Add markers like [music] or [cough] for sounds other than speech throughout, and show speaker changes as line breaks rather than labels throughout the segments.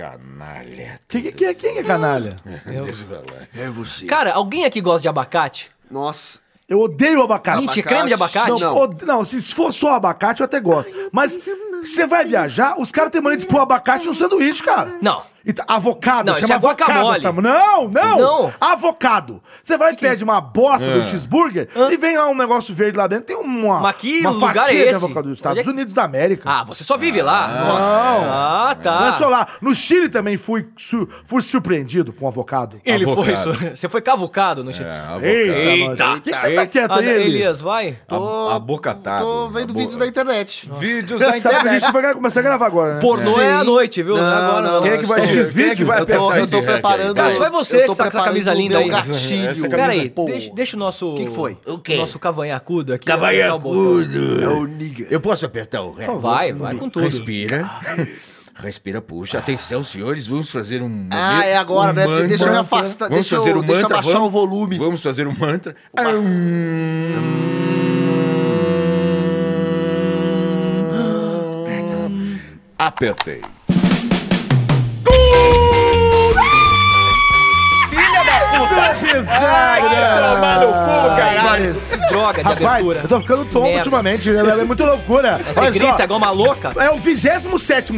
Canalha.
Quem, quem, quem é canalha?
Deixa pra lá.
É você.
Cara, alguém aqui gosta de abacate?
Nossa.
Eu odeio abacate.
Mentira, creme de abacate?
Não,
Não.
od- não, se for só abacate, eu até gosto. Mas você vai viajar, os caras têm mania de pôr abacate no sanduíche, cara.
Não.
E tá- avocado,
Não,
chama
isso é
avocado.
guacamole.
Samu. Não, não,
Não. é?
Avocado. Você vai e pede uma bosta do cheeseburger
Hã?
e vem lá um negócio verde lá dentro. Tem uma,
Mas que
uma
lugar é
de
esse?
avocado dos Estados
Onde é que-
Unidos da América.
Ah, você só vive lá? Nossa. Ah, tá.
Não é só lá. No Chile também fui, su- fui surpreendido com avocado.
Ele foi
Avocado.
isso. [laughs] Você foi cavucado no
É,
Chile.
avocado.
Eita,
Eita.
nós. O que que você tá quieto
Ah,
aí, Elias?
Elias, vai.
A, tá abocatado.
Tô vendo
Abo-
vídeos da internet.
Vídeos da
Sabe que a
internet.
gente vai começar a gravar agora, né?
Pornô é à
Sim.
noite, viu?
Não,
agora
não,
não.
Quem é que vai dizer? Quem é
Esses
que
vídeos-
vai
Eu tô,
apertar
eu
esse
tô
hack aí?
preparando.
Cara, só é você
eu
que
tô
tá com essa
preparando
camisa
o
linda
meu
aí.
gatilho.
Essa camisa- é
Pera aí,
Pô.
deixa, deixa o nosso...
Que que foi?
O Nosso cavanhacudo aqui.
É
Cavanhacudo.
o nigga.
Eu posso apertar o ré?
então. Vai, vai
[laughs]
com tudo.
Respira. Respira, puxa. Atenção, senhores, vamos fazer um momento,
Ah, é agora,
um
né?
mantra.
Deixa eu me afastar,
Vamos
deixa eu-
fazer um
deixa eu
mantra,
abaixar
vamos-
o volume.
Vamos fazer um mantra. Aperta. Apertei.
Isso é pesado, né?
Tomar no cu, caralho.
Rapaz,
Droga de
rapaz,
abertura.
eu tô ficando tonto
Merda.
ultimamente, né? é muito loucura.
Você
Olha
grita
só,
igual uma louca?
É o 27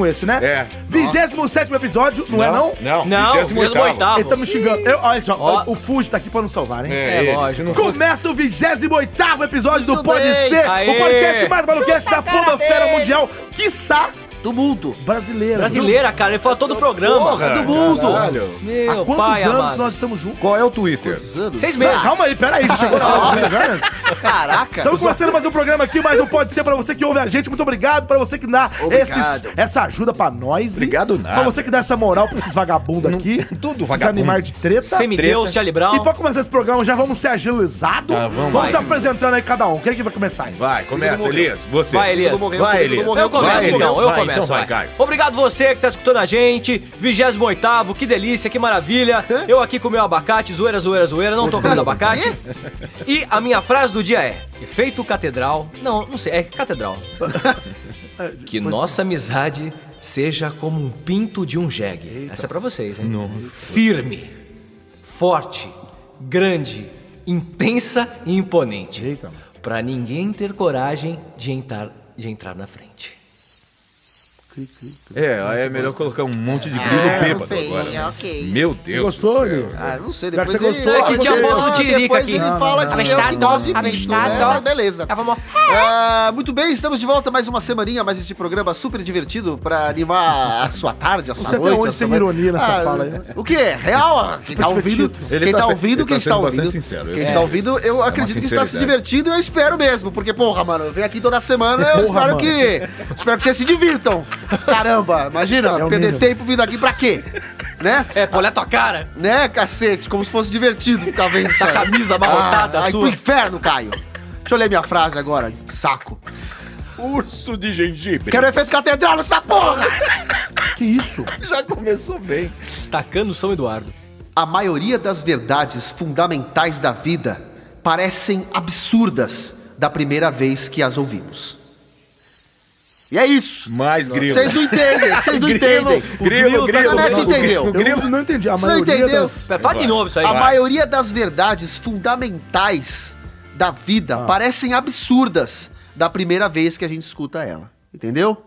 esse, né?
É.
27 episódio, não, é não?
Não,
Não,
28º.
28º.
Ele tá me xingando. Eu- olha só,
Ó.
o Fuji tá aqui pra nos salvar, hein?
É,
ele,
lógico.
se não fosse-
Começa o 28 episódio do
Muito
Pode
bem.
Ser, o
Aê.
podcast mais maluquete da
Chuta a cara
Podosfera
dele.
Mundial, quiçá
Do mundo.
brasileira.
Brasileira, cara. Ele fala todo o programa.
Porra, do mundo.
Caralho.
Há
Meu
quantos
pai
anos
amado.
que nós estamos juntos?
Qual é o Twitter?
Usando?
Seis meses.
Ah, Calma aí, peraí, chegou na hora. né?
tá-
Caraca.
Estamos começando mais um programa aqui, mais um Pode Ser pra você que ouve a gente. Muito obrigado pra você que dá
Obrigado.
esses, essa ajuda pra nós.
Obrigado
nada.
nada.
Pra você que dá essa moral pra esses vagabundos aqui.
[laughs] tudo
Esses
vagabundo.
animais de treta.
Semideus, Charlie Brown.
tá E pra começar esse programa, já vamos ser agilizados.
Ah, vamos
vamos se
lá.
apresentando aí cada um. Quem é que vai começar aí?
Vai, começa,
Todo mundo.
Elias. Você.
Vai, Elias.
Todo mundo morreu, todo
Vai,
mundo
Elias.
morreu,
Eu começo
Vai,
então,
Elias.
eu
Vai,
começo.
Então vai,
vai.
Caio.
Obrigado você que tá escutando a gente. 28 que delícia, que maravilha. Eu aqui com meu abacate, zoeira, zoeira, zoeira, não tô comendo abacate. E a minha frase do dia é: efeito catedral. Não, não sei, é
[laughs]
catedral. que nossa amizade seja como um pinto de um jegue. Essa é pra vocês, hein? Firme, forte, grande, intensa e imponente.
Eita, mano.
Pra ninguém ter coragem de entrar, de entrar na frente.
É, aí é melhor colocar um monte de grilo
Ah, não
bêbado
sei,
agora. né?
ok.
Meu Deus.
gostou,
do céu.
Elias?
Ah, não sei,
Já que
depois
você gostou,
Aqui É tinha
ele
foto do
fala-
Tiririca
depois
aqui.
ele
Não,
fala
não,
que
não.
eu que gosto de pinto, né? Mas beleza. Ah, muito bem, estamos de volta mais uma semaninha, mais este programa super divertido pra animar a sua tarde, a sua
sei até
noite.
onde
a sua
tem ironia nessa fala aí, né?
O que? Real? Quem tá ouvindo,
divertido.
Ele
quem
tá
tá
se-
ouvindo,
ele
quem
tá
está
sendo bastante
ouvindo.
sincero,
Quem
é.
está ouvindo, eu acredito que está se
sinceridade.
divertindo e eu espero mesmo, porque, porra, mano, eu venho aqui toda semana, eu
Porra,
espero
mano.
que. Espero que vocês se divirtam. Caramba, imagina,
É o
perder
mínimo.
tempo vindo aqui pra quê? Né?
É, pô, olha a tua cara.
Né, cacete? Como se fosse divertido ficar vendo isso.
Essa
aí.
camisa amarrotada
ah, ai,
sua.
pro inferno, Caio. Deixa eu ler minha frase agora, saco.
Urso de gengibre.
Quero efeito catedral nessa porra!
Que isso?
[laughs] Já começou bem.
Tacando São Eduardo.
A maioria das verdades fundamentais da vida parecem absurdas da primeira vez que as ouvimos. E é isso.
Mais grilo.
Vocês não entendem,
[laughs]
vocês não
Grilo,
entendem.
grilo, grilo,
tá na
net,
grilo,
entendeu?
grilo,
Eu não, não entendi. A
Você não
maioria
entendeu?
das...
Fala de novo isso Tá aí.
A
vai.
maioria das verdades fundamentais da vida
Ah.
parecem absurdas da primeira vez que a gente escuta ela. Entendeu?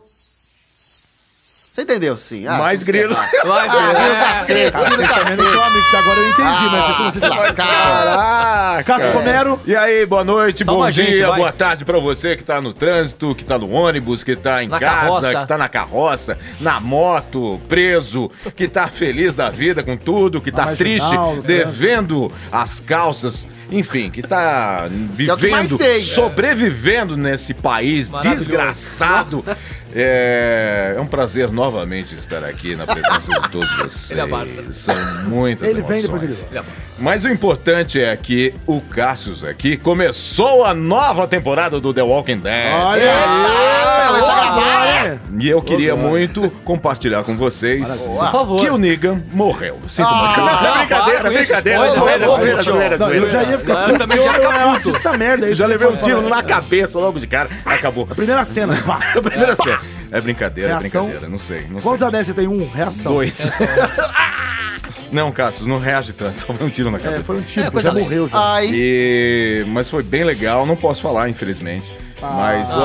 Você entendeu, sim. Ah,
Mais
sim,
grilo.
[laughs]
tá.
Vai,
Ah,
vai,
grilo
vai.
cacete,
Cara,
grilo
vocês também não é
cacete.
são amigos, tá? agora eu entendi, mas eu tô não sei se
Ah, É. se lascaram.
Caraca.
Cássio Romero.
E aí, boa noite,
Salva
bom
a gente,
dia,
vai.
boa tarde pra você que tá no trânsito, que tá no ônibus, que tá em
Na
casa,
carroça.
que tá na carroça, na moto, preso, que tá [laughs] feliz da vida com tudo, que tá triste,
marginal, no trânsito.
devendo as calças, enfim, que tá
É
o que mais
vivendo,
tem.
sobrevivendo nesse país
Maravilhoso.
desgraçado. É, é um prazer novamente estar aqui na presença de todos vocês.
[laughs] Ele abaixa.
São muitas
Ele vem
emoções.
depois ele vai.
Mas o importante é que o Cassius aqui começou a nova temporada do The Walking Dead.
É. Eita, começou a gravar, né?
E eu queria muito compartilhar com vocês
Por favor.
que o Negan morreu. Sinto
Ah,
muito. é
não, para com isso, spoiler,
zoeira,
spoiler,
zoeira,
Não, eu
zoeira.
já ia fica
Não, eu
puto.
também já fico
Eu
puto.
assisto essa merda aí.
Já
você
levei um
fala,
tiro
fala.
na cabeça logo de cara. Acabou.
Primeira cena. pá.
A primeira cena. É brincadeira, é
Reação.
brincadeira. Não sei. Não
Quantos
sei.
a 10 você tem? Um, reação.
Dois. [laughs] não, Cassius, não reage tanto. Só foi um tiro na
É,
cabeça.
foi um tiro,
É,
você
coisa
já
leve.
morreu já.
Ah.
Ai,
E- Mas foi bem legal. Não posso falar, infelizmente. Mas
Ah.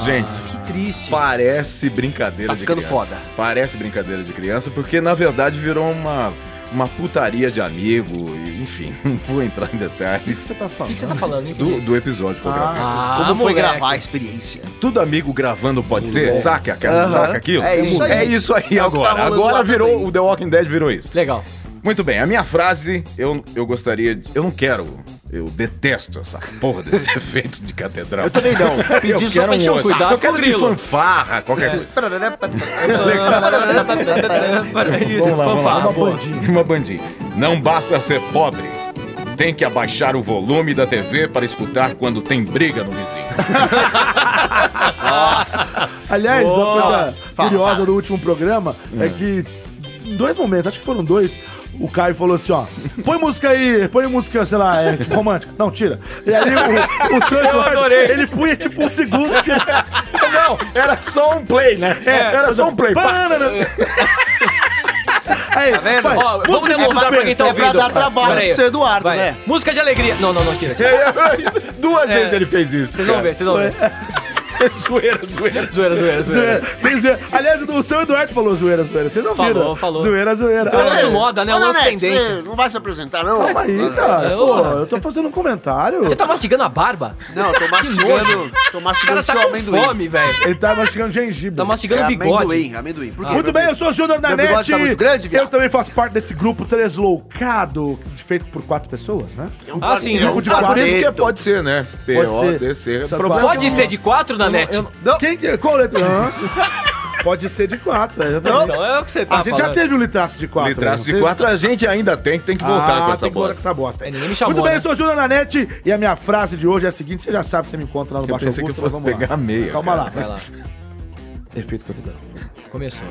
olha, gente.
Que triste.
Parece brincadeira
Tá
de
ficando
criança.
foda.
Parece brincadeira de criança, porque na verdade virou uma, uma putaria de amigo. e, Enfim, [laughs] não vou entrar em
O que
detalhes
você tá
O que, que
falando?
você tá falando, hein?
do, do episódio que eu
Ah.
gravei.
como foi
moleque.
gravar a experiência?
Tudo amigo gravando pode ser? Saca, cara,
Aham.
saca aquilo?
É isso aí.
É isso aí
É o que tá
agora.
rolando lá
agora virou,
também.
o The Walking Dead virou isso.
Legal.
Muito bem, a minha frase, eu, eu gostaria. de- eu não quero. Eu detesto essa porra desse efeito de catedral. [laughs] Eu também não.
Pedi só pra encher o
cu.
É.
Cuidado
Eu
com
quero
o
de
grilo.
fanfarra, qualquer
é
coisa.
[laughs] é Isso,
Vamos lá, vamos lá.
fanfarra,
Uma
boa.
bandinha.
Uma bandinha. Não basta ser pobre. Tem que abaixar o volume da TV para escutar quando tem briga no vizinho.
Aliás,
Boa.
uma coisa curiosa do último programa
Hum.
é que em dois momentos, acho que foram dois, o Caio falou assim, ó, põe música aí, põe música, sei lá, é, tipo, romântica. Não, tira. E aí o,
[laughs]
o seu Eduardo,
adorei.
ele punha tipo um segundo, tira. É,
Não, era só um play, né? era só um play. Pá. [laughs] Tá
Pá, nanana. Aí,
vendo?
pai,
Ó,
música
vamos
de
demonstrar pra quem tá
É
ouvindo.
pra dar trabalho
Pera aí.
pro seu Eduardo,
Vai.
né?
Música de alegria. Não, não, não, tira. tira.
Duas vezes ele fez isso.
Vocês vão ver, vocês vão ver.
ver. [laughs] zoeira, zoeira.
Zoeira, zoeira, zoeira.
Zoeira, tem zoeira. Aliás, o seu Eduardo falou zoeira, zoeira. Vocês ouviram?
Falou, falou.
Zoeira, zoeira.
É o nosso
Ah,
moda, né? O
Ô,
nosso
Nanete,
tendência.
você Não vai se apresentar, não?
Calma aí, cara. Pô, eu tô fazendo um comentário.
Você tá mastigando a barba?
Não, eu tô mastigando. tô
O cara
mastigando
tá
seu
com
amendoim.
fome, velho.
Ele tá mastigando gengibre.
Tá mastigando
É
o bigode.
amendoim, amendoim. Por quê?
Muito bem, eu sou o Júnior da
Meu bigode
NET.
tá muito grande, viado.
eu também faço parte desse grupo Tresloucado, feito por quatro pessoas, né?
É um
Ah, sim,
quarteto.
grupo de
Ah, por
quatro.
isso que é- pode ser, né? P-O-D-C.
Só
Problema-
quatro.
Pode ser de quatro, Nanete?
Eu- não- Quem que... é? Qual letra? Hã? Pode ser de quatro, exatamente.
Então é o que você tá
A gente já
falando.
teve um litraço de quatro.
Litraço
né?
de quatro a gente ainda tem, que tem que voltar
ah,
com essa
tem que voltar
bola.
com essa bosta.
É, ninguém me chamou,
Muito bem,
né?
eu sou o Júnior da NET e a minha frase de hoje é a seguinte, você já sabe, você me encontra lá no Baixo
pensei que
Augusto,
eu fosse
mas vamos
pegar
lá.
a meia,
Calma
cara.
lá.
Vai lá,
Efeito catedral.
começou.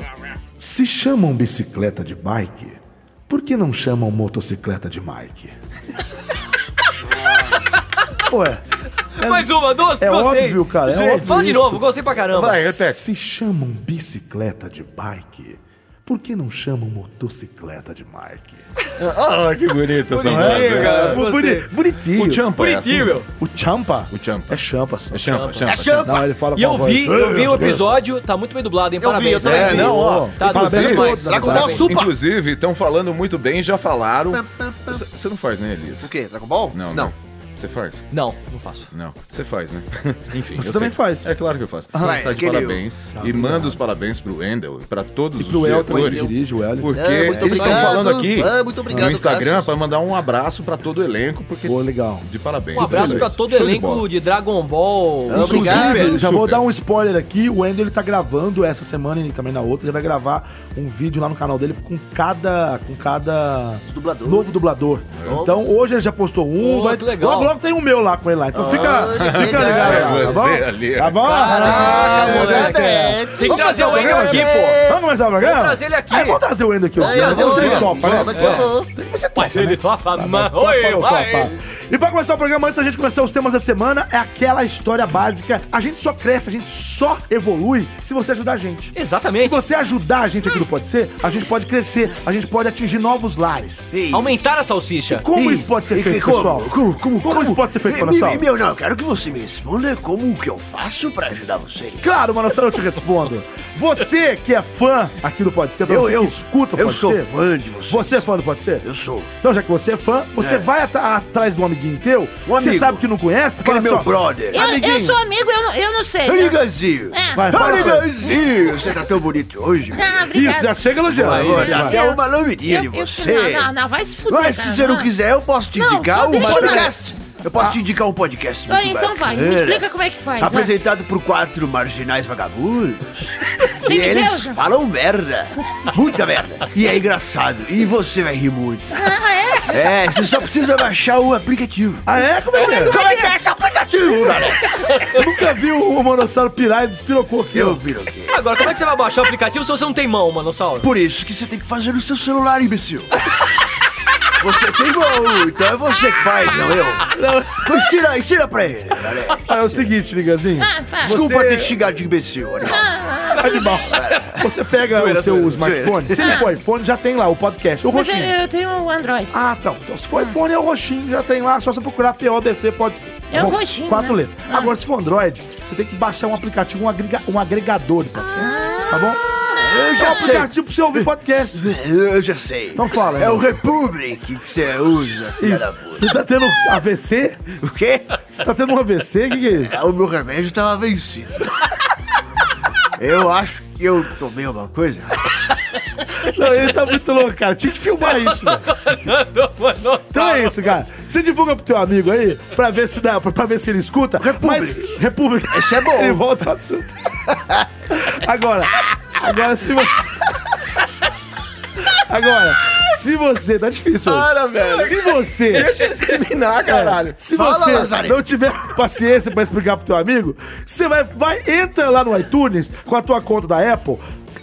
Se chamam bicicleta de bike, por que não chamam motocicleta
[laughs]
de Mike? Ué,
Mais uma, duas,
é
gostei.
óbvio, cara. É
Gente,
óbvio
Fala de
isso.
novo, gostei pra caramba.
Vai, até.
Se chamam bicicleta de bike, por que não chamam motocicleta de Mike?
Ah, que bonito essa
Bonitinho,
frase.
né?
cara.
O
gostei.
bonitinho.
O champa é assim,
Bonitinho,
né?
meu.
O champa?
O champa.
É champa só.
É champa, champa.
É champa.
Não, ele fala
E
com a
eu
voz.
vi, eu vi o episódio, tá muito bem dublado, hein?
Eu vi, eu
Parabéns.
também
né?
É, não, ó.
Parabéns
Tá dublado
a
demais.
todos,
Tá
Dragon Ball
parabéns.
Super.
Inclusive, estão falando muito bem, já falaram. Você você não faz, né, Elias?
O quê? Dragon Ball?
Não, não. Você faz?
Não, não faço.
Não. Você faz, né? Enfim.
Você
eu
também
sei.
faz.
É claro que eu faço.
Vai,
tá de
aquele-
parabéns. E manda os parabéns pro Wendel e pra todos
Do
os
Elton, ele
diretores.
dirige o Hélio.
Porque
É, muito
eles estão
obrigado.
falando aqui
É, muito obrigado,
no Instagram
Cassius.
pra mandar um abraço pra todo o elenco, porque
Pô, legal.
de parabéns.
Um abraço pra todo o
Show de
elenco
bola.
de Dragon Ball.
Obrigado.
Inclusive, já vou
Super.
dar um spoiler aqui. O Ender ele tá gravando essa semana e também na outra. Ele vai gravar um vídeo lá no canal dele com cada. com cada.
Os dubladores.
Novo dublador.
Novos.
Então hoje ele já postou um.
Pô,
vai...
que legal.
Logo, logo tem um meu lá com ele lá. Então fica,
que
fica
legal.
ligado. Tá
Você
bom?
ali,
Tá bom?
Caraca,
Ah,
moleque.
moleque.
Tem que trazer o Wendel
programa,
aqui,
né?
pô.
Vamos começar o programa?
Vou trazer ele aqui.
Ah, vamos trazer o Ender aqui.
Aí,
hoje.
ó,
Vamos
ó,
ser topa, né?
ó,
Topa.
ó.
Mas ele topa, mano.
Topa,
Oi,
não
vai.
topa? E pra começar o programa, antes da gente começar os temas da semana, é aquela história básica. A gente só cresce, a gente só evolui se você ajudar a gente. Se
Exatamente.
você ajudar a gente aqui no Pode Ser, a gente pode crescer, a gente pode atingir novos lares.
Sim.
Aumentar a salsicha.
Como
E-
isso pode ser
e- e
feito,
como?
pessoal?
Como, como,
Como isso pode ser feito,
E-
Manassal?
e- Meu, não, eu quero que você me responda como que eu faço pra ajudar vocês.
Claro, mano, só eu te respondo. Você que é fã aqui do Pode Ser, pra
Eu-
você
eu-
que escuta o
eu
Pode
sou
Ser.
fã de vocês.
Você é fã do Pode Ser?
Eu sou.
Então, já que você é fã, você
É.
vai atra- atrás do amiguinho teu,
Um
que você
amigo.
sabe que não conhece,
Aquele meu
assim, ó,
brother.
Eu,
Amiguinho.
eu sou amigo, eu não, eu não sei.
Ei,
Eu-
Gazinho.
É.
Vai, fala.
Ei, Gazinho, você tá tão bonito hoje.
Ah,
Isso, é já
obrigado.
chega elogiando.
Vai,
Vai,
Olha,
vai.
até
eu-
uma lambidinha
Eu,
de
eu,
você.
não, não, não, vai se fuder.
Mas se
cara,
você não
vai.
quiser, eu posso te
Não,
indicar
só
um
deixa eu-
podcast. Eu posso te indicar um podcast
Ah,
muito
então vai, me
bacana.
explica como é que faz. vai.
Apresentado por quatro marginais vagabundos.
Sim,
e
me
eles
deu.
falam merda. Muita merda. E é engraçado. E você vai rir
[laughs]
muito.
Ah, é?
É, você só precisa baixar o aplicativo.
Ah, é? Como é que é?
Como é que é esse
[laughs]
aplicativo, galera?
Eu nunca vi o Monossauro pirar e despirocou aqui.
Eu
ó.
viro aqui.
Agora, como é que você vai baixar o aplicativo se você não tem mão, Manossauro?
Por isso que você tem que fazer no seu celular, imbecil. [laughs] Você tem gol, então é você que faz, não eu. Ensina, ensina pra ele.
Ah, é o seguinte, Ligazinho.
Ah, faz.
Desculpa ter te xingado de imbecil. Né?
Animal. Você pega o seu smartphone. Se ele for iPhone, já tem lá o podcast. O
Mas eu,
roxinho.
eu tenho um Android.
Ah, então. então se for iPhone, é o roxinho, já tem lá. Só você procurar PODC, pode ser.
É o
Bom,
roxinho,
Quatro
né?
letras. Agora, se for Android, você tem que baixar um aplicativo, um, agrega- um agregador de podcast. Tá bom?
Ah.
Eu
É um
já sei.
aplicativo pra você ouvir podcast.
Eu já sei.
Então fala,
É
então.
o Republic que você usa, filha da
Isso.
puta.
Você tá tendo AVC?
O quê?
Você tá tendo um AVC? O que, que é
[laughs]
isso?
Ah, O meu remédio tava vencido. Eu acho que eu tomei
[laughs]
alguma coisa.
Não, ele tá muito louco, cara. Tinha que filmar isso, velho.
[laughs]
Então é isso, cara. Você divulga pro teu amigo aí, pra ver se, dá, pra, pra ver se ele escuta. Mas, República.
Esse é
[laughs]
bom.
Ele volta ao assunto. Agora, agora se você... Agora, se você... Tá difícil hoje.
Para, velho.
Se você...
Deixa ele terminar, caralho.
É. Se
Fala,
você
Lazarento.
não tiver paciência pra explicar pro teu amigo, você vai, vai, entra lá no iTunes com a tua conta da Apple.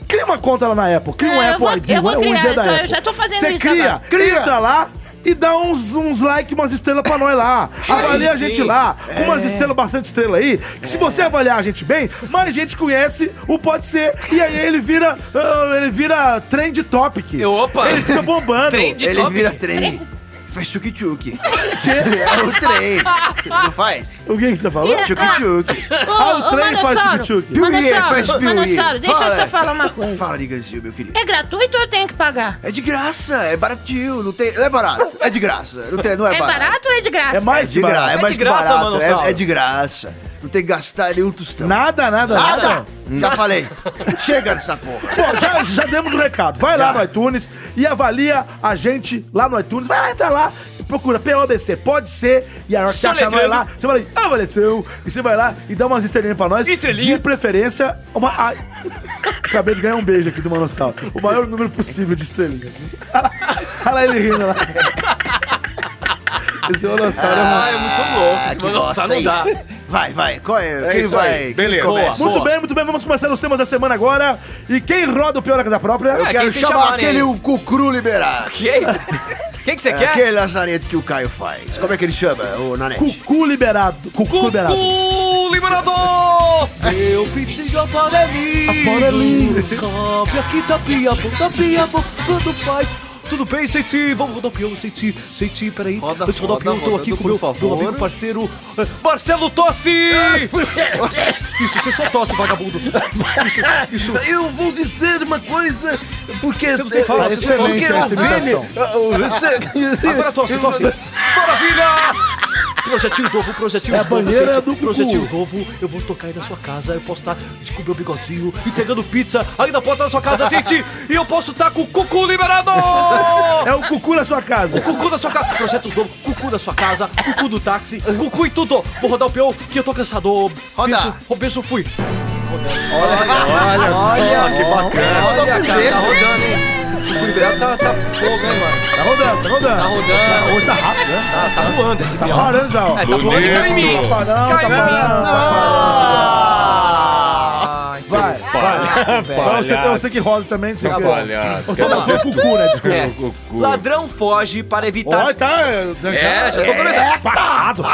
Cria uma conta lá na Apple, cria um
É, eu
Apple
vou-
ID,
eu vou
um
criar,
ID da
então, eu
Apple.
já tô fazendo
Você
isso
cria,
agora.
cria, entra lá e dá uns, uns likes, umas estrelas pra nós lá. Avalia a
sim. É.
gente lá, com umas estrelas, bastante estrela aí, que se você avaliar a gente bem, mais gente conhece o Pode Ser. E aí ele vira, ah, ele vira trend topic.
Eu,
[laughs]
opa!
Ele fica bombando.
Trend
Ele
topic.
vira trem. Faz tchuk-tchuk. [laughs] É o trem. Não faz?
O que, que você falou?
é
Tchuk-tchuk.
Ô,
[laughs] Ah, o
ô,
trem faz
Manossauro,
tchutchuque.
Piuí, é, faz
Manossauro,
piuí.
Manossauro, deixa eu só
Fala.
falar uma coisa.
Fala, Liganzinho, meu querido.
É gratuito ou tem que pagar?
É de graça, é baratinho, não tem. Não é barato, é de graça. Não, tem, não é,
É barato ou é de graça?
É mais
É de,
de
gra é
barato.
mais
de graça,
barato,
Manossauro.
é, é de graça. Não tem que gastar nenhum
Então.
tostão.
Nada, nada, nada.
Nada! Já falei. Chega dessa porra.
Bom, já, já demos o recado. Vai lá
Já.
no iTunes e avalia a gente lá no iTunes. Vai lá, entra lá e procura PODC, pode ser. E a hora que você achar nós
Soletrando.
lá, você vai lá e avaleceu. E você vai lá e dá umas estrelinhas pra nós.
Estrelinha.
De preferência, uma. ai, Acabei de ganhar um beijo aqui do Manossauro. O maior número possível de estrelinhas. [laughs] Olha lá ele rindo lá. Esse Manossauro é uma.
Ah, é muito louco.
Ah,
Esse
que bosta
Manossauro não
aí.
dá.
Vai, vai. Qual é?
É
Quem
isso
vai?
aí.
Quem
Beleza.
começa?
Muito
Boa.
bem, muito bem. Vamos começar os temas da semana agora. E quem roda o pior na casa própria?
Eu
Ah,
quero
quem se
chamar
chamarem
aquele
aí?
o cucru liberado.
Que? é Quem que você
É
quer?
Aquele lazareto que o Caio faz. Como é que ele chama, o Nanete?
Cucu liberado. Cucu, liberado.
Cucu Liberador! Eu preciso aparelhinho.
Aparelhinho.
Cabe é aqui da pia, bom da pia, bom, quando faz. Tudo bem, Seiti? Vamos rodopião, Seiti. Seiti, peraí.
Roda,
Deixa eu rodopiar, eu
roda,
tô
roda,
aqui com
por
meu,
favor.
meu amigo parceiro eh, Marcelo Tossi! Isso, você só tosse, vagabundo. Isso, isso.
Eu vou dizer uma coisa, porque...
Você não tem fala,
porque
é você tá não
Ah, Excelente
o
essa imitação.
[laughs]
Vini-
Agora tosse, tosse. Maravilha! Projetinho novo, projetinho
É a
novo,
banheira
gente.
do Gugu.
Projetinho novo, eu vou tocar aí na sua casa, eu posso estar de com o meu bigodinho, entregando pizza aí na porta da sua casa, gente! E eu posso estar com o cucu liberado!
É o cucu na sua casa.
Cucu da sua casa, projetos novos, cucu da sua casa, cucu do táxi, cucu e tudo! Vou rodar o peão que eu tô cansado.
Roda.
Beijo, oh, beijo, fui!
Olha só, que bacana.
Roda pro beijo.
tá hein? Cucu liberado tá, tá fogo, hein, mano?
Tá rodando, tá rodando. Tá
rodando,
Hoje tá rápido, né?
tá, tá voando esse
Tá
peão.
parando já, ó.
É, tá voando e caiu em mim.
Tá parando, tá
Caiu em mim.
parando, tá
Ah,
parando. Vai, vai. Vai, É, Você,
palhaço.
você que roda também, você
Seu
que...
palhaço.
Você não foi o cucu, né? Desculpa.
É.
Cucu.
Ladrão foge para evitar.
Olha, tá...
É, já tô começando.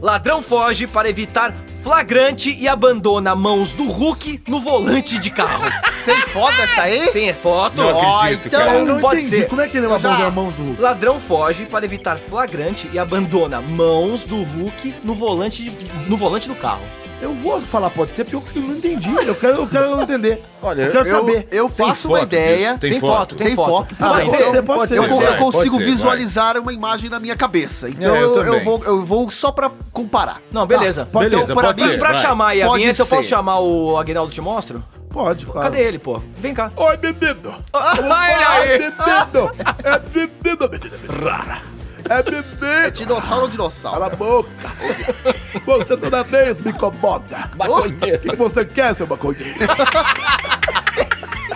Ladrão foge para evitar flagrante e abandona mãos do Hulk no volante de carro.
Tem foda essa aí?
Tem é foto?
Não
Ó,
acredito,
então,
cara.
Eu não
Pode
entendi.
ser.
Como é que ele é uma
Já.
bunda na mão do...
Ladrão foge para evitar flagrante e abandona mãos do Hulk no volante, de- no volante do carro.
Eu vou falar pode ser, porque eu não entendi. Eu quero, eu quero entender.
Olha,
eu quero
Eu,
saber.
eu
Tem
faço uma
foto
ideia...
disso,
Tem, foto, tem,
Tem
foto.
foto. Ah,
Vai
pode
ser.
ser, pode
Pode
ser.
ser,
Eu, con- eu
vai, pode
consigo
ser, vai.
visualizar uma imagem na minha cabeça. Então
É, eu
eu, eu
também.
vou, eu vou só pra comparar.
Não, beleza.
Tá, pode
Beleza,
ser.
pra
pode
mim,
ser. um
Pra
vai.
chamar aí a
Pode
vinheta, eu posso
ser.
chamar o Aguinaldo Te Mostro?
Pode, claro.
Cadê ele, pô? Vem cá.
Oi, menino.
Ah,
É
ele aí.
menino. É menino, menina rara. É menino.
Dinossauro
Cala
ou dinossauro?
a boca! Você toda vez me incomoda! O que você quer, seu maconheiro?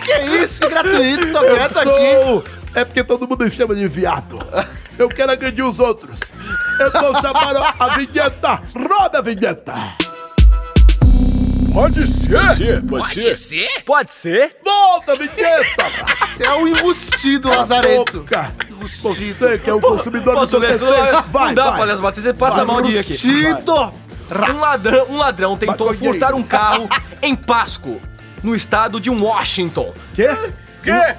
que é isso? Que gratuito, tô
Eu
quieto Tá aqui.
sou... É porque todo mundo me chama de viado. Eu quero agredir os outros. Eu vou chamar a- a vinheta. Roda a vinheta!
Pode ser. Pode ser.
Pode ser?
Volta a vinheta!
Você é um enrustido,
Cala a
Lazareto.
boca.
Rustito.
Você que é o consumidor do
Posso
seu
ler isso?
defeito.
Não dá pra ler as
vai.
matérias, você passa
Vai,
mal de aqui.
Rustito.
Um ladrão, um ladrão tentou
Maconheiro.
furtar um carro em Pasco, no estado de Washington.
Quê?
Quê?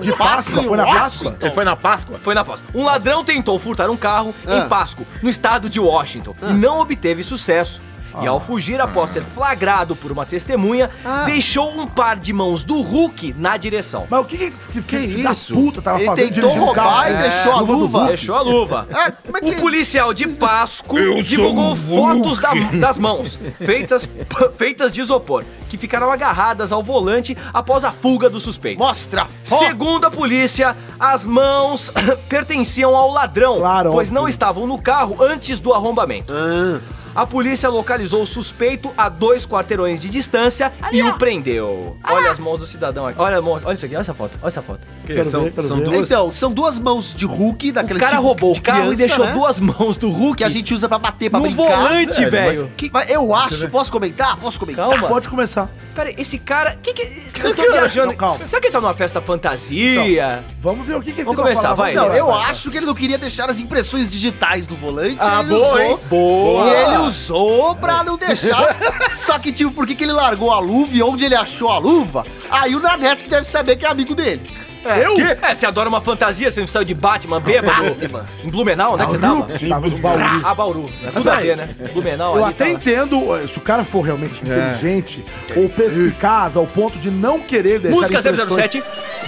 De Páscoa? Foi na Páscoa?
Ele foi na Páscoa?
Foi na Páscoa. Um ladrão tentou furtar um carro
Ah.
em Pasco, no estado de Washington,
Ah.
e não obteve sucesso. E ao fugir após ser flagrado por uma testemunha,
Ah.
deixou um par de mãos do Hulk na direção.
Mas o que que, que,
Que
filho da
isso?
puta tava
Ele
fazendo
tentou
dirigindo o
roubar
carro? É,
e deixou a
do
luva.
Hulk.
Deixou a luva.
Ah, como é que-
O policial de Pasco
Eu
divulgou
sou um o
fotos da- das mãos, feitas, feitas de isopor, que ficaram agarradas ao volante após a fuga do suspeito.
Mostra a foto.
Segundo a polícia, as mãos [coughs] pertenciam ao ladrão,
Claro,
pois não
óbvio.
estavam no carro antes do arrombamento.
Ah.
A polícia localizou o suspeito a dois quarteirões de distância e o prendeu. Olha as mãos do cidadão aqui. Olha, a mão- olha isso aqui, olha essa foto, olha essa foto.
Quero
são
ver, quero
são
ver.
duas.
Então, são duas mãos de Hulk,
O
daqueles
cara
tipo
roubou
de
o carro e
criança,
deixou
né?
duas mãos do Hulk
que a gente usa pra bater, pra
no
brincar.
volante,
É,
velho.
mas
Que- Mas eu acho, posso comentar? Posso comentar?
Calma.
Pode começar.
Pera aí, esse cara. Que que. Eu tô viajando.
Não, calma. Então.
Será que ele tá numa festa fantasia?
Vamos ver o que que ele
Vamos
tem pra falar.
começar, vai.
Não,
ver.
eu acho que ele não queria deixar as impressões digitais do volante.
Ah,
ele
boa,
usou,
hein?
E
Boa.
ele usou pra não deixar. [laughs] Só que, tipo, por que, que ele largou a luva e onde ele achou a luva? Aí o Nanete que deve saber que é amigo dele.
É, eu? É, você adora uma fantasia, você não saiu de Batman, bêbado? Em Blumenau, né? Que você tava?
Tava no baú.
Ah, Bauru. É tudo a ver, né? Blumenau
Eu
ali.
até
tava.
entendo, eh, se o cara for
É.
realmente inteligente, ou perspicaz ao ponto de não querer deixar
Música
impressões-
007.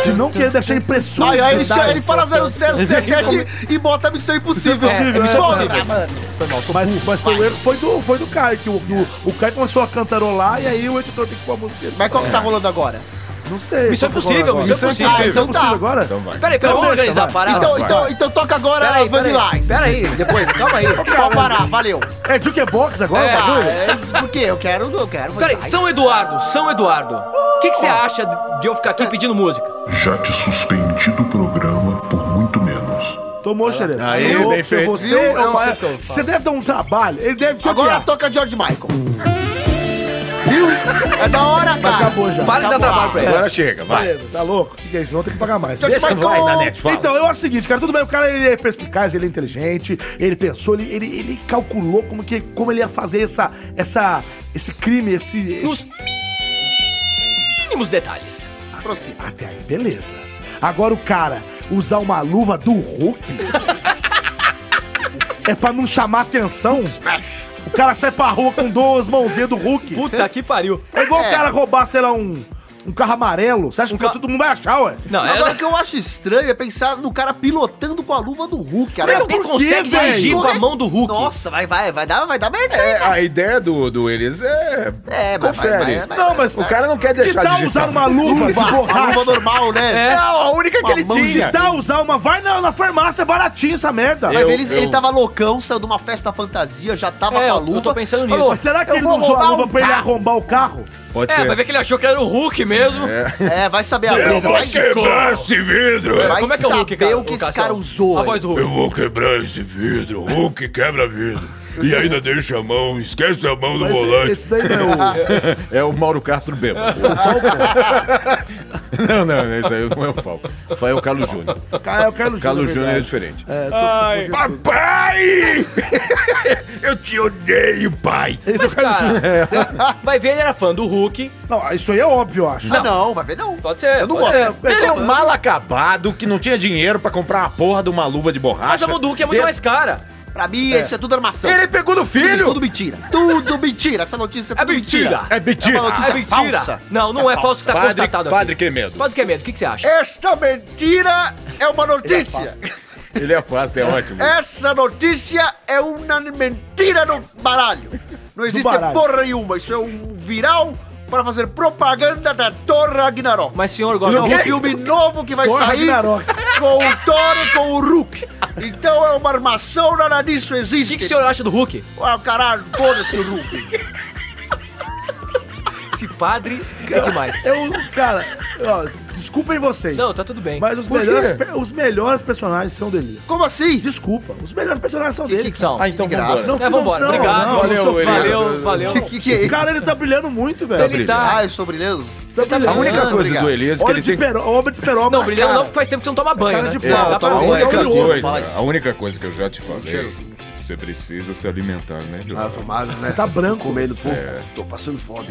De não querer deixar impressões
Aí, aí ele,
digitais.
chama- ele fala 007 e bota Missão Impossível.
Missão Impossível,
É,
é.
Porra,
Impossível.
mano.
Foi mal, sou
Mas,
burro.
mas foi o erro foi do, foi do Caio, que o, do- o Caio começou a cantarolar e aí o editor tem que pôr a música dele.
Mas qual que tá rolando agora?
Não sei.
Missão
qual que tá rolando
Impossível,
agora.
Missão Impossível.
Ah, Missão
Então tá.
Impossível agora?
Então vai.
Peraí, peraí,
Então
vamos
deixa,
organizar a
vai.
parada.
então,
vai.
então, então toca agora
Ah, Peraí,
Vanilla
peraí,
Ice.
peraí, depois, calma aí.
Pode parar, valeu.
É jukebox agora
É.
o bagulho?
Ah, Por quê? Eu quero, eu quero.
Peraí,
Vanilla
São Eduardo, São Eduardo. O que que você acha de eu ficar aqui pedindo música?
já te suspendido o programa por muito menos.
Tomou, xerefe.
Aí,
Tomou,
bem
porque
feito.
Você,
Viu?
é
Eu
uma-
sei que eu falo.
você deve dar um trabalho. Ele deve te
Agora
odiar.
toca George Michael. Viu? É da hora, cara.
Acabou já.
Para de dar
Acabou.
trabalho pra ele.
Agora chega, vai.
Beleza, tá louco? O que que é isso? Vão ter que pagar mais.
George
Deixa vai, Nanete, fala.
Então, eu acho o seguinte, cara, tudo bem, o cara ele é perspicaz, ele é inteligente, ele pensou, ele, ele, ele calculou como, que, como ele ia fazer essa, essa, esse crime, esse.
Nos
esse...
mínimos detalhes.
Prossiga.
Até aí, beleza. Agora o cara usar uma luva do Hulk é pra não chamar atenção. O cara sai pra rua com duas mãozinhas do Hulk.
Puta que pariu.
É igual
É.
o cara roubar, sei lá, um, um carro amarelo. Você acha que
ca-
todo mundo vai achar, ué?
Não, é.
Agora o que eu acho estranho é pensar no cara pilotando com a luva do Hulk,
Como
cara.
é que alguém
por quê,
consegue
velho?
dirigir com Tipo a mão do Hulk?
Nossa, vai, vai, vai dar, vai dar merda. aí,
É,
cara.
a ideia do, do Elis é.
É, mas vai,
Confere.
vai, vai,
Não, mas
O cara não quer
que
deixar
tal
digitar.
usar tá uma luva de
Luva, a luva
borracha?
normal, né?
É a única que
Uma
ele
mão de
tinha.
Que tal usar uma... Vai na, na farmácia, é baratinho essa merda.
Vai
Eu-
ver, ele, ele
eu-
tava loucão, saiu de uma festa fantasia, já tava
É,
com a
eu- eu
luva.
tô pensando nisso.
Mas será que
eu
ele
vou
não usou a
roubar
luva
um
pra ele
carro.
arrombar o carro?
Pode
É,
ser.
vai ver que ele achou que era o Hulk mesmo.
É, vai saber a brisa. Vai,
quebrar esse vidro!
vai
Como é que é o Hulk,
saber
cara?
o que esse
Cassiano?
cara usou.
A voz do Hulk.
vou quebrar esse vidro, Hulk quebra vidro. E ainda deixa a mão, esquece a mão do
Mas esse, esse daí não é
É o Mauro Castro bêbado. [laughs] não, não, não, isso aí não é o Falco. Isso aí é o Carlos Júnior.
o... Ca- É o Carlos Júnior.
Carlos
na
Júnior é
verdade.
diferente.
Ai,
Papai! [laughs] Eu te odeio, pai!
Esse é o
mas,
Carlos Júnior.
cara,
é.
vai ver, ele era fã do Hulk.
Não, isso aí é óbvio, eu acho.
Ah, não, vai ver não.
Pode ser.
Eu não
pode
gosto.
ser.
É,
Ele é um mal acabado que não tinha dinheiro pra comprar uma porra de uma luva de
Mas
borracha.
a mão do Hulk é muito
Esse-
mais cara.
Pra mim, isso é tudo armação.
Ele pegou do
Tudo
filho!
mentira. Tudo mentira. Essa notícia
É mentira.
É mentira!
É uma notícia
É mentira.
falsa.
Não, não é, falso que tá
Padre,
constatado aqui.
padre que medo.
Padre que é medo, o que, que você acha?
Esta mentira é uma notícia.
Ele é fácil, é ótimo.
Essa notícia é uma mentira no baralho. Não existe
baralho.
porra nenhuma. Isso é um viral para fazer propaganda da Thor Ragnarok.
Mas senhor gosta
É
do
um
Hulk?
filme novo que vai
Thor
sair
Ragnarok.
com o Thor e com o Hulk. Então é uma armação, nada disso
O
existe.
que, que o senhor acha do Hulk?
Ah, caralho, foda-se o Hulk.
[laughs] Esse padre é demais.
Eu, cara, ó, desculpem vocês.
Não, tá tudo bem.
Mas os
Por quê?
melhores, pe- os melhores personagens são dele.
Como assim?
Desculpa, os melhores personagens são dele.
que são?
Ah, então
De graça.
vambora.
Não,
é, vambora.
não,
Obrigado.
não,
valeu,
valeu,
Elias.
valeu, valeu.
Que que é
O
isso?
cara, ele tá brilhando muito, velho.
Ele tá...
Ah, eu sou brilhando?
Você tá
A
brilhando.
única
Não,
coisa
obrigado.
do Elias é que
Obra
ele
de
tem.
peroba, obra de peroba.
Não, brilhando não,
cara.
porque faz tempo que você não toma banho,
Cara
né?
de
É,
Não,
dá
tá
pra
a
bom,
ver.
é
única
oleoso, fala
coisa,
isso.
a única coisa que eu já te falei, é você precisa se alimentar melhor.
Ah, tomado, né?
Tá branco.
Comendo pouco. Tô passando [laughs] fome.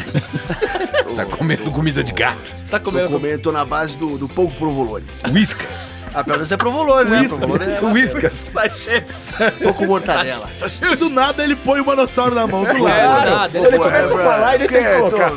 Tá comendo comida de gato.
Você tá
Tô
comendo com...
comendo, tô na base do, do pouco provolone.
Whiskas.
Ah, pelo menos é provolone, né?
Whiskas.
Provolone é
Whiskas.
sachês.
pouco
[laughs]
mortadela.
Do nada ele põe o manossauro na mão do
É,
lado.
do nada,
Pô, é,
ele
pô,
começa a
pra-
falar e ele tem que
tô-
colocar.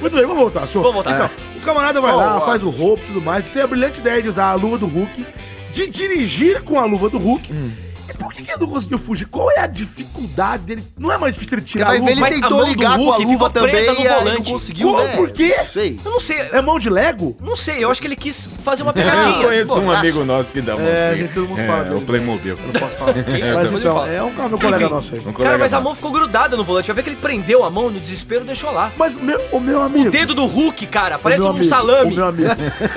Muito bem, vamos voltar, senhor.
Vamos voltar,
Então, o camarada vai
Ó,
lá,
ó.
faz o roubo e tudo mais, tem a brilhante ideia de usar a luva do Hulk, de dirigir com a luva do Hulk.
Hum.
E por que que ele não conseguiu fugir? Qual é a dificuldade dele? Não é mais difícil ele
Você
tirar a
vai ver,
luva?
ele
Mas a
tentou
mão do
ligar com a
Hulk
luva
ficou presa
também
no
e aí não
volante.
conseguiu,
Como?
né?
Por quê?
Não sei.
Eu não sei,
É mão de Lego?
não sei, eu acho que ele quis fazer uma
Eu
pegadinha.
conheço um amigo nosso que dá uma
É,
assim.
gente, todo mundo
é,
fala
É
dele.
o Playmobil.
É,
[laughs] Mas
todo mundo
então,
fala.
é um, é um colega
Enfim.
nosso aí.
Um colega
Cara, mas a
nosso.
mão ficou grudada no volante. Vai ver que ele prendeu a mão no desespero e deixou lá.
Mas meu, o meu amigo...
O dedo do Hulk, cara, parece
O
um
meu amigo,
salame.
O meu
[laughs]
amigo.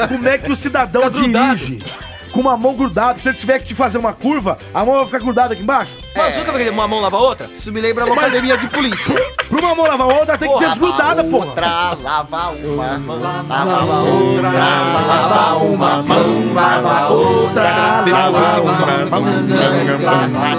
Como é que o cidadão
Fica grudado.
dirige com uma mão grudada? Se ele tiver que fazer uma curva, a mão vai ficar grudada aqui embaixo?
Mas nunca vai querer uma mão lavar a outra?
Isso me lembra uma academia de polícia.
Pra uma mão lavar a outra, tem que
Lava
ter desgrudada, porra.
Outra, lava uma, lava
lava
outra, lava
uma mão, lava outra,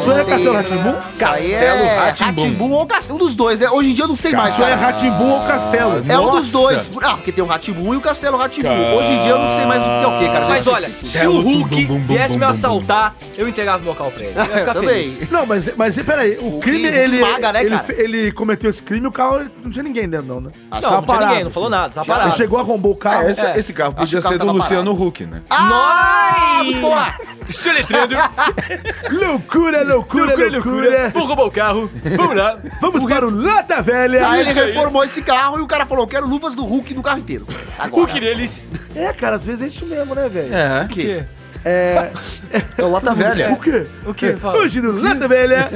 Isso aí é Castelo Rá-Tim-Bum?
Castelo
Rá-Tim-Bum.
Ratimbu é ou Castelo. Um dos dois, né? Hoje em dia eu não sei mais.
Isso aí é
cara.
Ratimbu ou Castelo?
É um dos
Nossa.
dois. Ah, porque tem o Ratimbu e o Castelo Ratimbu. Hoje em dia eu não sei mais o que é o que, cara. Já
Mas olha,
esqueci.
se o Hulk
Bum, bum, bum,
viesse me
bum, É, bum,
assaltar, eu entregava é o meu carro pra ele. Eu ia
[laughs] eu
ficar feliz.
também.
Não, mas, mas peraí, o,
O
crime,
que
ele,
esmaga, né,
ele,
cara?
ele cometeu esse crime, o carro não tinha ninguém dentro não, né?
Não, não tinha ninguém, não falou nada, tá
Ele
parado.
chegou, arrombou o carro.
É,
Ah, essa- Esse carro
Acho que
podia
o carro
ser do
tava Ah,
Luciano Huck, né?
Nós!
Ah,
Boa!
[laughs]
Se eletrando,
Loucura, loucura,
loucura,
loucura.
loucura, vou roubar o carro, vamos lá.
Vamos para o Lata Velha.
é
Aí Ah, ele reformou esse carro e o cara falou: eu quero luvas do Hulk no carro inteiro. Agora.
Hulk neles.
É, cara, às vezes é isso mesmo, né, velho?
É.
O quê?
É.
É o Lata Velha.
O quê?
O quê? Fala.
Hoje no Lata
[laughs]
Velha,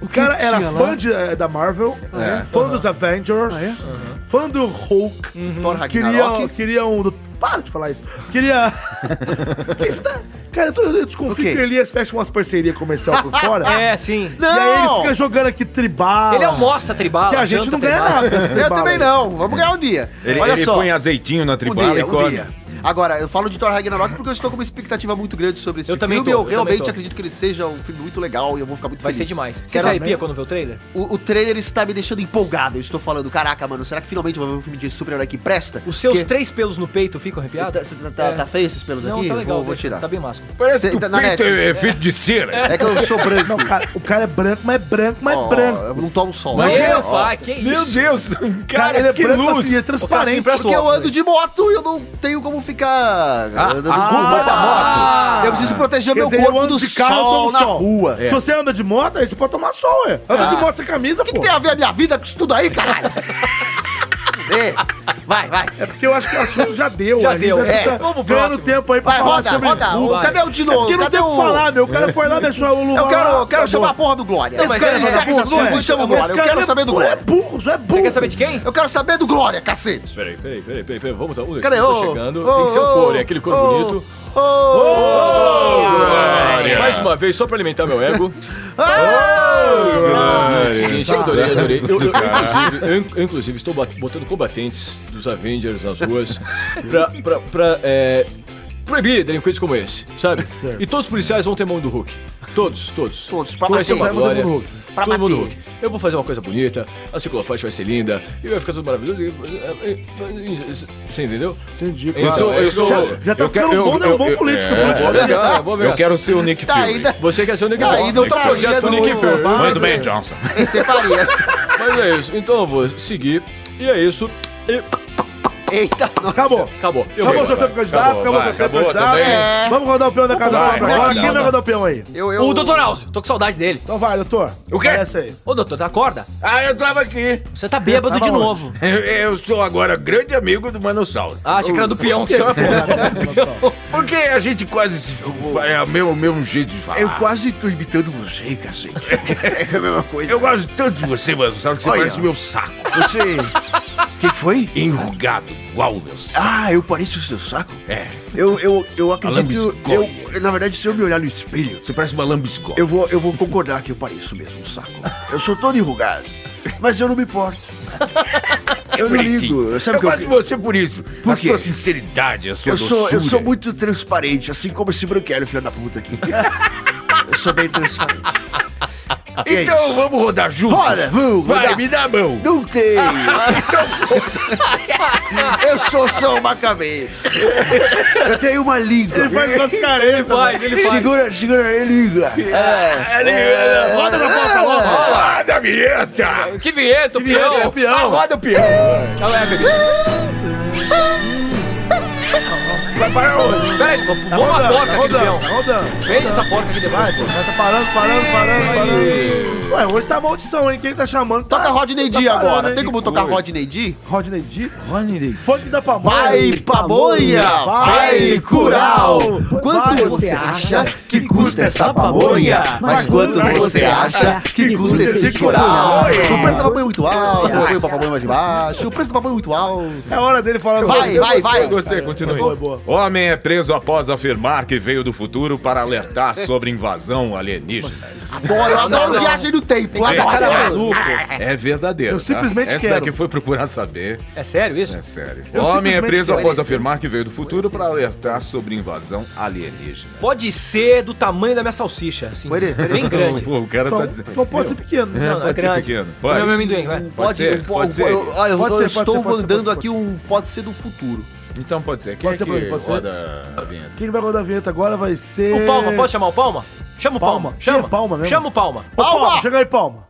o cara era fã de, eh, da Marvel,
É.
fã dos Avengers,
Ah, é?
fã do Hulk,
Hum, Thor
queria,
Ragnarok.
queria um... do- Para de falar isso.
[laughs]
Queria... Que isso tá- Cara, eu, tô, eu desconfio
quê?
que o Elias fecha umas parcerias comercial por fora,
[laughs]
É, sim.
e aí ele
Não!
fica jogando aqui tribal.
é
Ele almoça tribal.
Que a gente
janta
não ganha
tribal.
nada. com esse
um Eu
tribal
também
aí.
não. Vamos ganhar um dia.
Ele,
Olha
ele
só.
põe azeitinho na
Um
tribala
dia,
e
um
come.
dia. Agora, eu falo de Thor Ragnarok porque eu estou com uma expectativa muito grande sobre esse
Eu
filme.
também tô,
eu,
eu
realmente
também tô.
acredito que ele seja um filme muito legal e eu vou ficar muito
Vai ser
feliz.
demais. Você
Quero-
se arrepia quando vê o trailer?
o, o trailer está me deixando empolgado. Eu estou falando, caraca, mano, será que finalmente eu vou ver um filme de super-herói que presta?
Os seus
Que-
três pelos no peito ficam
Tá,
arrepiados?
tá, tá-
É.
tá feio esses pelos
Não,
aqui?
tá legal.
vou, vou
deixa,
tirar.
Tá bem másculo.
Parece
Cê-
que
tá
o
na
peito
net.
é é feito de cera.
É que
[laughs]
eu sou branco.
Não, cara, o cara é branco, mas é branco, mas
Ó,
é branco. é
Eu não tomo sol.
Mas
né?
meu
Ó,
pai, que
Meu
isso?
Deus, um cara,
Cara, ele é
que
branco
luz.
assim, é
Calcinha
transparente.
pra
Porque eu ando de moto e eu não tenho como ficar.
Ah,
andando
a
de
culpa
moto.
é da
Eu preciso proteger
Quer
meu
dizer, eu
corpo
ando
do
de carro, eu tomo
sol na
sol.
rua.
Se você anda de moto, aí você pode tomar sol, ué. Anda
Ah.
de moto sem camisa,
O que,
pô.
que tem a ver a minha vida com isso tudo aí, caralho? Ei, vai, vai.
É porque eu acho que o assunto já deu.
Já
a gente
deu,
já
é.
tá
Vamos pro
ganhando
próximo.
tempo aí pra
Vai,
falar
roda,
sobre
roda.
Hulk.
O,
vai.
cadê o de
É
novo?
porque não
cadê
tem o que falar, meu. O cara foi lá e deixou o lugar.
Eu quero, eu
acabou.
quero chamar a porra do Glória.
Não, mas
Esse cara
ele é
encerra
vagabundo,
essa
não é?
porra, me chama o Glória.
Esse
Eu
cara
quero
é-
saber do
É
Glória.
burro, só é burro.
Você quer saber de quem?
Eu quero saber do Glória, cacete.
Peraí, peraí, peraí, peraí, peraí, vamos, vamos,
Cadê?
eu tô
Ô,
chegando.
ô,
Tem que ser
ô,
o couro, é aquele couro
ô,
bonito.
Ô,
É, Mais uma vez, só pra alimentar meu ego.
Ah!
Seguinte, eu adorei, adorei. Eu, eu- eu, inclusive, eu, eu, inclusive, estou bat- botando combatentes dos Avengers nas ruas pra, pra, pra é, proibir delinquentes como esse, sabe? E todos os policiais vão ter mão do Hulk. Todos, todos.
Todos, pra
Vai ser
bater.
uma glória.
Todo mundo
Pra
Todo mundo
bater.
Hulk. Eu vou fazer uma coisa bonita, a ciclofaixa vai ser linda, e vai ficar tudo maravilhoso. e- e- e- e- Você entendeu?
Entendi,
Eu sou- eu sou-
Já, já tá
Eu quero-
ficando um bom,
eu-
né? um
eu-
bom
eu-
político.
é.
pô.
Vou pegar, eu vou pegar.
Eu quero ser o Nick
Tá
Fury.
ainda.
Você quer ser o Nick
Tá,
Fury?
ainda eu
Tem que
traía
projeto
do-
Ah, Nick né? Fury.
Muito bem, Johnson.
Esse é faria. esse.
[laughs] Mas é isso, então eu vou seguir. E é isso. E
Eita, não.
Acabou.
acabou. Eu
Acabou o
vou
seu
embora.
tempo
Tá,
candidato,
Acabou,
acabou o
vai,
seu tempo
acabou tá
candidato.
também.
Vamos rodar o peão da casa
Vai,
própria. Agora,
vai,
quem
vai.
vai rodar o peão aí?
Eu, eu...
O Dr. Alzo, tô com saudade dele.
Então vai, doutor.
O quê?
Parece aí.
Ô, doutor, tá acorda?
Ah, eu tava aqui. [laughs]
Você tá bêbado
Tava
de
onde?
novo.
Eu, eu sou agora grande amigo do Manossauro.
Ah, achei que era do peão que o senhor
Porque a gente quase se... É o meu, meu jeito de falar.
quase tô imitando você, cacete. É a mesma coisa.
Eu gosto tanto de você, Manossauro, que você
Olha.
parece o meu saco.
Você. O que que foi?
Enrugado, igual o meu saco.
Ah, eu pareço o seu saco?
É,
Eu, eu, eu acredito.
Lambisgoia.
Eu, na verdade, se eu me olhar no espelho,
você parece uma lambisgola.
eu vou, eu vou concordar
é
que eu pareço mesmo um saco. Eu sou todo enrugado. Mas eu não me importo.
eu não ligo.
Sabe
eu
que eu-
gosto de você por isso. a
quê?
sua sinceridade, a sua
Eu sou, eu
doçura.
sou muito transparente, assim como esse branquelo, filho da puta aqui. eu sou bem transparente. E aí?
Então vamos rodar juntos.
Bora, vamos
Vai,
rodar.
me dá a mão.
Não tem! eu sou só uma cabeça. Eu tenho uma língua. Ele
Faz umas
Ele faz, ele faz.
Segura, segura e liga. É.
Roda na boca logo. Roda Ah, a vinheta.
Que vinheta, o
é
peão.
Ah, roda o peão.
Qual é, bebê?
Vai para onde?
Peraí, vamos a porca aqui do peão.
rodando.
Vem essa porca aqui debaixo. pô.
Tá parando, parando, parando,
É
parando. Ué, hoje tá maldição, hein? Quem tá chamando tá...
Toca Rodney D
parando,
agora.
hein?
Tem como tocar Rodney D?
Rodney D. Funk da pamonha.
Vai pra boia, vai cural. Quanto você acha que custa essa pamonha? Mas quanto você acha que custa esse cural? O preço da pamonha é muito alto, o preço da pamonha é mais baixo, o preço da pamonha é muito alto.
É hora dele falando.
Vai, vai, vai.
Você, continua. aí.
Boa, boa.
Homem é preso após afirmar que veio do futuro para alertar sobre invasão alienígena.
Adoro, eu adoro viagem no tempo,
Gente,
adoro.
é maluco. É verdadeiro.
Eu simplesmente
tá? Essa
quero.
daqui foi procurar saber.
É sério isso?
É sério.
Eu
Homem é
simplesmente
preso
quero.
após afirmar que veio do futuro para alertar sobre invasão alienígena.
Pode ser do tamanho da minha salsicha, assim.
Peraí, peraí.
Bem grande.
Pô, o cara
Então,
tá dizendo.
então pode ser pequeno.
É,
Não, não, é
pode ser
grande.
pequeno.
Come
Pode.
meu é amendoim,
Um
vai.
Pode ser, pode ser.
eu- Olha,
Pode
eu
ser, pode
estou
ser, pode ser,
mandando
pode
aqui
ser.
um pode ser do futuro.
Então pode ser. Quem
Pode
é
ser pra
que
mim, pode ser.
roda a vinheta?
Quem vai rodar a vinheta agora vai ser.
O Palma, pode chamar o Palma? Chama o Palma.
É. Palma. Quem
Chama.
é Palma mesmo?
Chama o Palma.
Ô, Palma!
Palma!
Chega aí, Palma.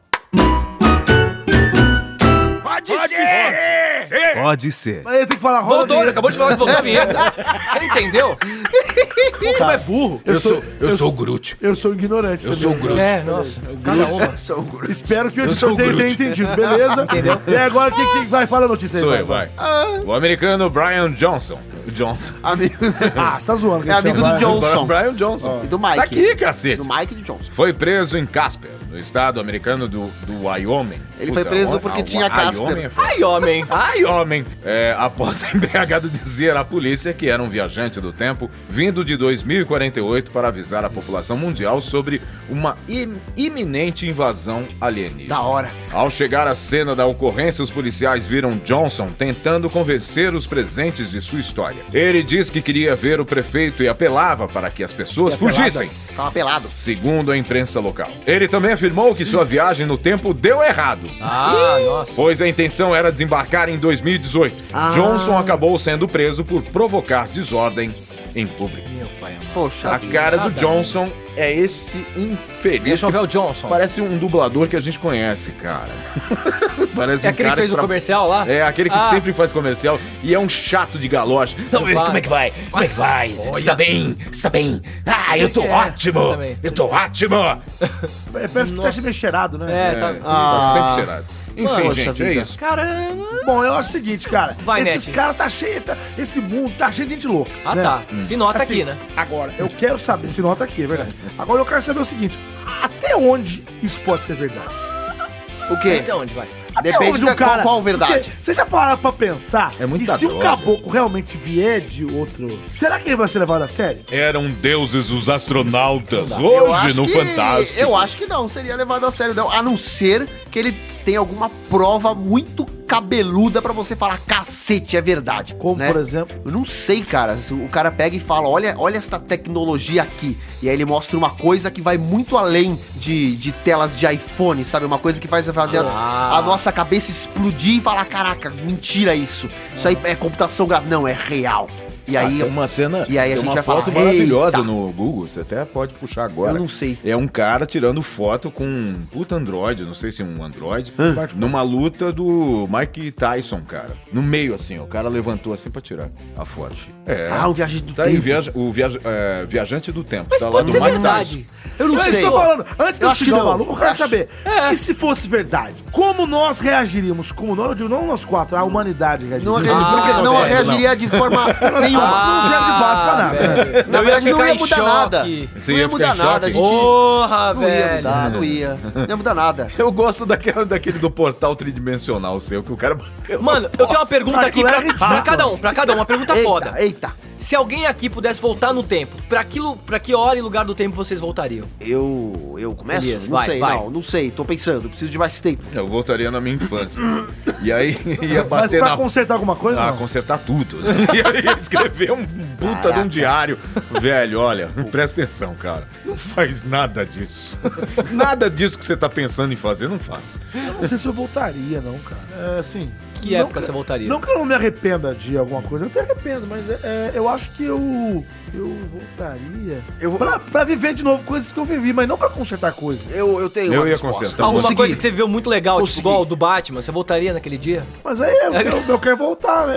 Pode, ser. Pode ser.
Aí tem que falar roda. a
Voltou, ele
vinheta.
acabou de falar que voltou a vinheta. Você entendeu? Pô, Como é burro.
Eu sou, eu sou o Groot.
Eu sou ignorante.
Eu
também.
sou o Groot.
É, nossa. Cada uma.
Espero que o
sou
editor
o
tenha, tenha
Groot.
entendido, beleza? Entendeu? E agora quem, quem vai falar a notícia aí?
Sou eu, vai.
Ah.
O americano Brian Johnson. Johnson.
[laughs] Amigo,
Ah, você tá zoando. que
É
ele
amigo
chama, vai.
do John. [laughs] Johnson.
Brian Johnson.
E do Mike.
Tá aqui, cacete.
do Mike de Johnson.
Foi preso em Casper, no estado americano do, do Wyoming.
Ele foi preso
o-
porque
a-
tinha
a-
Casper.
Wyoming é foda.
Ai, homem.
Ai, homem! É, após ser embriagado dizer à polícia que era um viajante do tempo, vindo de 2048 para avisar a população mundial sobre uma im- iminente invasão alienígena.
Da hora.
Ao chegar à cena da ocorrência, os policiais viram Johnson tentando convencer os presentes de sua história. Ele diz que queria ver o prefeito e apelava para que as pessoas fugissem,
Tava pelado.
segundo a imprensa local. Ele também afirmou que sua viagem no tempo deu errado.
Ah, nossa.
Pois a intenção era desembarcar em 2018. Johnson acabou sendo preso por provocar desordem em público.
Poxa.
A cara do Johnson é esse infeliz.
Deixa eu ver o Johnson.
Parece um dublador que a gente conhece, cara. Parece
É
um
aquele que
cara
fez o
tra-
comercial lá?
É, aquele que
Ah.
sempre faz comercial e é um chato de galocha. Não,
Vai.
como é que vai? Como é que vai? Está bem? Está bem? Ah, eu tô
É,
ótimo!
também.
Eu tô ótimo!
É, Parece que tá se mexerado, né?
É,
É,
tá.
tá sempre cheirado. Enfim,
Poxa
gente, é
vida.
isso.
Caramba.
Bom, eu acho o seguinte, cara.
Vai,
esses
Nete.
caras tá cheio, tá- esse mundo tá cheio de gente louca.
Ah,
né?
tá. Se nota
Assim,
aqui, né?
Agora, eu quero saber, se nota aqui, é verdade. Agora eu quero saber o seguinte: até onde isso pode ser verdade?
O quê?
Até onde vai?
Até
Depende
onde
da- qual- qual verdade.
Porque Você já parou pra pensar
É
que
muita
se um
dose.
caboclo realmente vier de outro. Será que ele vai ser levado a sério?
Eram deuses os astronautas,
Eu acho
hoje no
que-
Fantástico.
Eu acho que não, seria levado a sério, não. A não ser que ele tenha alguma prova muito cabeluda pra você falar, cacete, é verdade.
Como,
né?
por exemplo.
Eu não sei, cara. Se O cara pega e fala: olha, olha esta tecnologia aqui. E aí ele mostra uma coisa que vai muito além de, de telas de iPhone, sabe? Uma coisa que faz fazer a-
Ah.
a, nossa cabeça explodir e falar: caraca, mentira isso. Isso aí é computação gráfica. Não, é real. E
Ah,
aí.
tem uma cena,
e aí a
tem
gente
uma
vai
foto
falar,
maravilhosa
"Eita."
no Google, você até pode puxar agora.
eu não sei.
É um cara tirando foto com um puta Android, não sei se é um Android, numa luta do Mike Tyson, cara. No meio, assim, ó, o cara levantou assim pra tirar a foto. É.
Ah, o viagem do
tá aí,
tempo.
viaja, o viaja, é, viajante do tempo.
Mas
tá
pode
lá
ser
no Mike
verdade.
Tyson.
Eu não
é isso que
sei.
eu tô falando. Antes de
Eu
eu
acho que
xingar o
não.
maluco, eu quero
Acho.
saber.
É.
E se fosse verdade? Como nós reagiríamos? Como nós, eu digo, não nós quatro, a humanidade
Não,
reagiria.
reagi- porque não
velho,
reagiria de forma nenhuma.
não serve de base pra nada.
Ah, velho.
Na
Eu
verdade,
ia
não ia
ficar em
mudar nada.
choque.
Você
não
ia
ia
ficar
mudar
em
nada, a
choque?
gente.
Porra,
não ia
velho.
mudar, não ia. Não ia mudar nada.
Eu gosto daquela, daquele do portal tridimensional seu, que o cara bateu.
Mano, eu tenho uma pergunta aqui
aquilo é
pra,
ridículo.
pra cada um, pra cada um, uma pergunta
eita,
foda.
eita.
Se alguém aqui pudesse voltar no tempo, pra que, lu- pra que hora e lugar do tempo vocês voltariam?
Eu. Eu começo?
Elias,
não
vai,
sei,
vai.
não, não sei. Tô pensando, preciso de mais tempo.
Eu voltaria na minha infância. E aí [laughs] ia
Mas
bater
pra
na
consertar alguma coisa,
Ah,
não?
consertar tudo. [laughs] E aí ia escrever um puta de um diário. Velho, olha, presta atenção, cara. Não faz nada disso. Nada disso que você tá pensando em fazer, não faça.
Não sei se eu voltaria, não, cara. É, assim...
Que
não
época você voltaria?
Não que eu não me arrependa de alguma coisa, eu até arrependo, mas é, é, eu acho que eu. Eu voltaria.
Eu-
pra, pra viver de novo coisas que eu vivi, mas não pra consertar coisas.
Eu, eu tenho.
Eu
uma
ia
resposta.
consertar.
Alguma
Consegui.
coisa que você viu muito legal,
Consegui.
tipo igual o do Batman, você voltaria naquele dia?
Mas aí eu, eu- eu quero voltar, né?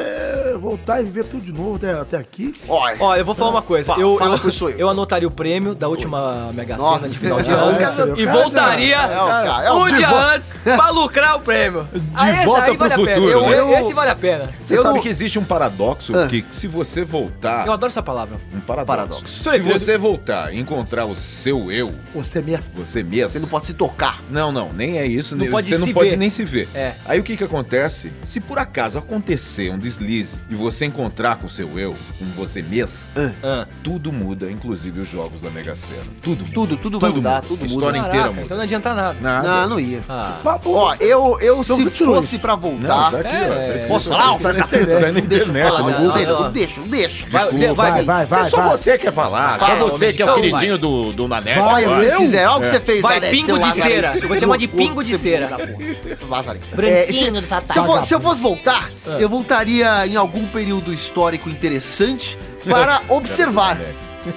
Voltar e viver tudo de novo até, até aqui.
Olha.
Ó, eu vou falar uma coisa.
Fala,
Eu,
fala
eu-
que sou eu.
eu anotaria o prêmio da última Mega Sena
Nossa.
de final
[laughs]
de
Ah,
ano
esse aí, o
e
cara já-
voltaria
É o cara, é o
um
de
dia
volta.
antes pra lucrar o prêmio. Ah, esse
volta pro
vale a pena.
futuro,
Eu-
né?
eu- Esse vale a pena.
Você
Eu
sabe
não-
que existe um paradoxo
Ah.
que se você voltar.
Eu adoro essa palavra.
Um paradoxo.
Paradoxo.
Se você voltar e encontrar o seu eu,
Você é mesmo.
você mesmo.
Você não pode se tocar.
Não, não, nem é isso.
Não
nem-
pode
você não
se
pode
ver.
nem se ver.
É.
Aí o que que acontece? Se por acaso acontecer um deslize e você encontrar com o seu eu, com você mesmo,
Ah.
tudo muda, inclusive os jogos da Mega Sena. Tudo, muda.
Tudo, tudo vai mudar, tudo muda.
História inteira muda.
então não adianta nada.
Nada.
Não, não ia.
Ah.
Ó, eu, eu
Então
se
você tirou
fosse
isso.
pra
Não,
voltar.
tá aqui,
É,
ó.
é.
Parece que
Posso
tá
falar?
na
Tá
internet, tá na internet,
Fala,
no
não,
Google.
não, não deixa, não deixa.
Vai,
Desculpa.
vai,
Vai, vai, vai.
só
vai.
você quer falar,
Fala,
só você
homem,
que é o
então vai.
queridinho do, do Nanete.
Vai,
agora.
se vocês quiserem,
É.
olha o que você fez,
Vai,
Nanete,
pingo
seu
de
lazarento.
cera. Eu vou te chamar de pingo de
Seu
cera.
puta, lazarento.
Branquinho
É, se-
do papai.
se eu for- Se eu fosse voltar,
Ah.
eu voltaria em algum período histórico interessante
[laughs]
para observar.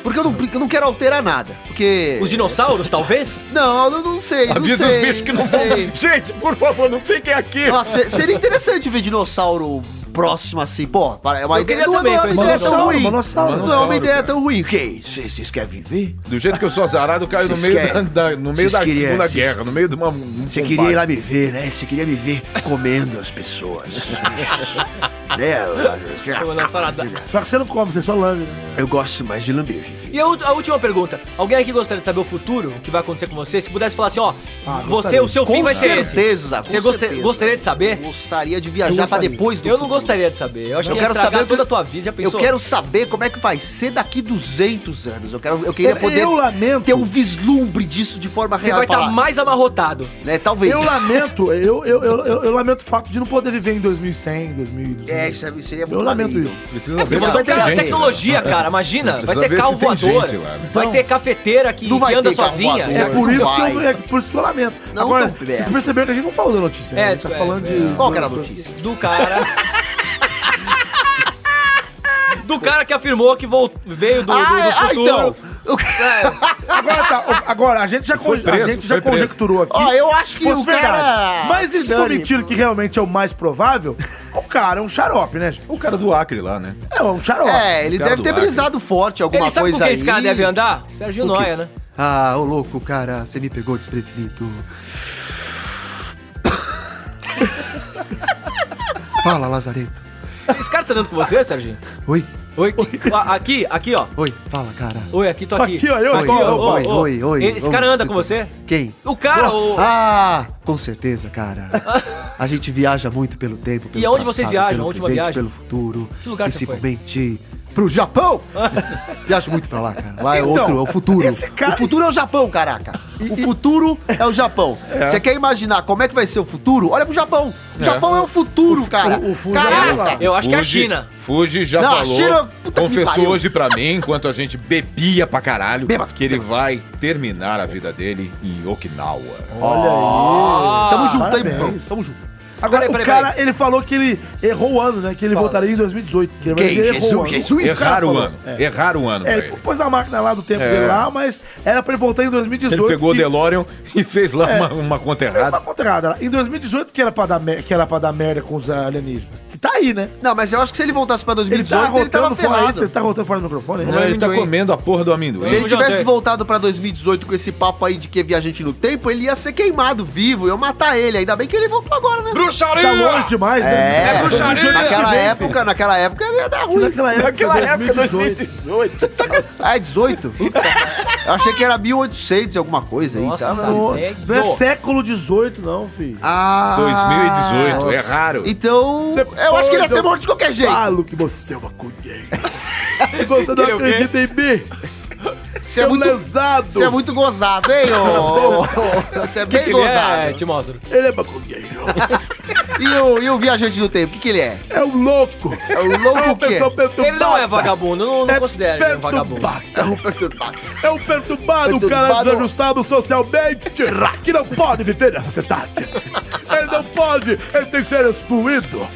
Porque eu não, eu não quero alterar nada. Porque.
Os dinossauros,
[laughs]
talvez?
Não, eu não sei. Não
Avisa
sei,
os bichos que não vão.
sei.
Gente, por favor, não fiquem aqui.
Nossa, se- seria interessante ver dinossauro próximo assim. Pô, para- é uma
Eu
ideia.
queria
Não,
também
não é uma
conhecer
ideia
dinossauro,
tão ruim.
manossauro.
Não é uma ideia
cara.
tão ruim. Que? é Vocês querem viver?
Do jeito que eu sou azarado, eu caio no
Vocês
meio da,
querem?
da- no meio
Vocês
da
queriam-
Segunda
vocês-
Guerra, no meio de uma. um combate.
Você queria ir lá me ver, né? Você queria me ver comendo
[laughs]
as pessoas. os bichos. né?
Ah,
Eu
Eu-
não, sarada.
Só que você não come, você só lambe. né?
Eu gosto mais de lamber, gente.
E a, ult- a última pergunta. Alguém aqui gostaria de saber o futuro, o que vai acontecer com você? Se pudesse falar assim, ó,
Ah,
você,
gostaria.
o seu fim
Com
vai ser esse.
certeza, Zago.
Você gosta- gostaria de saber?
Gostaria de
Eu
viajar pra
gostaria.
depois do
Eu não
futuro.
gostaria de saber. Eu acho
Eu
que
quero
ia estragar
saber o que-
toda a tua vida. Já
Eu
pensou?
quero saber como é que vai ser daqui 200 anos. Eu, quero, eu queria
Eu-
poder
eu lamento.
ter um vislumbre disso de forma
Você
real.
vai
e
estar
falar,
mais amarrotado.
né, Talvez.
Eu lamento, eu, eu, eu, eu, eu lamento o fato de não poder viver em 2100, 2200.
É, isso é- seria muito
eu lamento
maneiro.
isso.
Precisa
É
ver
porque
se
só
vai
tem
ter gente.
tecnologia,
né?
[laughs]
cara. Imagina. Vai
Precisa
ter
ver se
carro
tem
voador.
gente lá, né?
Vai
Então-
ter cafeteira que,
Não vai
que anda
ter carro
sozinha.
voador.
É por, isso que eu,
Vai.
é por isso que eu lamento.
Não
Agora,
tão perto.
vocês perceberam que a gente não falou da notícia. né?
É,
a gente tá
é,
falando
é.
de.
Qual que era a notícia?
Do cara. do cara que afirmou que vol- veio do, do- do
Ah, é- ah,
futuro.
então.
Agora tá, o- agora a gente já, con-
preso,
a gente já
foi preso.
conjecturou aqui.
Ó, eu acho
se
que
fosse
o cara-
verdade. Mas e se for
Dane,
mentira que realmente é o mais provável, o cara é um xarope, né? gente?
O cara do Acre lá, né?
É um xarope.
É, ele
Cara do
deve ter
Acre.
brisado forte alguma
Ele sabe
coisa
com quem esse cara
aí.
deve andar? Sérgio
Com quem?
Noia, né?
Ah, ô louco, cara, você me pegou [laughs] desprevenido. Fala, Lazarento.
Esse cara tá andando com você, Serginho?
Oi,
Oi, que- a- aqui, aqui, ó.
oi, fala, cara.
Oi, aqui, tô aqui.
Aqui, ó, eu
aqui,
aqui,
ó,
ó.
ó,
Oi,
ó.
oi, oi.
Esse
Oi,
cara anda com
você
você?
Quem?
O cara, o...
Ah, com certeza, cara. A gente viaja muito pelo tempo, pelo
aonde vocês
passado,
viajam?
pelo
A última
presente,
viagem?
pelo futuro,
Que lugar que você foi?
principalmente pro
[laughs]
Japão. Viajo muito pra lá, cara. Lá é
Então,
outro, é o futuro.
esse cara-
O futuro é o Japão, caraca. O futuro é
[laughs]
o Japão. Você quer imaginar como é que vai ser o futuro? Olha pro Japão. O Japão é, o futuro, cara.
o- o futuro é lá.
caraca.
Eu acho que é a
Fuji-
China.
Fuji já
Não, a
falou.
China- puta que
confessou
pariu.
hoje pra mim, enquanto a gente bebia pra caralho,
Beba.
que ele vai terminar a vida dele em Okinawa.
Olha aí.
Tamo junto,
parabéns.
hein, irmão. Tamo junto.
Agora,
Peraí, peraí,
o cara, ele falou que ele errou o ano, né? Que ele voltaria em 2018. Que ele vai
Quem?
ele errou
Jesus,
o ano.
Jesus?
O cara
Errar o
falou.
ano.
É.
Errar o ano
É,
pra
ele
ele.
pôs na máquina lá do tempo
É.
dele lá, mas era pra ele voltar em 2018.
Ele pegou o
que-
DeLorean e fez lá
É.
uma, uma conta
Fez uma
errada.
conta errada. Em 2018, que era, pra dar mer- que era pra dar merda com os alienígenas. Que tá aí, né?
Não, mas eu acho que se ele voltasse pra
Ele
2018,
tá
ele, tava
rotando fora isso,
ferrado.
ele tá rotando fora do microfone.
Não,
Né?
ele tá
amendoim.
comendo a porra do amendoim.
Se ele
Eu já
tivesse
dei.
voltado pra 2018 com esse papo aí de que é viajante no tempo, ele ia ser queimado vivo, iam matar ele. Ainda bem que ele voltou agora, né?
Ele tá longe demais, né?
É,
bruxaria!
naquela época, naquela época ia dar ruim.
Naquela época, 2018.
Ah, é 18? [laughs] Eu achei que era 1800 e alguma coisa aí.
Nossa.
tá?
Não, não é
Pô.
século XVIII, não, filho.
Ah,
2018, é raro.
Então, eu
Depois
acho que ele ia ser
eu
morto de qualquer jeito.
Falo que você é uma
[laughs]
cunheira. Você não
Eu o quê?
acredita em mim?
é Você é
eu
muito,
lesado.
você é muito gozado, hein, ô? ô, Você é bem
Ele
gozado.
é, te mostro.
Ele é maconheiro.
E, o, e o viajante do tempo, o que, que ele é?
É um louco.
É o louco
É uma
que é?
pessoa perturbada.
Ele não é vagabundo, eu não, não considero ele um vagabundo.
perturbado.
É um perturbado.
É um perturbado, um cara
Perturbado.
desajustado socialmente, que não pode viver na sociedade. Ele não pode, ele tem que ser excluído,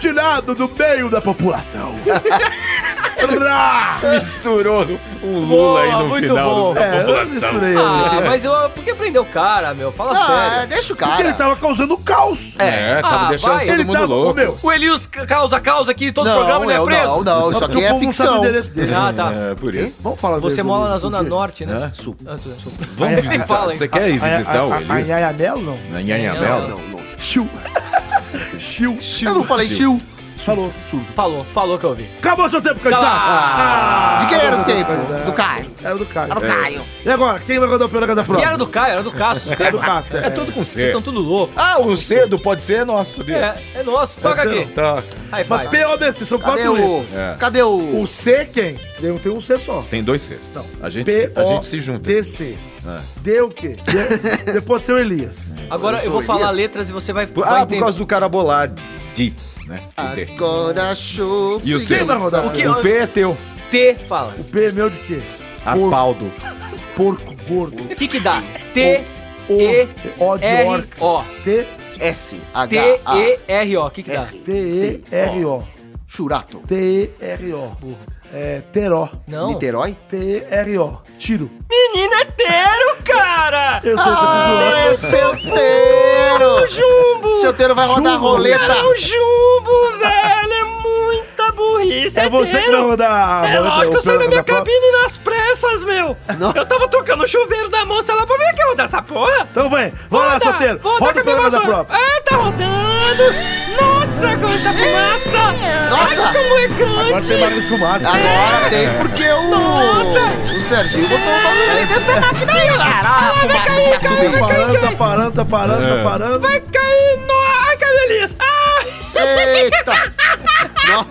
tirado do meio da população.
É.
Rá!
Misturou um Lula aí
Boa,
no
muito
final.
bom.
do-
É, eu misturei.
Ah, mas eu, por que prendeu o cara, meu? Fala
Ah,
sério.
deixa o
Porque ele tá
cara.
tava causando caos.
É, tava
Ah,
deixando
vai.
todo
ele
mundo
tava,
louco.
meu,
O Elius causa causa aqui, todo
Não,
programa ele é
eu
preso.
não, não, isso
só
aqui
porque o
é
povo não sabe o
ficção.
endereço dele.
Ah, tá.
É, por isso.
Vamos falar
Você
dele,
mora na
um
Zona
dia.
Norte, né?
Hã?
Sul. Ah, tu- sul.
Vamos
Nem
visitar.
fala, hein?
Você quer ir
A-
visitar o
a- a- a
Elias?
Anhanhanelo, não.
Na Nhanhabel?
Não, não.
Chiu. Chiu.
Eu não falei tio.
Falou.
Falou, falou que eu vi.
Acabou seu tempo, candidato.
Ah.
De quem era o tempo?
candidato.
Do Caio.
tá. Era do Caio.
Era do Caio.
E agora, quem vai rodar o pior da casa
Que
própria?
era do Caio, era do Cássio.
É
Vocês
do Cássio, é.
É tudo com C.
estão tudo louco.
Ah, o cedo pode ser nosso, sabia?
É, é nosso. Toca
ser,
aqui.
Tá.
High
Mas
five.
PODC, são
Cadê
quatro
o.
letras.
É.
Cadê o.
O C quem? Tem um- Tem um C só.
Tem dois Cs.
Não.
A gente, se- a gente se junta. É.
DC. Deu o quê?
[laughs]
De- Depois de ser o Elias.
Agora eu vou falar letras e você vai, vai
Ah, por causa do carabolade. Né?
Ah,
O D.
Agora show.
E o C?
Quem vai rodar?
O que-
O P é teu.
T fala.
O P é meu de quê?
Apaldo.
Porco gordo.
O que que dá? T,
O.
E,
O de
R,
orca.
O.
T,
S.
T,
H. A.
E, R, O. O que que dá?
T, E, R, O.
Churato.
T, E, R, O. É, teró.
Não.
Niterói?
T, E, R, O. Tiro.
Menina hétero, é cara!
Eu sei que eu
Ah,
tô zoando.
seu teiro!
Jumbo!
Seu teiro vai rodar a
Jumbo.
roleta.
jumbo, velho! É muita burrice!
É você que vai rodar.
É
vai rodar
lógico,
o
eu saí
pior
da minha
casa própria.
cabine nas pressas, é meu!
Não.
Eu tava tocando o chuveiro da moça lá pra ver que ia rodar essa porra!
Então vem, vai lá, solteiro.
Roda
Roda o
com a
pior
minha
da casa
vassoura!
própria.
É, tá rodando! Nossa, quanta fumaça! Ai,
Nossa.
É, como é grande!
Agora tem barulho de fumaça.
Agora tem porque o.
Nossa.
O Serginho botou o bagulho ali dessa máquina aí, cara. Ah,
vai
fumaça
cair,
que tá
caiu,
subindo.
Tá parando, tá parando, tá parando,
É.
tá parando.
Vai cair no... Ai, Camilis! Ai,
Eita! Nossa,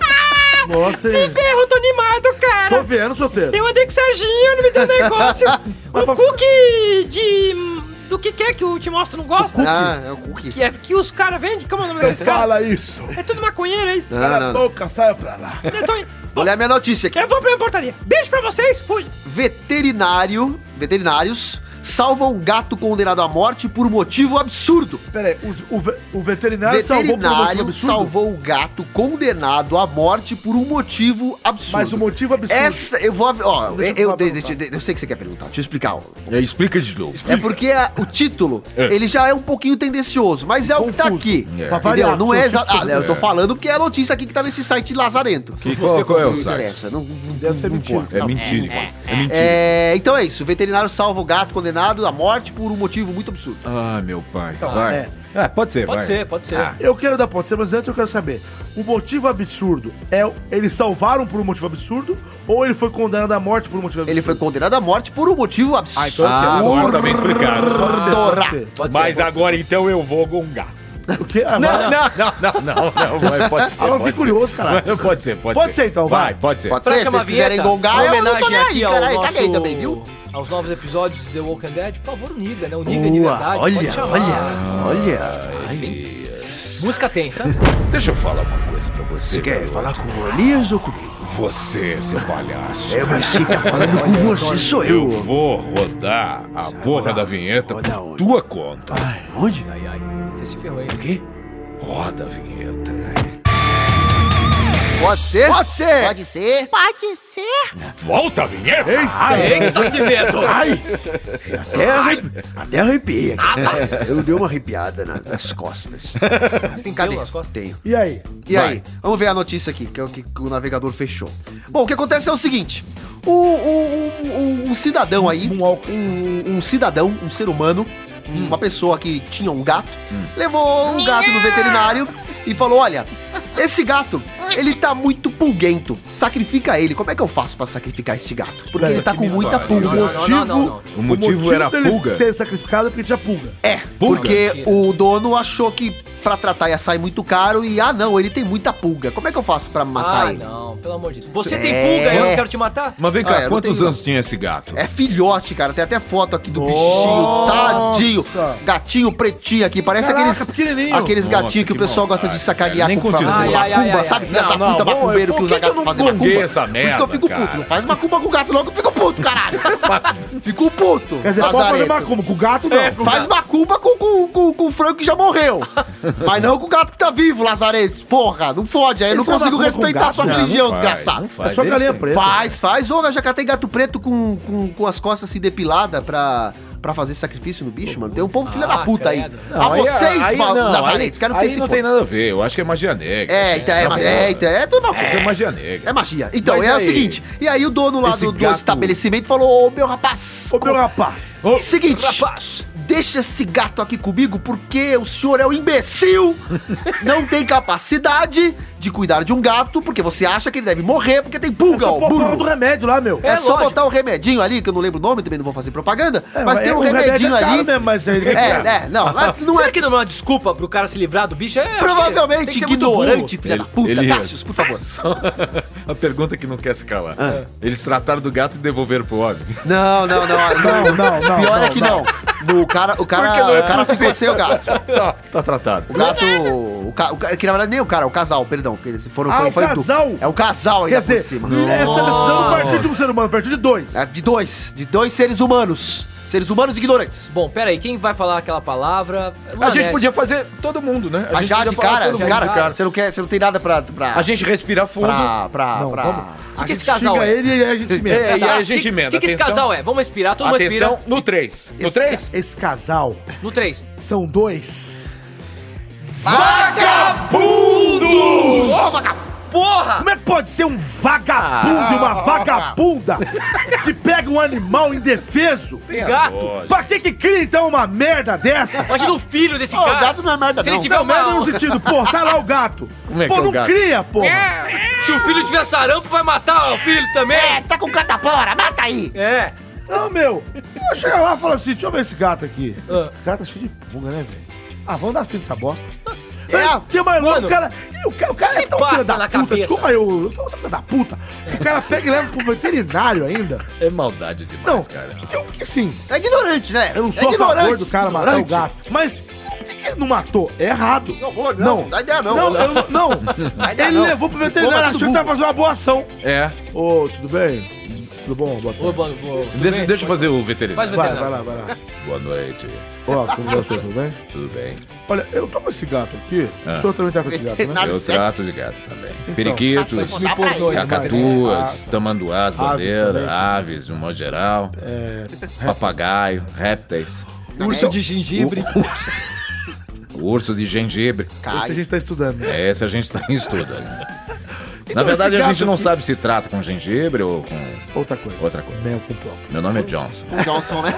Nossa, hein?
ferro, tô animado, cara!
Tô vendo, solteiro.
Eu andei com o Serginho, ele me deu negócio.
[laughs] Mas
o
pra-
cookie de. do que que é que o te mostro não gosta?
ah, é o cookie.
Que é que os caras vendem? Como é o nome
Não
desse cara?
fala isso.
É tudo maconheiro, é isso?
Não, não, não.
Boca, saia pra lá.
Eu, tô...
Vou ler a minha notícia aqui.
eu vou pra minha portaria. Beijo pra vocês, fui!
Veterinário, veterinários salvam um gato condenado à morte por motivo absurdo.
Pera aí, o, o ve- o veterinário, salvou por um motivo
Veterinário
absurdo?
salvou o gato condenado à morte por um motivo absurdo.
Mas o um motivo absurdo...
Essa, eu vou. av- Ó, eu,
Deixa eu
eu,
falar
de-
pra
de- de- eu sei que você quer perguntar. Deixa eu explicar. ó.
Explica de novo.
É porque a- o título, ele já é um pouquinho tendencioso, mas é o que tá
Confuso.
aqui.
É.
Entendeu?
Variado,
Não é
seus
exato.
tipos
Ah,
de-
eu tô falando porque é a notícia aqui que tá nesse site lazarento.
Que, qual, qual é o
Não
site?
interessa. Não, não,
Deve ser
não
mentira.
importa.
É mentira. É mentira.
É, então é isso. O veterinário salva o gato condenado à morte por um motivo muito absurdo.
Ah, meu pai. vai.
é.
Ah, pode ser, vai.
pode ser.
É
Eu quero dar ponto, mas antes eu quero saber. O motivo absurdo é... o- Eles salvaram por um motivo absurdo ou ele foi condenado à morte por um motivo absurdo?
Ele foi condenado à morte por um motivo absurdo.
então
Ah,
é
agora tá bem explicado.
Pode ser, pode ser.
Pode
Mas
ser, pode
agora então eu vou gongar.
O quê? Ah, vai-
Não, não, não, não, não, vai, pode ser.
Ah, eu fiquei
pode
curioso,
ser.
caralho.
Pode ser, pode,
Pode ser, então, vai.
Pode ser.
Pode
Pra
ser, se
chamar a
vocês
vinheta,
quiserem
uma
gongar, eu não tô
homenagem
nem aí,
aqui ao
caralho.
nosso-
Caguei também, viu?
Aos novos episódios de The Walking Dead, por favor, uniga, né? Uniga de
Boa,
verdade. pode
olha,
chamar.
olha, olha.
Música tensa.
Deixa eu falar uma coisa pra você.
Você quer
garoto.
falar com o Elias ou comigo?
Você, seu palhaço.
É você que tá falando com você, sou
Eu
eu.
vou rodar a porra da vinheta
rodar
por
onde?
tua conta.
Onde?
Ai, ai. Você se ferrou aí.
Roda a vinheta.
Pode ser? Pode ser.
Pode ser? Pode ser.
Volta a vinheta! Ah,
Ah, Eita, de medo!
Até, arre... Até arrepiei
Ah.
aqui. Eu dei uma arrepiada na- nas costas.
Tem
Cadê?
pelo nas costas?
Tenho.
E aí?
E aí, vamos ver a notícia aqui, que é o que o navegador fechou. Bom, o que acontece é o seguinte: o, o- o- o- um cidadão aí, um, um cidadão, um ser humano, uma pessoa que tinha um gato, levou um gato no veterinário e falou: olha, Esse gato, ele tá muito pulguento. Sacrifica ele. Como é que eu faço pra sacrificar este gato? Porque ele tá com muita
pariu.
pulga.
Não,
não, não, não.
O motivo era a
dele
pulga?
ser sacrificado é porque tinha pulga.
É, porque o dono achou que pra tratar ia sair muito caro e, ah, não, ele tem muita pulga. Como é que eu faço pra matar
Ah,
ele?
não, pelo amor de Deus. Você
É.
tem pulga, eu não quero te matar?
Mas vem
Ah,
cá,
é, não
quantos
tem-
anos tinha esse gato?
É filhote, cara. Tem até foto aqui do bichinho, tadinho. Gatinho pretinho aqui. Parece
Caraca,
aqueles,
pequenininho.
aqueles
Nossa,
gatinhos que o
que
pessoal
vontade,
gosta de sacanear
cara. Nem
com
continua.
fazendo
Ai, ai, ai,
macumba,
ai.
sabe? Filhas da
Não, não,
puta
bom,
macumbeiro
eu-
que
por
usa
que que eu
gato
não
fazendo
gonguei
macumba.
essa
Por isso que
merda,
eu fico
cara?
puto. Não faz macumba com o gato logo, eu fico puto,
[laughs]
caralho. fico puto.
Quer dizer, pode fazer
lazarento.
macumba, com o gato não.
É.
Faz macumba com, com, com, com o frango que
[laughs]
já morreu. Mas não com o gato que tá vivo, Lazareto. Porra, não fode. Aí eu não
Esse é
consigo
macumba com
respeitar
gato,
a sua
não,
religião,
não faz,
desgraçado.
não
é só
Ele
galinha
tem.
preta.
né?
Faz, faz. Ô, eu já catei gato preto com, com, com as costas assim depiladas pra, pra fazer sacrifício no bicho, mano. Tem um povo filha da puta aí.
credo.
a
aí-
vocês,
aí
mal-
não,
Lazaretos,
aí-
quero que
aí
vocês se
não tem
fodam.
nada a ver, eu acho que é magia negra.
É, então, é, ma- é, então, é tudo uma
Isso é magia
[laughs]
negra.
é magia. Então,
Mas
é o
aí-
seguinte. E aí o dono lá
Esse
do, do
gato-
estabelecimento falou, ô meu rapaz,
Ô, meu é rapaz.
seguinte,
Rapaz,
deixa esse gato aqui comigo porque o senhor é
[laughs]
um imbecil, não tem capacidade de cuidar de um gato porque você acha que ele deve morrer porque tem pulga,
Só
ó,
pôr porra do
burro.
remédio lá, meu.
É, só
lógico.
botar o remedinho ali, que eu não lembro o nome, também não vou fazer propaganda, mas tem
é-
um
o
remedinho
é caro
ali.
Mesmo, mas ele
É, é,
[laughs]
não, mas não
será
é
que não é uma desculpa pro cara se livrar do bicho? É, eu acho que tem
provavelmente
que ser muito
ignorante, filha
Ele-
da puta.
ele-
Cassius, por
[laughs]
favor.
Só a pergunta que não quer se calar.
Ah.
Eles trataram do gato e devolveram pro
[laughs]
homem.
Não, não, não, não.
Não, não, não,
Pior é
não,
que não. O cara, o
Porque
cara,
não é
o cara ficou
possível.
sem o
[laughs]
gato.
tá, tá tratado.
O gato. O ca, o ca, que na verdade nem o cara, é o casal, perdão. Que eles foram,
Ah,
foi,
o
foi tu.
casal?
É o casal ainda
Quer dizer,
por cima.
é seleção partir de um ser humano, partir de dois.
É de dois. De dois seres humanos. Seres humanos ignorantes.
Bom, pera aí, quem vai falar aquela palavra? é,
A gente podia fazer todo mundo, né?
Mas já de
podia falar
cara,
todo
de
mundo.
cara,
cara.
Você, não quer, você não tem nada pra. pra
A gente respira fundo.
pra, pra, pra- Ah,
O que, que esse
Chega
casal é? tá.
ele e a gente mesmo.
É, e aí a gente
que,
emenda.
O que, que esse
Atenção.
casal é? Vamos respirar, todo mundo
Atenção,
respira.
no 3. No
Esse
3?
ca- Esse casal
No 3.
são dois.
Porra!
Como é que pode ser um vagabundo e uma vagabunda que pega um animal indefeso?
Tem a
gato.
lógica.
Pra que que cria então uma merda dessa?
Imagina o filho desse
Ô,
cara.
o gato não é merda,
Se
não.
ele tiver
Não,
uma...
merda no sentido, pô, tá lá o gato.
Como é que
pô,
é o
não
gato?
cria, porra.
Se o filho tiver sarampo, vai matar o filho também.
É, tá com catapora, mata aí!
É.
Não, meu. Eu chego lá e falo assim, deixa eu ver esse gato aqui.
Ah.
Esse gato é cheio de pulga, né, velho? Ah, vamos dar fim dessa bosta. É, que é mais louco,
mano,
o cara. e O cara, o cara é
se
tão
passa
filho da
na
puta,
cabeça?
desculpa eu, eu tô um filho da puta. que O cara pega e leva pro veterinário ainda.
É maldade demais,
Não,
cara.
que, eu- que sim,
É ignorante, né?
eu não
é
sou a favor do cara matar o
ignorante.
gato. Mas por que que ele não matou? É errado.
Não, boa, não, não dá ideia, não.
Não, eu não- não.
ideia,
Ele
não.
levou pro veterinário,
Ficou
achou que tava fazendo uma boa ação.
É.
Ô, tudo bem? Tudo bom? Boa
Ô,
tarde.
mano, ô, tudo
Deixa,
bem?
deixa eu fazer o veterinário.
Faz o
Vai,
veterinário.
vai lá, vai lá.
Boa noite.
Ó, tudo bem, senhor, tudo bem?
Tudo bem?
Olha, eu tô com esse gato aqui.
Ah.
O senhor também tá com esse gato, né?
Veterinário. Claro,
Eu
sexy.
trato de gato também. Periquitos,
Dá pra ele.
cacatuas, tamanduás,
Aves também,
bandeiras,
sim.
aves, no modo geral, papagaio, répteis,
Urso de gengibre.
urso de gengibre.
Esse a gente tá estudando. né?
É, Esse a gente tá estudando. Na
Então,
verdade,
esse
a gente
gato
não
aqui-
sabe se trata com gengibre ou com
Outra coisa.
outra coisa.
Mel com pão.
Meu nome é Johnson.
[laughs]
Johnson, né?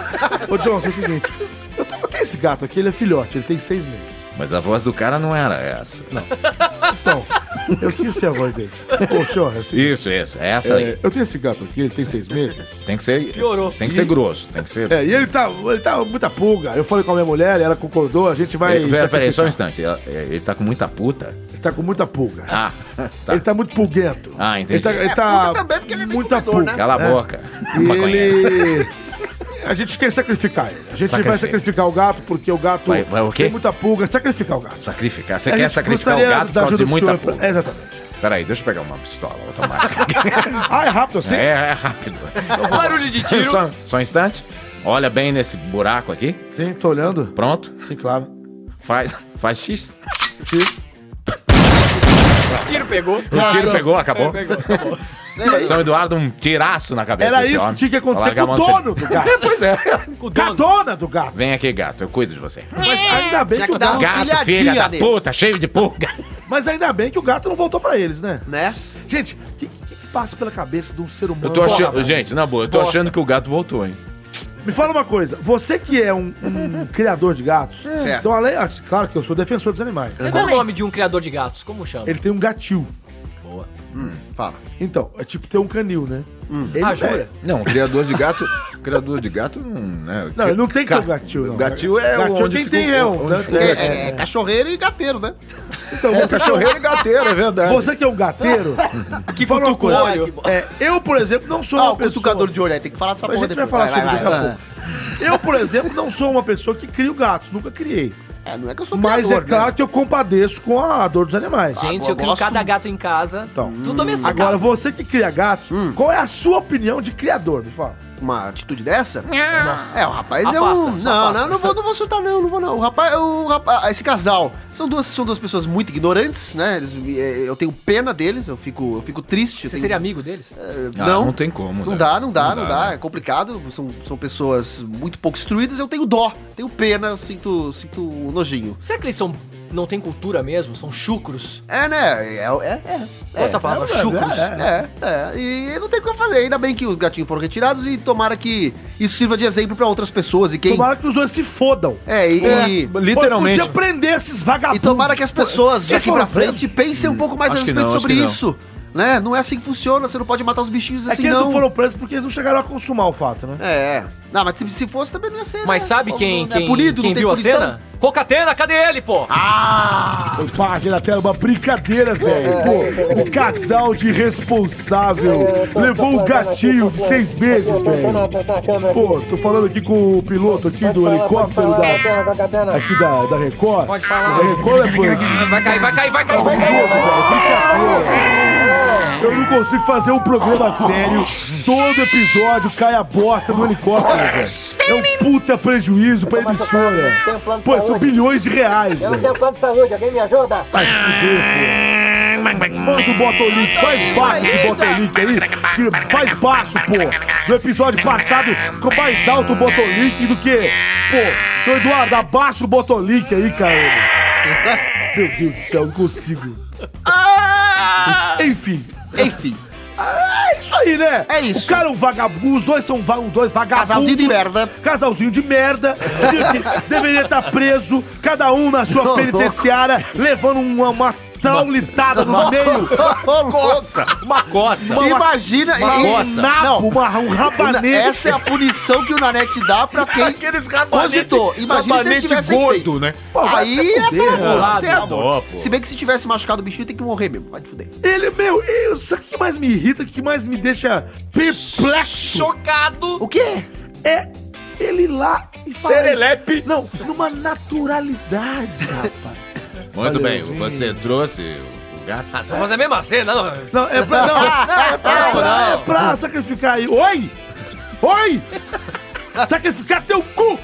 Ô, Johnson, é o seguinte. Eu tenho, eu tenho esse gato aqui, ele é filhote, ele tem seis meses.
Mas a voz do cara não era essa.
Então, eu esqueci a voz dele. Ô, senhor, é o seguinte.
Isso, isso. é Essa
é,
aí.
eu tenho esse gato aqui, ele tem seis meses.
Tem que ser.
Piorou.
Tem que ser grosso. Tem que ser.
É, e ele tá, ele tá com muita pulga. Eu falei com a minha mulher, ela concordou, a gente vai.
Peraí, pera, peraí, só um
sacrificar.
instante. Ela- é, Ele tá com muita puta.
Ele tá com muita pulga.
Ah, tá.
Ele tá muito pulguento.
Ah, entendi.
Ele tá, ele
É,
tá
puta também, porque ele é meio
muita
comedor,
pulga.
Cala a
né?
boca.
E
maconheiro.
ele. A gente quer sacrificar ele. A gente vai
Sacrifica.
sacrificar o gato porque o gato
Vai- vai o quê?
tem muita pulga. Sacrificar o gato.
Sacrificar. Você
A
quer
gente
sacrificar o
gostaria
gato por
da
causa de
ajuda do
muita
senhor pra-
puta.
É, exatamente.
Peraí, deixa eu pegar uma pistola
[laughs]
automática.
Ah, é rápido assim?
é, é rápido.
Barulho de tiro.
Só, só um instante. Olha bem nesse buraco aqui.
Sim, tô olhando.
Pronto.
Sim, claro.
Faz, faz X.
X.
tiro pegou.
O
Ah,
tiro pegou,
É,
acabou. [laughs] São Eduardo, um tiraço na cabeça
Era
desse
isso
homem.
que tinha que
Vai
acontecer
largar
com o
a mão de-
dono do gato.
Pois [laughs] é.
O
Com a
dono.
dona do gato.
Vem aqui, gato. Eu cuido de você.
Mas ainda bem
Tinha
que
que
o gato.
dar um-
Gato, filha da
Auxiliadinha deles.
puta, cheio de pulga.
Mas ainda bem que o gato não voltou pra eles, né?
Né?
Gente, o que, que- que passa pela cabeça de um ser humano?
Eu tô
Bosta,
achando.
né?
Gente, na boa, eu tô achando que o gato voltou, hein?
Me fala uma coisa, você que é um, um criador de gatos,
Certo.
então além, ah, claro que eu sou defensor dos animais.
Qual o nome de um criador de gatos? Como chama?
Ele tem um gatil.
Fala.
Então, é tipo ter um canil, né? Ele-
Ah, jura?
Não, criador de gato. Criador de gato não. Né?
Não, ele não tem que ter
Ca-
um gatil, não.
Gatil é
Gatil
onde
quem
fica
tem
o-
é um,
onde
né?
fica o-
É,
É,
é, é cachorreiro e gateiro, né?
Então,
É
você,
cachorreiro e gateiro, é verdade.
você que é um gateiro,
Que
fala uma coisa.
Ai, que bo-
É, eu, por exemplo, não sou
Ah,
uma
o
pessoa...
cutucador de olho aí, tem que falar dessa
A
porra
gente vai
depois.
falar sobre
vai,
daqui a
vai.
pouco. Eu, por exemplo, não sou uma pessoa que crio gatos, nunca criei.
É, não é que eu sou
Mas
criador,
é
né?
claro que eu compadeço com a dor dos animais.
Gente,
eu
eu crio
Ah, gosto
cada
muito. Hum,
gato em casa.
Então,
Tudo domesticado.
agora você que cria gatos, qual é a sua opinião de criador? Me fala.
Uma atitude dessa? É, o rapaz é
Afasta,
um.
só
Não,
afasta.
não, não vou, não vou soltar, não, não vou não. O rapaz, é o rapaz, ah, esse casal são duas, são duas pessoas muito ignorantes, né? Eles- é, eu tenho pena deles, eu fico, eu fico triste. eu
Você
tenho-
seria amigo deles?
é,
Ah,
não,
não tem como.
Não
né?
dá, não dá, não dá.
né?
É complicado. São, são pessoas muito pouco instruídas. Eu tenho dó, tenho pena, eu sinto, sinto um nojinho.
Será que eles são. não tem cultura mesmo? São chucros?
É, né? É, é, é.
Qual essa palavra? chucros.
É, é. E não tem o que fazer. Ainda bem que os gatinhos foram retirados e tomara que isso sirva de exemplo pra outras pessoas e quem.
Tomara que os dois se fodam.
É, e. e-
Literalmente.
Podia prender esses
E
vagabundos.
tomara que as pessoas
Vocês
daqui pra
foram
frente pensem um pouco mais a
Acho que
respeito
não, acho
sobre
que não.
isso. Né? Não é assim que funciona, você não pode matar os bichinhos
É
assim,
que eles não.
não.
foram presos porque eles não chegaram a consumar o fato, né?
É. Não, mas se, se fosse também não ia ser.
Mas
né?
sabe
Não-
quem,
não é
quem,
punido,
quem
não tem Ah,
viu
punição.
a cena? Cocatena, cadê ele, pô?
Ô, Pá, Geratela, uma brincadeira, velho. Pô, um casal de irresponsável levou um gatinho de seis meses, velho. Pô, tô falando aqui com o piloto aqui do helicóptero da, aqui da, da Record.
Pode falar.
Da Record é bandido.
Vai cair, vai cair, vai cair, vai cair.
Eu não consigo fazer um programa sério. Todo episódio cai a bosta do helicóptero, velho. É um puta prejuízo pra emissora. Pô, são bilhões de reais, velho.
plano de saúde, alguém me ajuda?
Vai se fuder, Tá pô. Manda o bota o link, faz baixo esse bota o link aí. que Faz baixo, pô. No episódio passado ficou mais alto o bota o link do que. Pô, seu Eduardo, abaixa o bota o link aí, cara.
[laughs]
Meu Deus do céu, não consigo.
Ah!
Enfim.
Enfim,
É isso aí, né?
É isso.
O cara é um vagabundo, os dois são va- os dois vagabundos.
casalzinho de merda.
Casalzinho de merda,
[laughs]
de- de- deveria estar preso, cada um na sua
Ô,
penitenciária, levando uma, uma traulitada no meio,
Coça! Uma coça! Imagina!
um
e-
nabo,
Não,
uma, um rabanete.
essa é a punição que o Nanete dá pra quem
Aqueles rabanete,
cogitou. Imagina se ele
rabanete
tivesse feito.
gordo, né?
Pô, vai
Aí
se
é
fuder,
até amor,
cara.
até amor.
Pô.
Se bem que se tivesse machucado o bichinho, tem que morrer mesmo. Vai te fuder.
Ele, meu, eu, sabe o que mais me irrita, o que mais me deixa perplexo?
O quê?
É ele lá e fala isso.
Serelepe.
Não, numa naturalidade, rapaz.
Muito bem, você trouxe o gato.
Ah, só fazer a mesma cena, não.
Não, é [laughs] pra,
Ah,
não, é pra, é pra sacrificar aí. Oi! Oi! Sacrificar teu cu!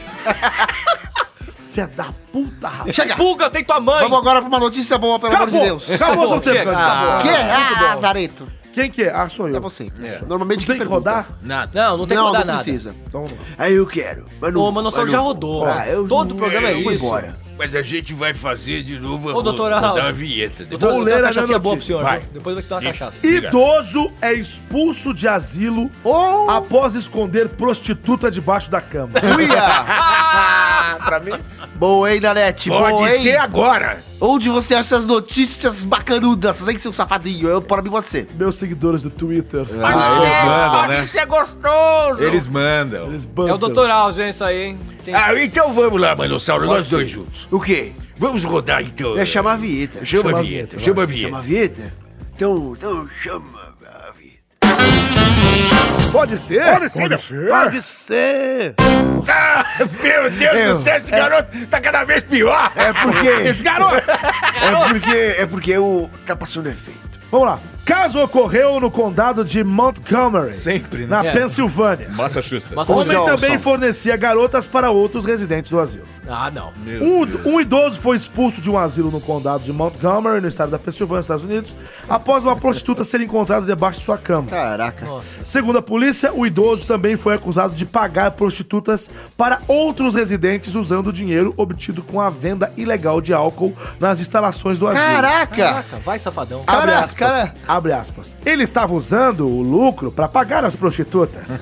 Fé da puta, rapaz.
ah, Chega!
Pulga, tem tua mãe.
Vamos agora pra uma notícia boa, pelo amor de
Acabou!
Deus.
Acabou seu
Acabou,
tempo,
chega.
cara.
Que? Ah, Azareto.
Quem que é? Ah, sou
É
eu.
você. Normalmente
Tem que
pergunta.
rodar?
Nada.
Não, não tem
Não,
que
não
mudar nada.
precisa.
Então, vamos lá.
Aí eu quero. Mas
Ô, mano, só já rodou.
Ah, eu-
Todo programa é
eu vou
isso.
embora.
Mas a gente vai fazer de novo. eu
Ô,
vou-
doutor
vou
Alves.
dar uma vinheta.
Eu
depois.
vou,
Vou
ler
ler
uma
a
cachaça
minha
boa pro
notícia.
senhor.
Vai.
viu? Depois eu vou te dar uma cachaça.
Idoso é expulso de asilo
Ou...
após esconder prostituta debaixo da cama. [laughs]
[laughs] Uia!
Pra mim,
Boa, hein, Nanete? Boa,
Pode
hein?
ser agora.
Onde você acha essas notícias bacanudas, hein, seu safadinho? Eu, para mim, você.
Meus seguidores do Twitter.
É.
É.
eles mandam, né?
ser gostoso.
Eles mandam.
Eles
É o
bancam.
Dr. House, hein, isso aí, hein? Tem-
Ah, então vamos lá, Manossauro, nós dois juntos.
O quê?
Vamos rodar então.
É chamar a vinheta.
Chama
Chama
a
a
vinheta,
vinheta,
chama a
Chama a
vinheta.
vinheta? Então, então chama a vinheta.
Pode ser? Pode ser. Pode ser. Pode ser.
Meu Deus do céu, esse garoto tá cada vez pior.
É porque...
Esse garoto.
é porque... É porque o... Tá passando efeito.
Vamos lá. Caso ocorreu no condado de Montgomery,
Sempre, né?
na
É.
Pensilvânia.
Massachusetts.
Mas-
Homem
Johnson.
também fornecia garotas para outros residentes do asilo.
Ah, não.
Um, um idoso foi expulso de um asilo no condado de Montgomery, no estado da Pensilvânia, nos Estados Unidos, após uma prostituta ser encontrada debaixo de sua cama.
Caraca.
Segundo a polícia, o idoso também foi acusado de pagar prostitutas para outros residentes usando o dinheiro obtido com a venda ilegal de álcool nas instalações do asilo.
Caraca!
Caraca, vai, safadão.
Abre
Cara,
aspas.
cara. Abre aspas. Ele estava usando o lucro para pagar as prostitutas.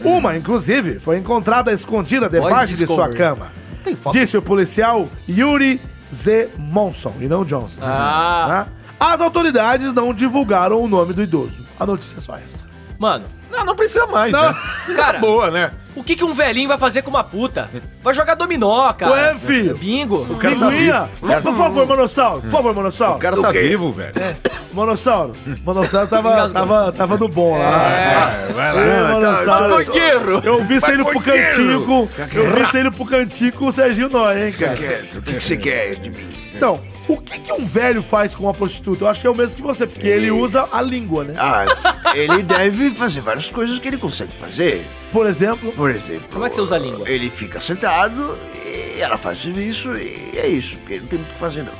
Uma, inclusive, foi encontrada escondida debaixo de sua
Discovery.
cama.
Tem foto.
Disse o policial Yuri Z. Monson, e não Johnson. Né?
Ah.
As autoridades não divulgaram o nome do idoso. A notícia é só essa.
Mano,
Não, não precisa mais,
Não.
né?
Cara.
Boa, né?
o que, que um velhinho vai fazer com uma puta? Vai jogar dominó, cara.
Ué, filho.
Bingo.
cara tá
Pinguinha,
vivo. O cara-
por favor, Monossauro, por favor, Monossauro. É.
O cara tá vivo, velho.
Monossauro. Monossauro tava,
Engasgou.
tava, tava do bom lá.
Vai, Ah, vai lá. tá,
É,
então,
Monossauro.
Maconheiro.
Eu vi saindo pro
Maconheiro.
cantinho com. Eu vi saindo pro cantinho com o Serginho Noé, hein, cara.
Quieto, o que que você quer de mim?
Então, o que, que um velho faz com uma prostituta? Eu acho que é o mesmo que você, porque ele usa a língua, né?
Ah, ele deve fazer várias coisas que ele consegue fazer.
Por exemplo,
Por exemplo...
Como é que você usa a língua?
Ele fica sentado e ela faz isso e é isso. Porque não tem muito o que fazer, não.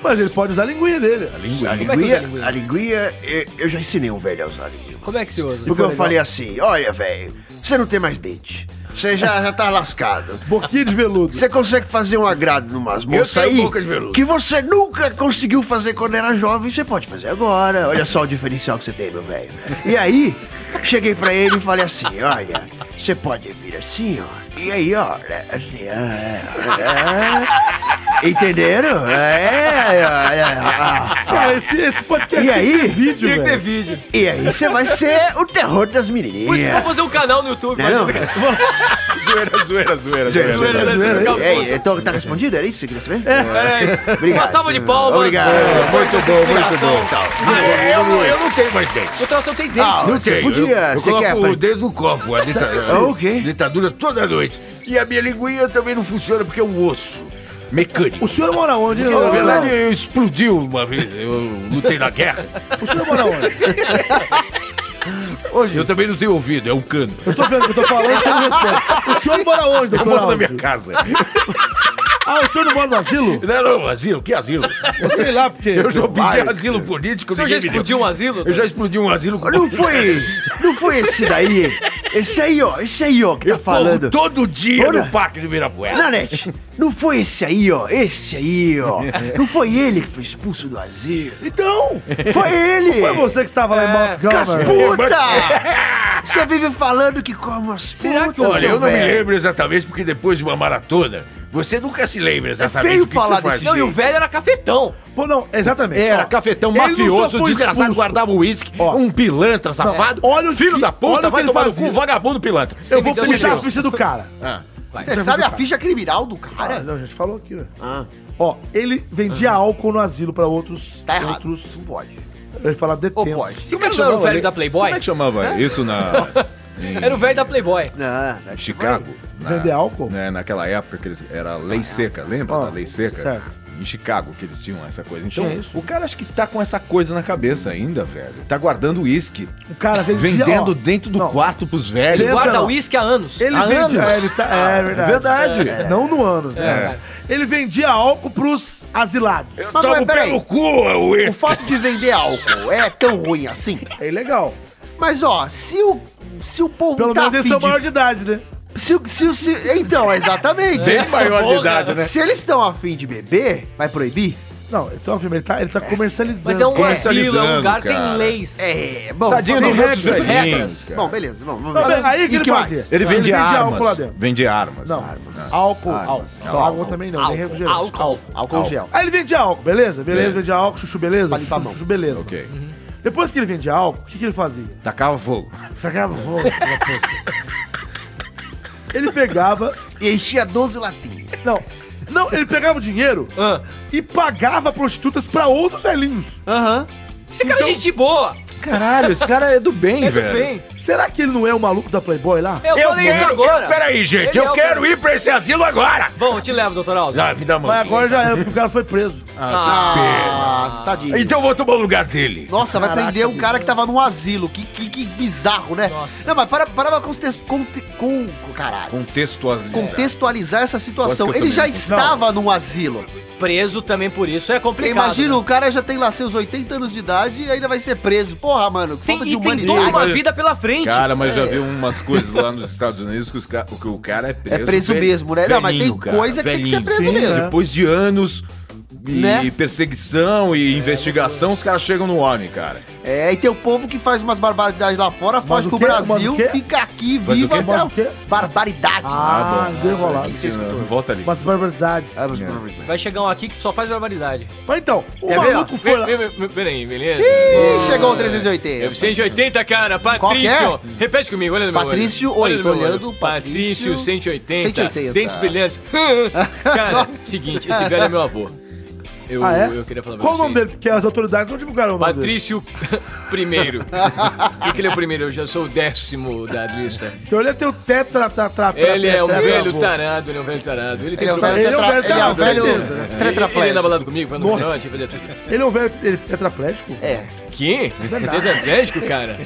mas ele pode usar a linguinha dele.
A
Como é que usa
linguinha...
a linguinha?
A linguinha... eu- Eu já ensinei um velho a usar a linguinha.
Como é que se usa?
Porque eu
legal.
falei assim, olha, velho, você não tem mais dente. Você já, já tá lascado.
Boquinha de veludo.
Você consegue fazer um agrado numas moças
tenho
aí
boca de veludo.
que você nunca conseguiu fazer quando era jovem, você pode fazer agora. Olha só o diferencial que você tem, meu velho. E aí, cheguei pra ele e falei assim, olha, você pode vir assim, ó. E aí, ó, né, assim, é, é, é. entenderam? É, é, é, é.
Cara, esse, esse podcast
E
tinha que
aí?
ter vídeo,
Tinha que ter
velho.
vídeo.
E aí, você vai ser o terror das
Por isso que eu vou
menininhas.
fazer um canal no YouTube.
é
Não,
imagina, [laughs] cara.
Zoeira, zoeira, zoeira,
Zoeira,
zoeira.
Zoeira, zoeira,
zoeira,
zoeira.
É, então tá respondido? Era isso que você queria saber?
[laughs]
É isso.
Obrigado.
Uma salva de palmas. É.
Obrigado.
Muito bom, muito bom.
É, eu não- eu
não tenho mais dente.
O troço tem dente.
Ah,
né?
não sei, podia.
Eu
Você
coloco
quer
o
apre-
dedo no copo, tá. a dita-
Ah, o quê?
ditadura toda noite. E a minha linguinha também não funciona porque é um osso mecânico.
O senhor mora onde? hein,
Na
Leonardo?
é verdade, eu explodiu uma vez. Eu lutei na guerra.
O senhor mora onde?
Hoje eu também não tenho ouvido, é um cano.
Eu tô vendo que eu tô falando, você não responde. O senhor mora onde,
Eu
doutor
moro na
Alves?
minha casa.
Ah, o senhor não mora no
[laughs]
asilo?
Não, é não, asilo, que asilo?
Eu sei lá, porque...
Eu já pedi asilo político,
O senhor já
ninguém me deu.
explodiu um asilo?
Eu já explodi um asilo com
Não foi, não foi esse daí. Esse aí, ó. Esse aí, ó, que tá
Eu
falando.
corro todo dia
Olha.
no Parque de Ibirapuera.
Nanete, não foi esse aí, ó. Esse aí, ó. Não foi ele que foi expulso do asilo.
Então,
Foi ele.
foi você que estava
É,
lá em Montgomery.
Puta! Você vive falando que como as
Será que
putas,
Olha,
seu
eu não me
velho.
lembro exatamente, porque depois de uma maratona, você nunca se lembra exatamente.
feio
o que que você
falar
faz.
desse
Não, e o velho era cafetão.
Pô, não, exatamente.
Era
Ó,
cafetão
ele não só
mafioso,
foi
desgraçado,
expulso.
guardava uísque,
Ó.
um pilantra safado.
Olha o
filho
que-
da
olha o que
puta, vai
ele
tomar no
fazia.
cu, vagabundo pilantra.
Eu vou
Sem
puxar a
Deus.
ficha do cara. é
Você sabe a ficha criminal do cara?
Ah, não, a gente falou aqui, velho.
Ah.
Ó, ele vendia álcool no asilo pra outros.
Tá errado.
outros.
Não pode.
Eu ia falar detentos.
Ou pode.
Esse cara é não era o velho da Playboy?
Como é que chamava isso [laughs] na
Era o velho da Playboy.
Não, não.
Chicago? Na-
Vender álcool?
né, naquela época que eles era lei seca, lembra
Ah,
da lei seca?
certo.
Em Chicago que eles tinham essa coisa. Então,
Tinha isso.
o cara acho que tá com essa coisa na cabeça ainda, velho. Tá guardando uísque,
O cara vendia.
vendendo
ó,
dentro do
não.
quarto pros
Ele
velhos.
Pensa
guarda
não.
uísque há anos.
Ele
Há
vendia.
anos.
É, ele tá, é verdade.
verdade.
É, Não no anos, né? Ele vendia álcool pros asilados.
Mas, mas peraí,
O cu, é o
o fato de vender álcool é tão ruim assim?
É ilegal.
Mas ó, se o, se o povo
Pelo
tá
menos
afim
esse é o
de-
maior de idade, né?
se, o- se, o- se- Então, exatamente.
Bem
Essa
maior de
porra.
idade, né?
Se eles estão afim de beber, vai proibir?
Não, então, filho, ele tá, ele tá comercializando.
Mas é um asilo, é um
Comercializando,
lugar que tem
cara.
leis.
É, bom.
Tadinho
bom,
dos outros
regras,
velhinhos. cara.
Bom, beleza, vamos, vamos
Não,
ver.
Tá aí o que
E
ele
mais?
fazia?
Ele vendia armas.
álcool lá dentro.
Vendia armas.
Não,
Armas.
álcool,
Armas.
álcool.
Não,
Só
álcool.
água também não,
Álcool,
nem refrigerante.
álcool, álcool, gel.
Aí ele vendia álcool, beleza? Beleza,
Beleza.
vendia álcool, chuchu, beleza?
Pra limpar a
Chuchu,
mão.
chuchu, beleza.
Ok.
Depois que ele vendia álcool, o que, que ele fazia?
Tacava fogo.
Pegava fogo. filha da puta. ele pegava.
E enchia 12 latinhas.
Não. Não, ele pegava o dinheiro
Ah.
e pagava prostitutas pra outros velhinhos.
Aham.
Esse cara é gente boa.
Caralho, esse cara é do bem,
É do
Então, velho.
bem. É,
Será que ele não é o maluco da Playboy lá?
Eu,
Eu
falei isso
quero,
agora.
eu- peraí, gente,
Ele é
eu
o
quero
cara.
ir pra esse asilo agora.
Bom, eu te levo, doutor Alves.
Já, me dá a mãozinha.
Mas agora já era, porque o cara foi preso.
Ah, tadinho.
Então eu vou tomar o lugar dele.
Nossa, vai
Caraca,
prender um
bicho.
cara que tava num asilo. Que, que, que bizarro, né?
Nossa.
Não, mas para, para pra contexto, com, com, caralho,
Contextualizar.
contextualizar essa situação.
Acho que eu
Ele já
também.
estava num asilo.
Preso também por isso. É complicado.
Imagina,
né?
o cara já tem lá seus 80 anos de idade e ainda vai ser preso. Porra, mano, que
Tem,
falta de
e tem toda
humanidade.
uma vida pela frente.
Cara, mas já vi umas coisas lá nos Estados Unidos que, os ca- que o cara é preso.
É preso mesmo, né? Não, mas tem coisa que tem que ser preso mesmo.
Depois de anos e
Né?
perseguição e investigação, os caras chegam no homem, cara.
É, e tem o povo que faz umas barbaridades lá fora, foge
o
pro
quê? Manda
Brasil,
o quê?
fica aqui,
Faz o quê?
vivo
Tá
até
Manda
o
o quê?
Barbaridade.
Ah, deu enrolado.
que você escutou?
Volta ali.
Umas barbaridades.
É.
Ah, mas barbaridade.
Vai chegar um aqui que só faz barbaridade.
Mas então, o
Quer ver,
maluco
ó?
foi lá.
É Vem, vem, vem, Peraí, beleza?
Ih, chegou o
É
380.
180, cara, Patrício.
que
Repete comigo, olha no meu
Patrício,
olho.
oi,
no
tô
meu olho.
olhando,
Patrício,
Patrício,
180.
180.
Dentes brilhantes. [laughs] cara, seguinte, esse velho é meu avô. Eu,
Ah, é?
eu queria falar pra
Qual o nome
vocês.
dele? Porque as autoridades não divulgaram o nome dele.
Patrício [laughs]
[laughs]
primeiro. Porque ele é o primeiro, eu já sou o décimo da lista.
Então ele é teu tetra, tetra, tetra,
Ele é um
tetra,
velho
avô.
tarado, ele é um velho tarado. Ele tem
tá Ele
Ele
é o velho
problema.
é um
tetra-
velho
ele é o
tarado, com
velho
né?
certeza,
Ele ele anda
tetraplégico.
balado comigo, vai no
Nossa.
camarote, fazia tudo.
Ele é um velho ele é tetraplégico?
É.
Que? Tetraplégico,
[laughs]
cara?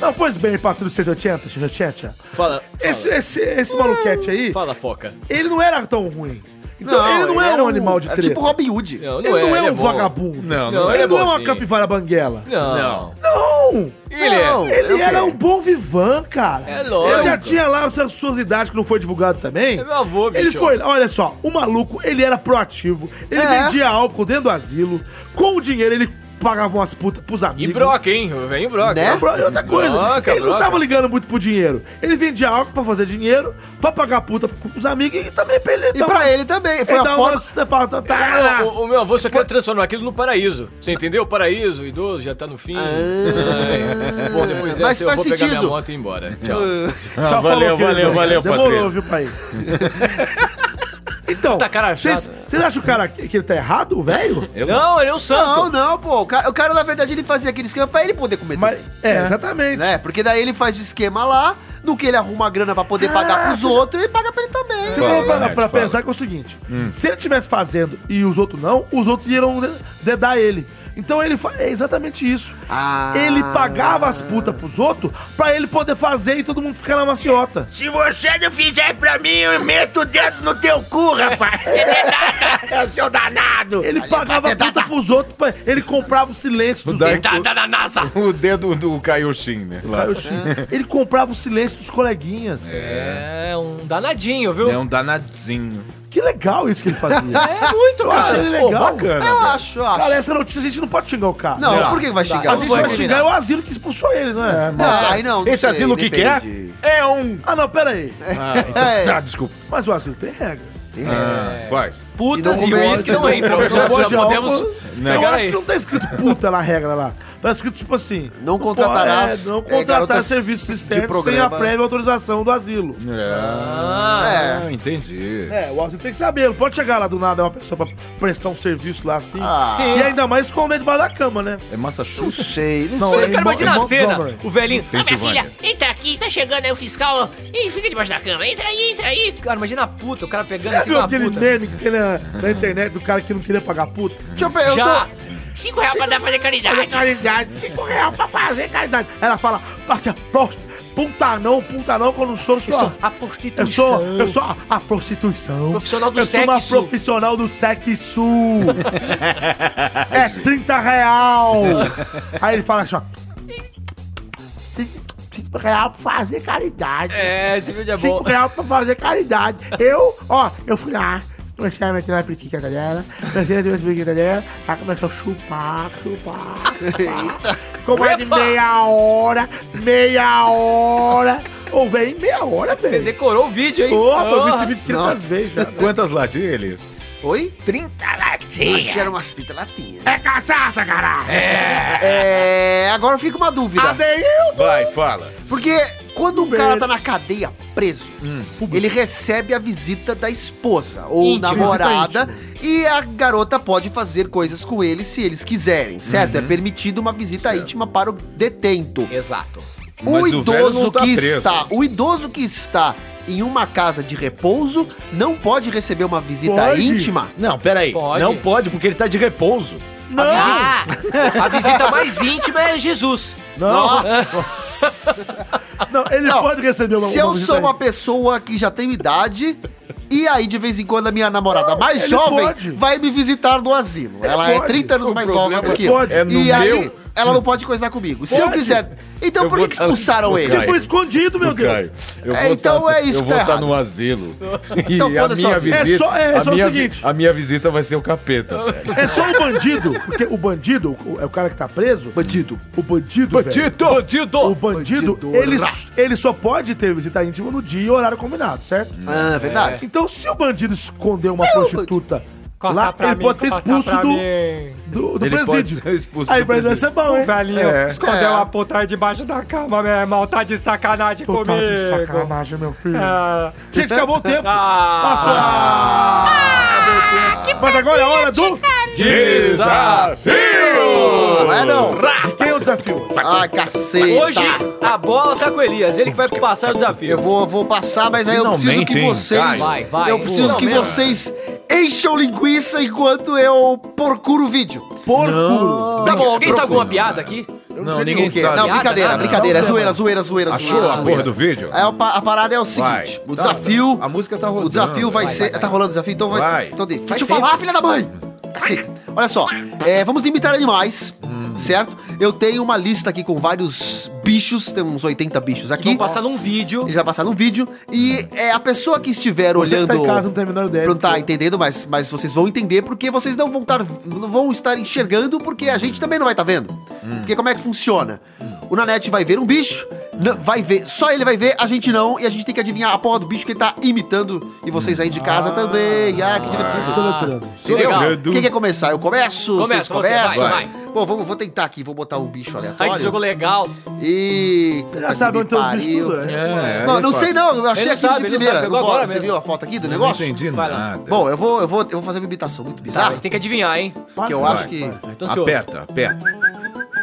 Não, pois bem, é Patrício 180, 180.
Fala,
Esse, esse, esse maluquete aí,
fala, foca.
ele não era tão ruim. Então ele não era,
era
um animal de
é
treta.
Tipo Robin Hood.
Não,
ele não é,
ele
um
bom.
vagabundo.
Não,
Não,
ele,
ele é
não é uma
bonzinho.
capivara banguela.
Não.
é
Não.
Não!
Ele é.
Não.
Ele
o quê?
era um bom vivan, cara.
É lógico.
Ele já tinha lá as suas- suas idades que não foi divulgado também.
É meu avô, bicho.
Ele foi, lá, olha só, o maluco, ele era proativo. Ele
É.
vendia álcool dentro do asilo. Com o dinheiro, ele pagava umas putas pros
E
amigos.
broca, hein? Vem em broca.
Né?
É, bro, e outra coisa,
Broca,
ele não
broca.
tava ligando muito pro dinheiro. Ele vendia álcool pra fazer dinheiro, pra pagar puta pros amigos e também pra ele.
E pra ele também. Foi
Foi
a
dar
forma.
umas, né, pra- tá- tá-
Ah, O, o meu avô só quer transformar aquilo no paraíso. Você entendeu? Paraíso, idoso, já tá no fim. Ai. É. Bom, depois dessa
Ah. Mas
eu vou
faz
pegar minha
sentido.
moto e ir embora. Tchau.
Ah,
Tchau,
valeu,
tá. falou, querido.
valeu, valeu,
Demorou,
Patrício.
viu, pai? Então,
Puta cara
vocês
chata.
vocês acham o cara que que ele tá errado, o velho?
Não, ele é um santo.
[laughs] Não, não, pô. O cara, o cara, na verdade, ele fazia aquele esquema pra ele poder comer.
Mas,
tudo,
é, exatamente.
Né? Porque daí ele faz o esquema lá, no que ele arruma a grana pra poder pagar pros outros, ele paga pra ele também.
Ah, Você
Fala,
falou pra,
Alex,
pra
fala. Hum.
pensar que é o seguinte: se ele tivesse fazendo e os outros não, os outros iriam de- dedar ele. Então ele fa- é exatamente isso.
Ah.
Ele pagava as putas pros outros pra ele poder fazer e todo mundo ficar na maciota.
Se você não fizer pra mim, eu meto o dedo no teu cu, rapaz. Você não é nada, eu sou danado.
Ele pagava a puta pros outros, pra- ele comprava o silêncio dos outros.
Dá-
na
[laughs]
NASA.
O dedo do Kaioshin, né? Lá.
Caio Shin. Ele comprava o silêncio dos coleguinhas.
É um danadinho, viu?
É um danadinho.
Que legal isso que ele fazia.
É muito,
Eu achei
cara.
ele Ah, legal.
Bacana.
Eu
velho.
acho, eu acho.
Ah, Cara, essa notícia a gente não pode xingar o cara.
não, por que que vai xingar?
A gente
Não
vai
vai
xingar é o asilo que expulsou ele, não é?
Não, Ah, aí não. não
Esse
sei,
asilo que quer
depende.
é um.
Ah, não, pera aí. Então,
É,
Tá, desculpa.
Mas o asilo tem regras. Então, assim,
Ah, Quais?
Putas
E não
e
comenta,
uísque que não
não é.
entram.
Não
Já,
pode
já podemos...
álcool.
Não.
Eu
Pera
acho
aí.
que não tá escrito puta na regra lá. Tá escrito tipo assim.
Não contratarás,
pode- é, não
é,
contratar
garotas
serviços externos sem
programa.
a prévia autorização do asilo.
É.
É,
Ah, entendi.
É, o asilo tem que saber. Não pode chegar lá do nada é uma pessoa pra prestar um serviço lá assim.
Ah,
Sim.
E ainda mais esconder debaixo da cama, né?
É
não
Massachusetts?
sei, não,
Não,
sei.
é-
Eu quero imaginar a
Mo-
cena.
Montgomery.
O velhinho.
Ah, minha
Pensilvânia.
filha, entra aqui, tá chegando aí o fiscal. Ih, fica debaixo da cama. Entra aí, entra aí.
Cara, imagina a puta, o cara pegando
Você
assim
viu
uma
aquele
puta.
meme que tem na, na internet do cara que não queria pagar puta?
Deixa eu pegar.
Já.
Eu
Cinco reais pra dar pra fazer caridade.
Caridade, 5 reais pra fazer caridade. Ela fala, "Nossa, pro- puta não, puta não, que eu não sou sua. Ah.
A
Eu
prostituição.
sou, eu sou a, a prostituição.
Profissional do
eu sou uma
sexo.
profissional do sexo. é 30 real. Aí ele fala assim, ó. 5 real pra fazer caridade.
É, esse vídeo é
5
bom.
reais pra fazer caridade. Eu, ó, eu fui lá, comecei a meter na periquita dela, comecei a meter na periquita dela, ela começou a chupar, chupar, chupar. Com mais de
Epa!
meia hora, meia hora. Ou vem meia hora,
Você
velho.
decorou o vídeo, hein?
Opa, eu vi
Porra.
esse vídeo 500 vezes já.
Quantas latinhas?
tô... Oi?
30
Acho que
latinhas.
era umas 30 latinhas.
É cachaça, caralho!
É, agora fica uma dúvida.
Adeildo!
Vai, fala.
Porque quando um
Bem.
cara tá na cadeia preso, ele recebe a visita da esposa ou
Íntima.
namorada e a garota pode fazer coisas com ele se eles quiserem, certo? É permitido uma visita íntima para o detento.
Exato.
O
Mas o velho
idoso
não tá
que
preso.
está, o idoso que está em uma casa de repouso não pode receber uma visita
Pode.
íntima.
Não, peraí.
Pode.
Não pode, porque ele tá de repouso.
Ah,
A visita mais íntima é Jesus.
Não, não, ele
Não,
pode receber uma
Se eu
visita
sou
aí.
uma pessoa que já tenho idade, e aí de vez em quando a minha namorada mais
ele
jovem
pode.
vai me visitar no asilo. Ela é
pode.
30 anos mais nova do
problema
que
é
eu.
no
e
meu
aí, ela não pode coisar comigo. Se eu
Pode.
quiser. Então
Eu
por
vou
que que
tá-
expulsaram
vou
ele?
cair.
Foi escondido, meu Deus.
Caio, eu
É,
vou
então
tá-
é isso
Eu
que
vou
tá
estar
errado.
no asilo.
Então
e a
foda-se
minha
sozinho.
visita,
É só- é
a
só o
minha
seguinte.
vi- a minha visita vai ser o capeta. velho.
É só o bandido, porque o bandido o- é o cara que tá preso.
Bandido.
O bandido, velho,
Bandido!
o
Bandido!
bandido,
Bandido.
ele, s- ele só pode ter visita íntima no dia e horário combinado, certo?
Ah, é verdade.
Então, se o bandido esconder uma prostituta
Corta
lá,
pra
ele
mim,
pode ser
corta
expulso
pra
do,
mim.
do, do
Ele pode
presídio.
ser expulso
Aí
do
o presídio vai ser
presídio.
bom, hein?
Velhinho,
É.
escondeu
É.
uma puta aí debaixo da cama, meu irmão. Tá de sacanagem
Pô, tá de
comigo.
sacanagem, meu filho.
Ah.
Gente, acabou o tempo. Passou. Acabou o tempo. Mas agora é a hora do...
Não é não.
De quem é o desafio?
Ah, caceta.
Hoje a bola tá com o Elias, ele que vai passar o desafio.
Eu vou, vou passar, mas aí eu preciso
Finalmente,
que
hein?
vocês.
Vai, vai.
Eu preciso que
Finalmente.
vocês encham linguiça enquanto eu procuro o vídeo.
Porco.
Tá bom, alguém
Procura,
sabe alguma piada aqui?
Não, ninguém
Porque- Não,
sabe.
brincadeira,
Nada,
brincadeira. É
nada.
zoeira, zoeira, zoeira,
Achou
zoeira.
a porra do vídeo?
É, o pa- a parada é o
Vai.
seguinte:
Tá,
o desafio.
tá. A música tá
O
rodando.
desafio vai,
Vai,
ser.
vai, vai.
Tá rolando o desafio, então vai.
Vai.
Então, deixa
Vai ser.
eu falar, filha da mãe! Caceta. Olha só, é, vamos imitar animais, certo? Eu tenho uma lista aqui com vários bichos, tem uns 80 bichos aqui.
Vamos passar num vídeo.
Eles já passaram um vídeo e é, a pessoa que estiver
Vocês que
olhando.
tá em casa não terminaram dele.
Não tá entendendo, mas, mas vocês vão entender porque vocês não vão, tar, não vão estar enxergando porque a gente também não vai estar vendo.
Hum.
Porque como é que funciona? O Nanete vai ver um bicho, não- vai ver, só ele vai ver, a gente não, e a gente tem que adivinhar a porra do bicho que ele tá imitando e vocês aí de casa também. Ah, que divertido.
Tá Soletrando.
Entendeu?
legal.
Quem quer começar? Eu começo?
Começa,
vocês
você,
começam?
vai,
Bom, vamos, vou tentar aqui, vou botar um bicho
Ai, que jogo é
aleatório.
legal.
E.
Você já sabe onde tem os bichos tudo, né?
É,
Não, não
fácil.
sei não, eu achei
Ele
aqui
sabe,
de
ele
primeira.
sabe, pegou
Não
agora
pode, Você
mesmo.
viu a foto aqui do
Não
negócio?
entendi
Vai lá.
nada.
Bom, eu vou, eu, vou, eu vou fazer uma imitação muito
Tá, a
bizarra,
gente tem que adivinhar, hein? Então,
que eu
Tá. Vai.
acho que...
Tô ansioso.
Aperta, aperta.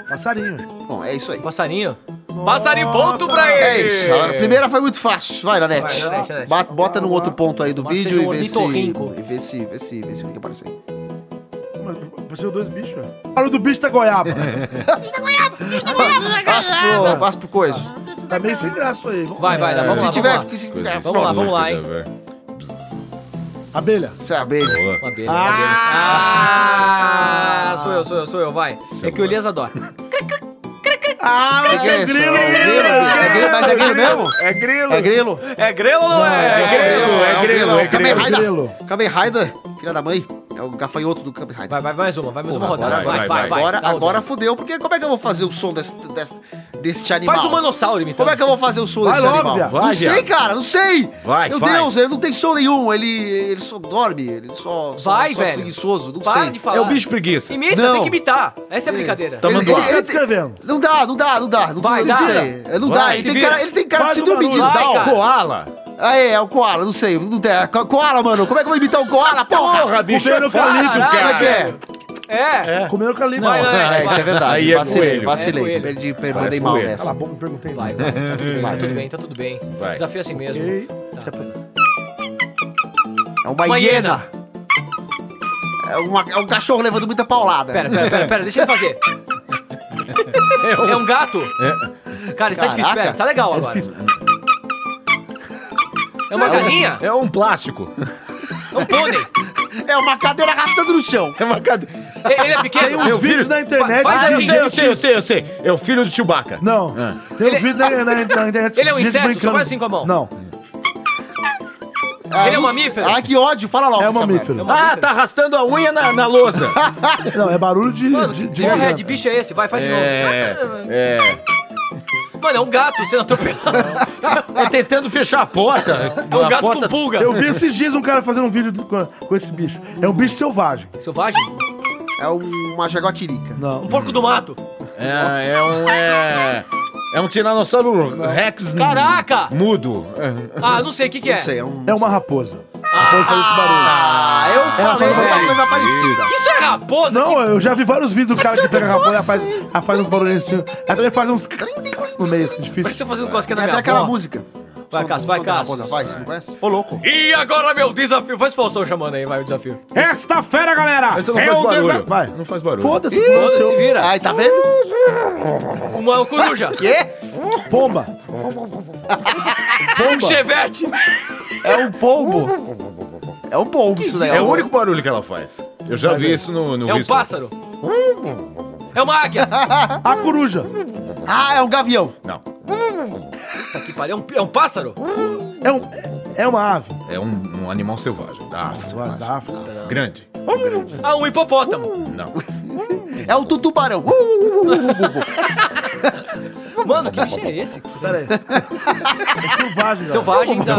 Passarinho.
Bom, é isso aí.
Passarinho. Passarinho, ponto pra ele.
É isso, a primeira foi muito fácil. Vai, Nanete.
Vai, Nanete, Nanete.
Ba- Bota num outro ponto aí do
Bota
vídeo
seja
e
um
vê se...
ornitorrinco.
E vê se... Vê se... Vê se o que aparece aí.
Mas Apareceu dois bichos, velho. Barulho do bicho da goiaba.
Ah,
Passa pro... Passa pro coisa.
tá meio sem graça aí. Vamos-
Vai, vai, dá, vamos
Se
lá,
tiver...
vamos lá.
fica- se-
Coisa
Vamos lá, vamos lá, hein?
estúpida, velho.
Abelha.
Isso é abelha.
Uma abelha, uma abelha. Ah, sou eu, sou eu, sou eu, vai. É que o Elias adora.
Ah, que é isso?
grilo,
É
grilo,
É grilo, mas é grilo mesmo?
É grilo.
É grilo? um
É grelo ou não é?
É grilo, é grilo, é
Kamen
grilo.
Rider.
Grilo.
Kamen Rider, filha da mãe. É o gafanhoto do Kamen Rider.
Vai, vai, mais uma, vai mais uma
Porra,
rodada.
agora, vai,
Vai, vai, vai.
Agora,
Dá outra.
agora fodeu, porque como é que eu vou fazer o som desse, desse, deste animal?
Faz o manossauro imitando.
Como é que eu vou fazer o som
Vai
desse
logo,
animal?
viado.
Vai,
não sei,
viado.
cara, não sei.
Vai,
Meu
vai.
Deus, ele não tem som nenhum, ele, ele só dorme, ele só, só
Vai,
só é
velho.
preguiçoso, não
Para
sei.
de falar.
É o bicho preguiça.
Imita,
Não.
tem que imitar. Essa é a brincadeira.
Ele-
mandando.
ele-
Tá
ele-
descrevendo.
Não dá, não dá, não dá. Não,
Vai,
não
dá.
sei. É, Não dá,
Vai,
se
ele tem,
vira.
cara, ele tem cara
Faz
de
um
síndrome de
barulho. Vai,
Down.
cara.
Koala.
Ah, é, é o Koala, não sei. Não tem. Co- Koala, mano, como é que eu vou imitar o Koala, porra?
Porra, bicho,
Comendo
é fácil,
caralho.
Como é que
cara.
é?
É.
Comendo eucalipto.
Vai, vai,
É, isso é verdade.
Aí é
vacilei,
coelho.
vacilei.
É coelho.
Perdi, perdi,
Parece
mandei mal
coelho.
nessa.
Cala a boca, não perguntei.
Vai,
nada.
vai, tá tudo bem, tá tudo bem, tá tudo bem.
Vai.
Desafio é assim mesmo.
Ei,
É uma,
Uma
hiena.
hiena.
É, uma- é um cachorro levando muita paulada.
Pera, pera, pera, pera, deixa ele fazer. É um gato? Cara, isso tá difícil,
Caraca.
pera. Tá legal agora. É uma galinha?
É um plástico. [laughs]
É um pônei?
É uma cadeira arrastando no chão.
É uma cadeira.
E- Ele é pequeno?
Tem uns vídeos na internet.
Faz
Ah,
de
eu
assim.
sei, eu
gente-
sei, eu sei, eu sei. É o filho de Chewbacca.
Não. Tem uns vídeos na, na- na internet.
É. [laughs] Ele é um
de gente
inseto? Só
brincando.
faz assim com a mão.
Não.
Ah,
Ele é um
não-
mamífero?
Ah, que ódio. Fala logo.
É um
Samuel.
mamífero.
Ah, tá arrastando a unha na, na lousa.
Não, é barulho de.
Mano,
de,
que porra é de bicho é esse? Vai, faz de
É,
novo.
é.
Mano, é um gato sendo atropelado.
É tentando fechar a porta.
É um
a
gato
porta...
com pulga.
Eu vi esses dias um cara fazendo um vídeo do- com, com esse bicho. É um bicho selvagem.
Selvagem?
É uma jaguatirica.
Um
Não.
porco do mato.
É, é um. É, é um tiranossauro Rex.
Caraca!
Mudo.
Ah, não sei o que que é.
Não sei, é um...
É uma raposa.
Ah!
Raposa faz esse barulho.
Ah, eu falei
uma
uma coisa parecida.
Isso é raposa?
Não, eu já vi vários vídeos do cara que pega a raposa e faz, ela faz uns barulhinhos assim. Ela também faz uns. No meio, assim, difícil.
Parece eu tá fazendo cosquinha
É
na
até
minha
aquela
avó.
música.
Vai,
Som-
Cássio, vai,
som da
Cássio.
raposa, Vai, você não conhece? Ô, louco.
E agora meu desafio. Faz Faustão chamando aí, vai o desafio.
Esta fera, galera! É
Isso não faz barulho.
Vai.
Não faz barulho.
Foda-se,
Foda-se,
foda-se.
vira.
Ai, tá vendo?
Uh! Uma é coruja.
Quê?
Pomba.
Um chevette.
É um polvo. É um polvo isso daí.
É o único barulho que ela faz. Eu já vi isso no, no
É um
History.
pássaro. É uma águia.
A coruja.
Ah, é um gavião.
Não,
Puta que pariu, é um, é um pássaro?
É, um, é uma ave.
é um, um animal selvagem da África.
Sua da África.
Grande.
Ah, um hipopótamo.
Não.
É um tutubarão.
Uh,
Mano, que bicho é esse? que você tá-
Pera aí. É selvagem, galera.
Selvagem da...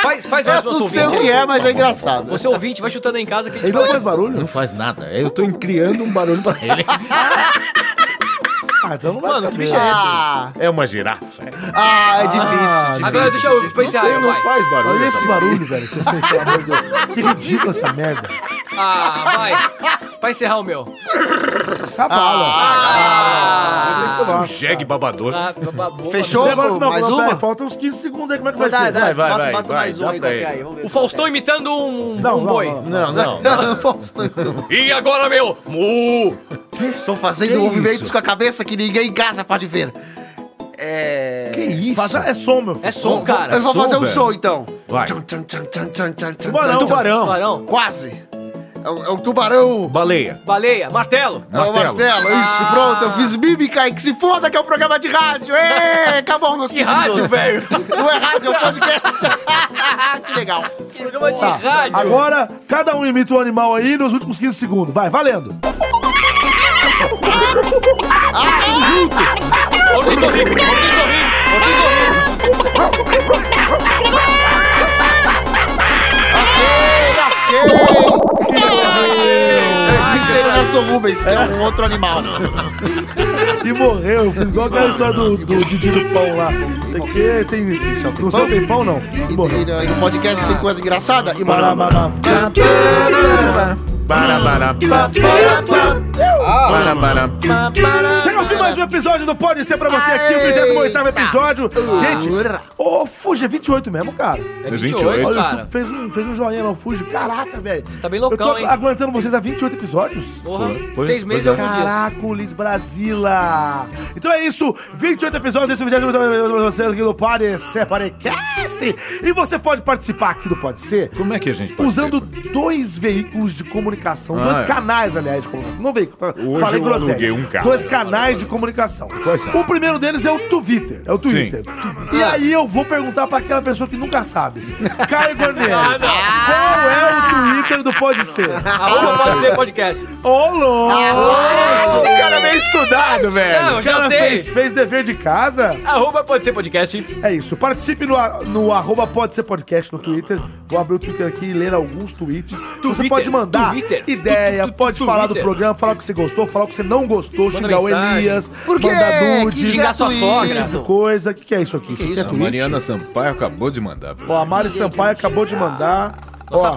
Faz, faz mais pro nosso
Não sei o
ouvinte
que
aí.
é, mas é engraçado.
Você ouvinte, vai chutando aí em casa que a gente
Ele não
vai...
faz barulho?
Não faz nada. Eu tô criando um barulho pra ele.
Ah, então não vai
Mano, que
saber.
bicho é esse?
Ah,
É uma girafa.
ah,
Ah,
é difícil.
Agora deixa eu pensar, vai.
Faz barulho.
Olha esse
também.
barulho, velho. que Você fez, pelo amor de Deus. Que ridículo essa merda. Tá
Ah, vai. Vai encerrar o meu.
Tá Cavalo.
Ah,
Faz um jegue babador.
ah, babou,
Fechou?
babou.
Pô, mais uma?
falta uns 15 segundos aí, como é que vai,
Dá,
ser?
dá,
Vai, vai,
bota-
vai,
bota
vai,
mais um
dá
aí,
pra
qualquer
ele.
aí, vamos ver.
O
[laughs]
Faustão imitando um, um
Não, não,
boi.
não, não.
Não, não.
Faustão, então.
E agora, meu? Mu!
Estou fazendo movimentos com a cabeça que ninguém em casa pode ver. É. Que isso?
Faça- é som, meu filho.
É som, cara.
Eu vou
som,
fazer um
velho.
som então.
Vai.
Tchum, tchum, tchum, tchum, tchum, tchum, tchum,
Tubarão.
tchum, tchum.
Tubarão.
Tubarão,
Quase. É o, é o tubarão.
Baleia.
baleia, martelo.
É o
Martelo.
martelo. Isso,
Ah.
pronto. Eu fiz mímica e que se foda que é um programa de rádio. Ê, acabou meus
Que
15
rádio,
minutos.
velho.
Não é rádio, é um podcast. que legal.
Programa de
Tá,
então.
rádio.
Agora, cada um imita um animal aí nos últimos 15 segundos. Vai, valendo.
Ornitorrinco, ornitorrinco, ornitorrinco.
Inteiro Nelson Rubens, que é um outro animal.
E morreu, fiz igual aquela história do, do Didi do Pão lá. Isso aqui tem. Não sei, tem pão não. Morreu.
Inteiro, aí no podcast tem coisa engraçada. E
Bará, bará. Chega ao fim mais um episódio do Pode Ser pra você aqui, o 28 episódio. Gente, ô, Fuji, é 28 mesmo, cara.
É
28,
28,
Olha,
cara.
você fez um, fez um joinha lá, o Fuji. Caraca, velho.
Tá bem
Eu tô
loucão, hein?
aguentando vocês há 28 episódios.
Porra,
Pois- pois
seis meses
é.
e alguns dias.
Caracoles Brasila! Então é isso, 28 episódios desse vídeo você aqui do Pode Ser Podcast. E você pode participar aqui do Pode Ser
Como é que a gente participa?
usando dois veículos de comunicação,
Ah,
dois
é.
canais, aliás, de comunicação. Não veículo, tá?
Hoje
falei
eu
groselha.
aluguei um carro.
Dois canais de comunicação.
Quais são? Ah.
O primeiro deles é o Twitter, é o Twitter. E aí eu vou perguntar pra aquela pessoa que nunca sabe.
[laughs]
Caio Gornier,
Ah,
qual é o Twitter do Pode Ser?
Arroba pode ser podcast.
Ô, louco!
O cara é meio estudado, velho.
Não, eu
O
já
cara
sei.
fez, fez dever de casa?
Arroba pode ser podcast.
É isso. Participe no, a- no arroba pode ser podcast no Twitter. Vou abrir o Twitter aqui e ler alguns tweets. você pode mandar
Twitter.
ideia,
Tu- tu- tu-
pode
Twitter.
falar do programa, falar o que você gostou, falar o que você não gostou,
Manda
xingar o
mensagem.
Elias,
Por quê?
mandar
Que
nudes,
Xingar sua
esse
sogra.
tipo de coisa. O que, que é isso aqui? Isso aqui é
A
tweet.
Mariana Sampaio acabou de mandar. pra
Ó, a Mari Sampaio acabou de mandar.
Nossa
Ó,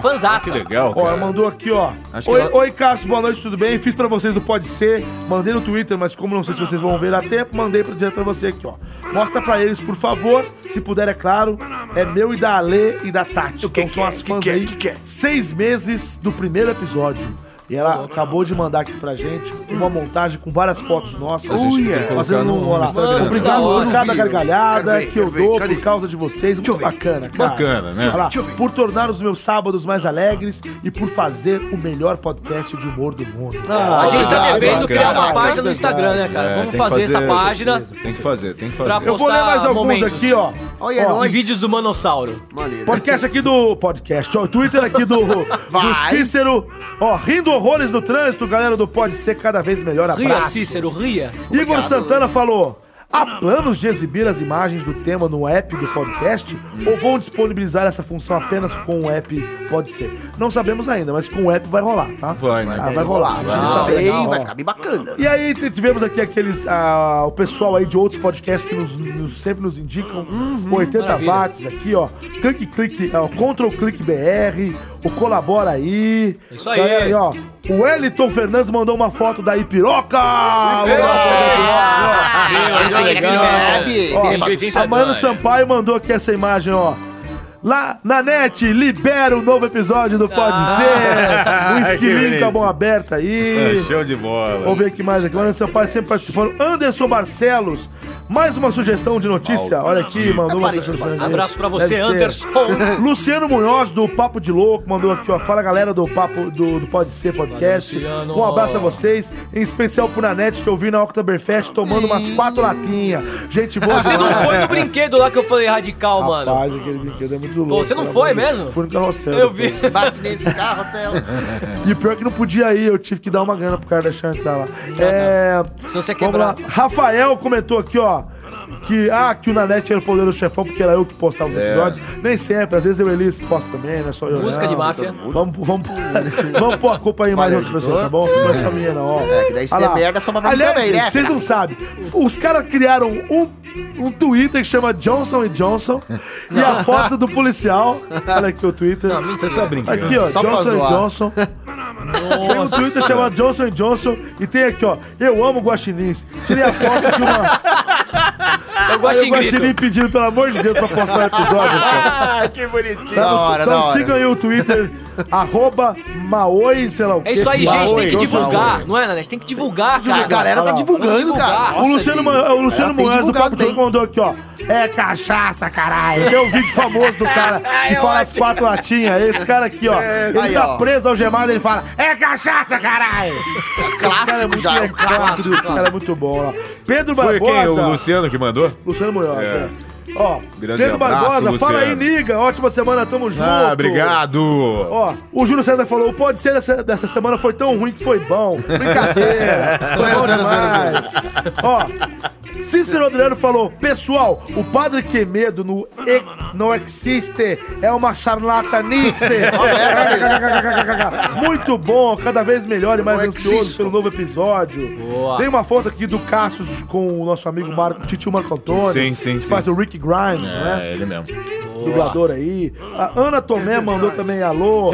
Que
fanzaça.
legal,
Ó,
cara.
ela mandou aqui, ó.
Acho que
Oi,
ela-
oi, Cássio, boa noite, tudo bem? Fiz pra vocês do Pode Ser, mandei no Twitter, mas como não sei se vocês vão ver a tempo, mandei pra, direto pra você aqui, ó. Mostra pra eles, por favor, se puder, é claro. É meu e da Ale e da Tati. Então
é?
são as fãs aí. Seis meses do primeiro episódio. E ela acabou de mandar aqui pra gente uma montagem com várias fotos nossas.
gente tem que colocar
Fazendo um,
no
ó lá,
Instagram.
Obrigado por
Mano, da
cada
hora. Quero
gargalhada que
ver,
eu
quero ver.
dou
Cadê?
por causa de vocês. Muito bacana, cara.
Bacana, né?
Olha lá,
Deixa eu ver.
por tornar os meus sábados mais alegres e por fazer o melhor podcast de humor do mundo.
A gente tá
Obrigado,
devendo criar uma
bacana.
página no Instagram, né,
Ah, É,
cara? Vamos
tem que
fazer essa página.
Tem que fazer, tem que
Pra
fazer.
Eu vou ler mais
postar
alguns
momentos.
aqui, ó.
Olha,
Ó,
E
nós.
vídeos do Manossauro.
Maneiro.
Podcast aqui do. Podcast, ó. o Twitter aqui do, do
Vai.
Cícero. Ó, rindo horrores no trânsito, galera do Pode Ser, cada vez melhor
Ria,
abraço.
Cícero, ria.
Igor Santana falou: há planos de exibir as imagens do tema no app do podcast? Ou vão disponibilizar essa função apenas com o app? Pode ser. Não sabemos ainda, mas com o app vai rolar, tá?
Vai, né?
Ah, vai rolar. A gente não
Tá
sabe.
bem,
Legal, ó.
vai ficar
[laughs]
bem bacana.
E aí t- tivemos aqui aqueles. ah, o pessoal aí de outros podcasts que nos, nos- sempre nos indicam. 80
Uhum, maravilha.
watts aqui, ó. Clique, clique, ó, Ctrl Clique BR, o Colabora aí.
Isso aí.
Galera, aí, ó. O Eliton Fernandes mandou uma foto da Ipiroca! Mandou uma foto da Ipiroca, ó.
Ah,
legal.
bebe.
Ó,
Beba.
É
tá
a Mano Sampaio mandou aqui essa imagem, ó. lá na net. Libera o novo episódio do Pode
Ah. [laughs]
Ser. Um esquilinho com a mão aberta aí.
É, Show de bola.
Vamos ver aqui mais aqui. Lá seu pai sempre participando. Anderson Barcelos. Mais uma sugestão de notícia. Olha aqui, mandou
É
uma sugestão.
Abraço pra
Deve
você,
ser. [laughs]
Anderson.
Luciano Munhoz, do Papo de Louco, mandou aqui, ó. Fala galera do Papo do, do Pode Ser Podcast.
Luciano.
Um abraço a vocês, em especial pro Nanete, que eu vi na Oktoberfest tomando umas quatro latinhas. Gente boa,
Você Assim não foi no brinquedo lá que eu falei radical, mano.
Rapaz, aquele brinquedo é muito louco.
você não
pelo
foi
amor de Deus.
mesmo?
Fui no carrossel.
Eu vi.
Embarque nesse carro, céu.
E pior é que não podia ir, eu tive que dar uma grana pro cara deixar eu entrar lá. É.
Se você
Vamos
quebrar.
lá. Rafael comentou aqui, ó. Que, ah, que o Nanete era o poderoso chefão, porque era eu que postava os
É.
episódios. Nem sempre, às vezes eu e Elis posto também, não é só eu.
Música
não.
de máfia.
Vamos, vamos, vamos pôr a culpa aí em mais outras pessoas, tá bom? Não é só minha, não, ó.
É, que daí se
Olha
der
lá.
merda, só pra mim
Aliás,
também,
gente,
né?
vocês não sabem. Os caras criaram um, um Twitter que chama Johnson Johnson e a foto do policial. Olha aqui o Twitter.
Não, mentira. Tá
Aqui, ó,
Só pra
Johnson
zoar.
Johnson. Tem um Twitter chamado Johnson Johnson e tem aqui, ó, eu amo guaxinins. Tirei a foto de
[laughs]
uma.
Eu
Aí
gosto
o
de grito.
guaxinim pedindo, pelo amor de Deus, pra postar o episódio. cara.
Ah, que bonitinho.
Tá
Da
no-
hora,
então
da hora.
siga aí o
[laughs]
Twitter, arroba Maoi, sei lá o quê.
É isso aí, gente. Tem que
Maoi,
divulgar, não é, Nanete? Tem que divulgar,
A
cara.
galera tá
Olha lá.
divulgando,
Divulgar.
cara.
O Luciano, Ma- o Luciano
Ela É, tem
Moraes do
divulgado
Papo Choco
bem.
mandou aqui, ó. É cachaça, caralho. Tem um vídeo famoso do
[laughs]
cara
É
que fala as quatro latinhas. Esse cara aqui, ó. Ele
É, Aí,
tá
ó.
preso algemado, ele fala: É cachaça, caralho.
Clássico já, é um clássico.
Esse cara é muito bom, ó. Pedro
Foi quem?
Barbosa.
O Luciano que mandou?
Luciano Munhoz,
É.
é. Ó,
Grande
Pedro
abraço,
Barbosa, fala aí,
Luciano.
Niga. Ótima semana, tamo junto.
Ah, obrigado.
Ó, o Júlio César falou: o pode ser dessa, dessa semana foi tão ruim que foi bom. Brincadeira. foi bom
Zero, zero, zero,
demais. Ó, Cícero Adriano falou: pessoal, o padre Quemedo no e não existe, é uma charlatanice. Muito bom, cada vez melhor e mais ansioso pelo novo episódio.
Boa.
Tem uma foto aqui do Cassius com o nosso amigo Marco, Titio Marco Antônio.
Sim, sim,
que
sim.
Faz o Rick Grimes, né?
É, ele mesmo.
dublador aí. A Ana Tomé mandou também alô.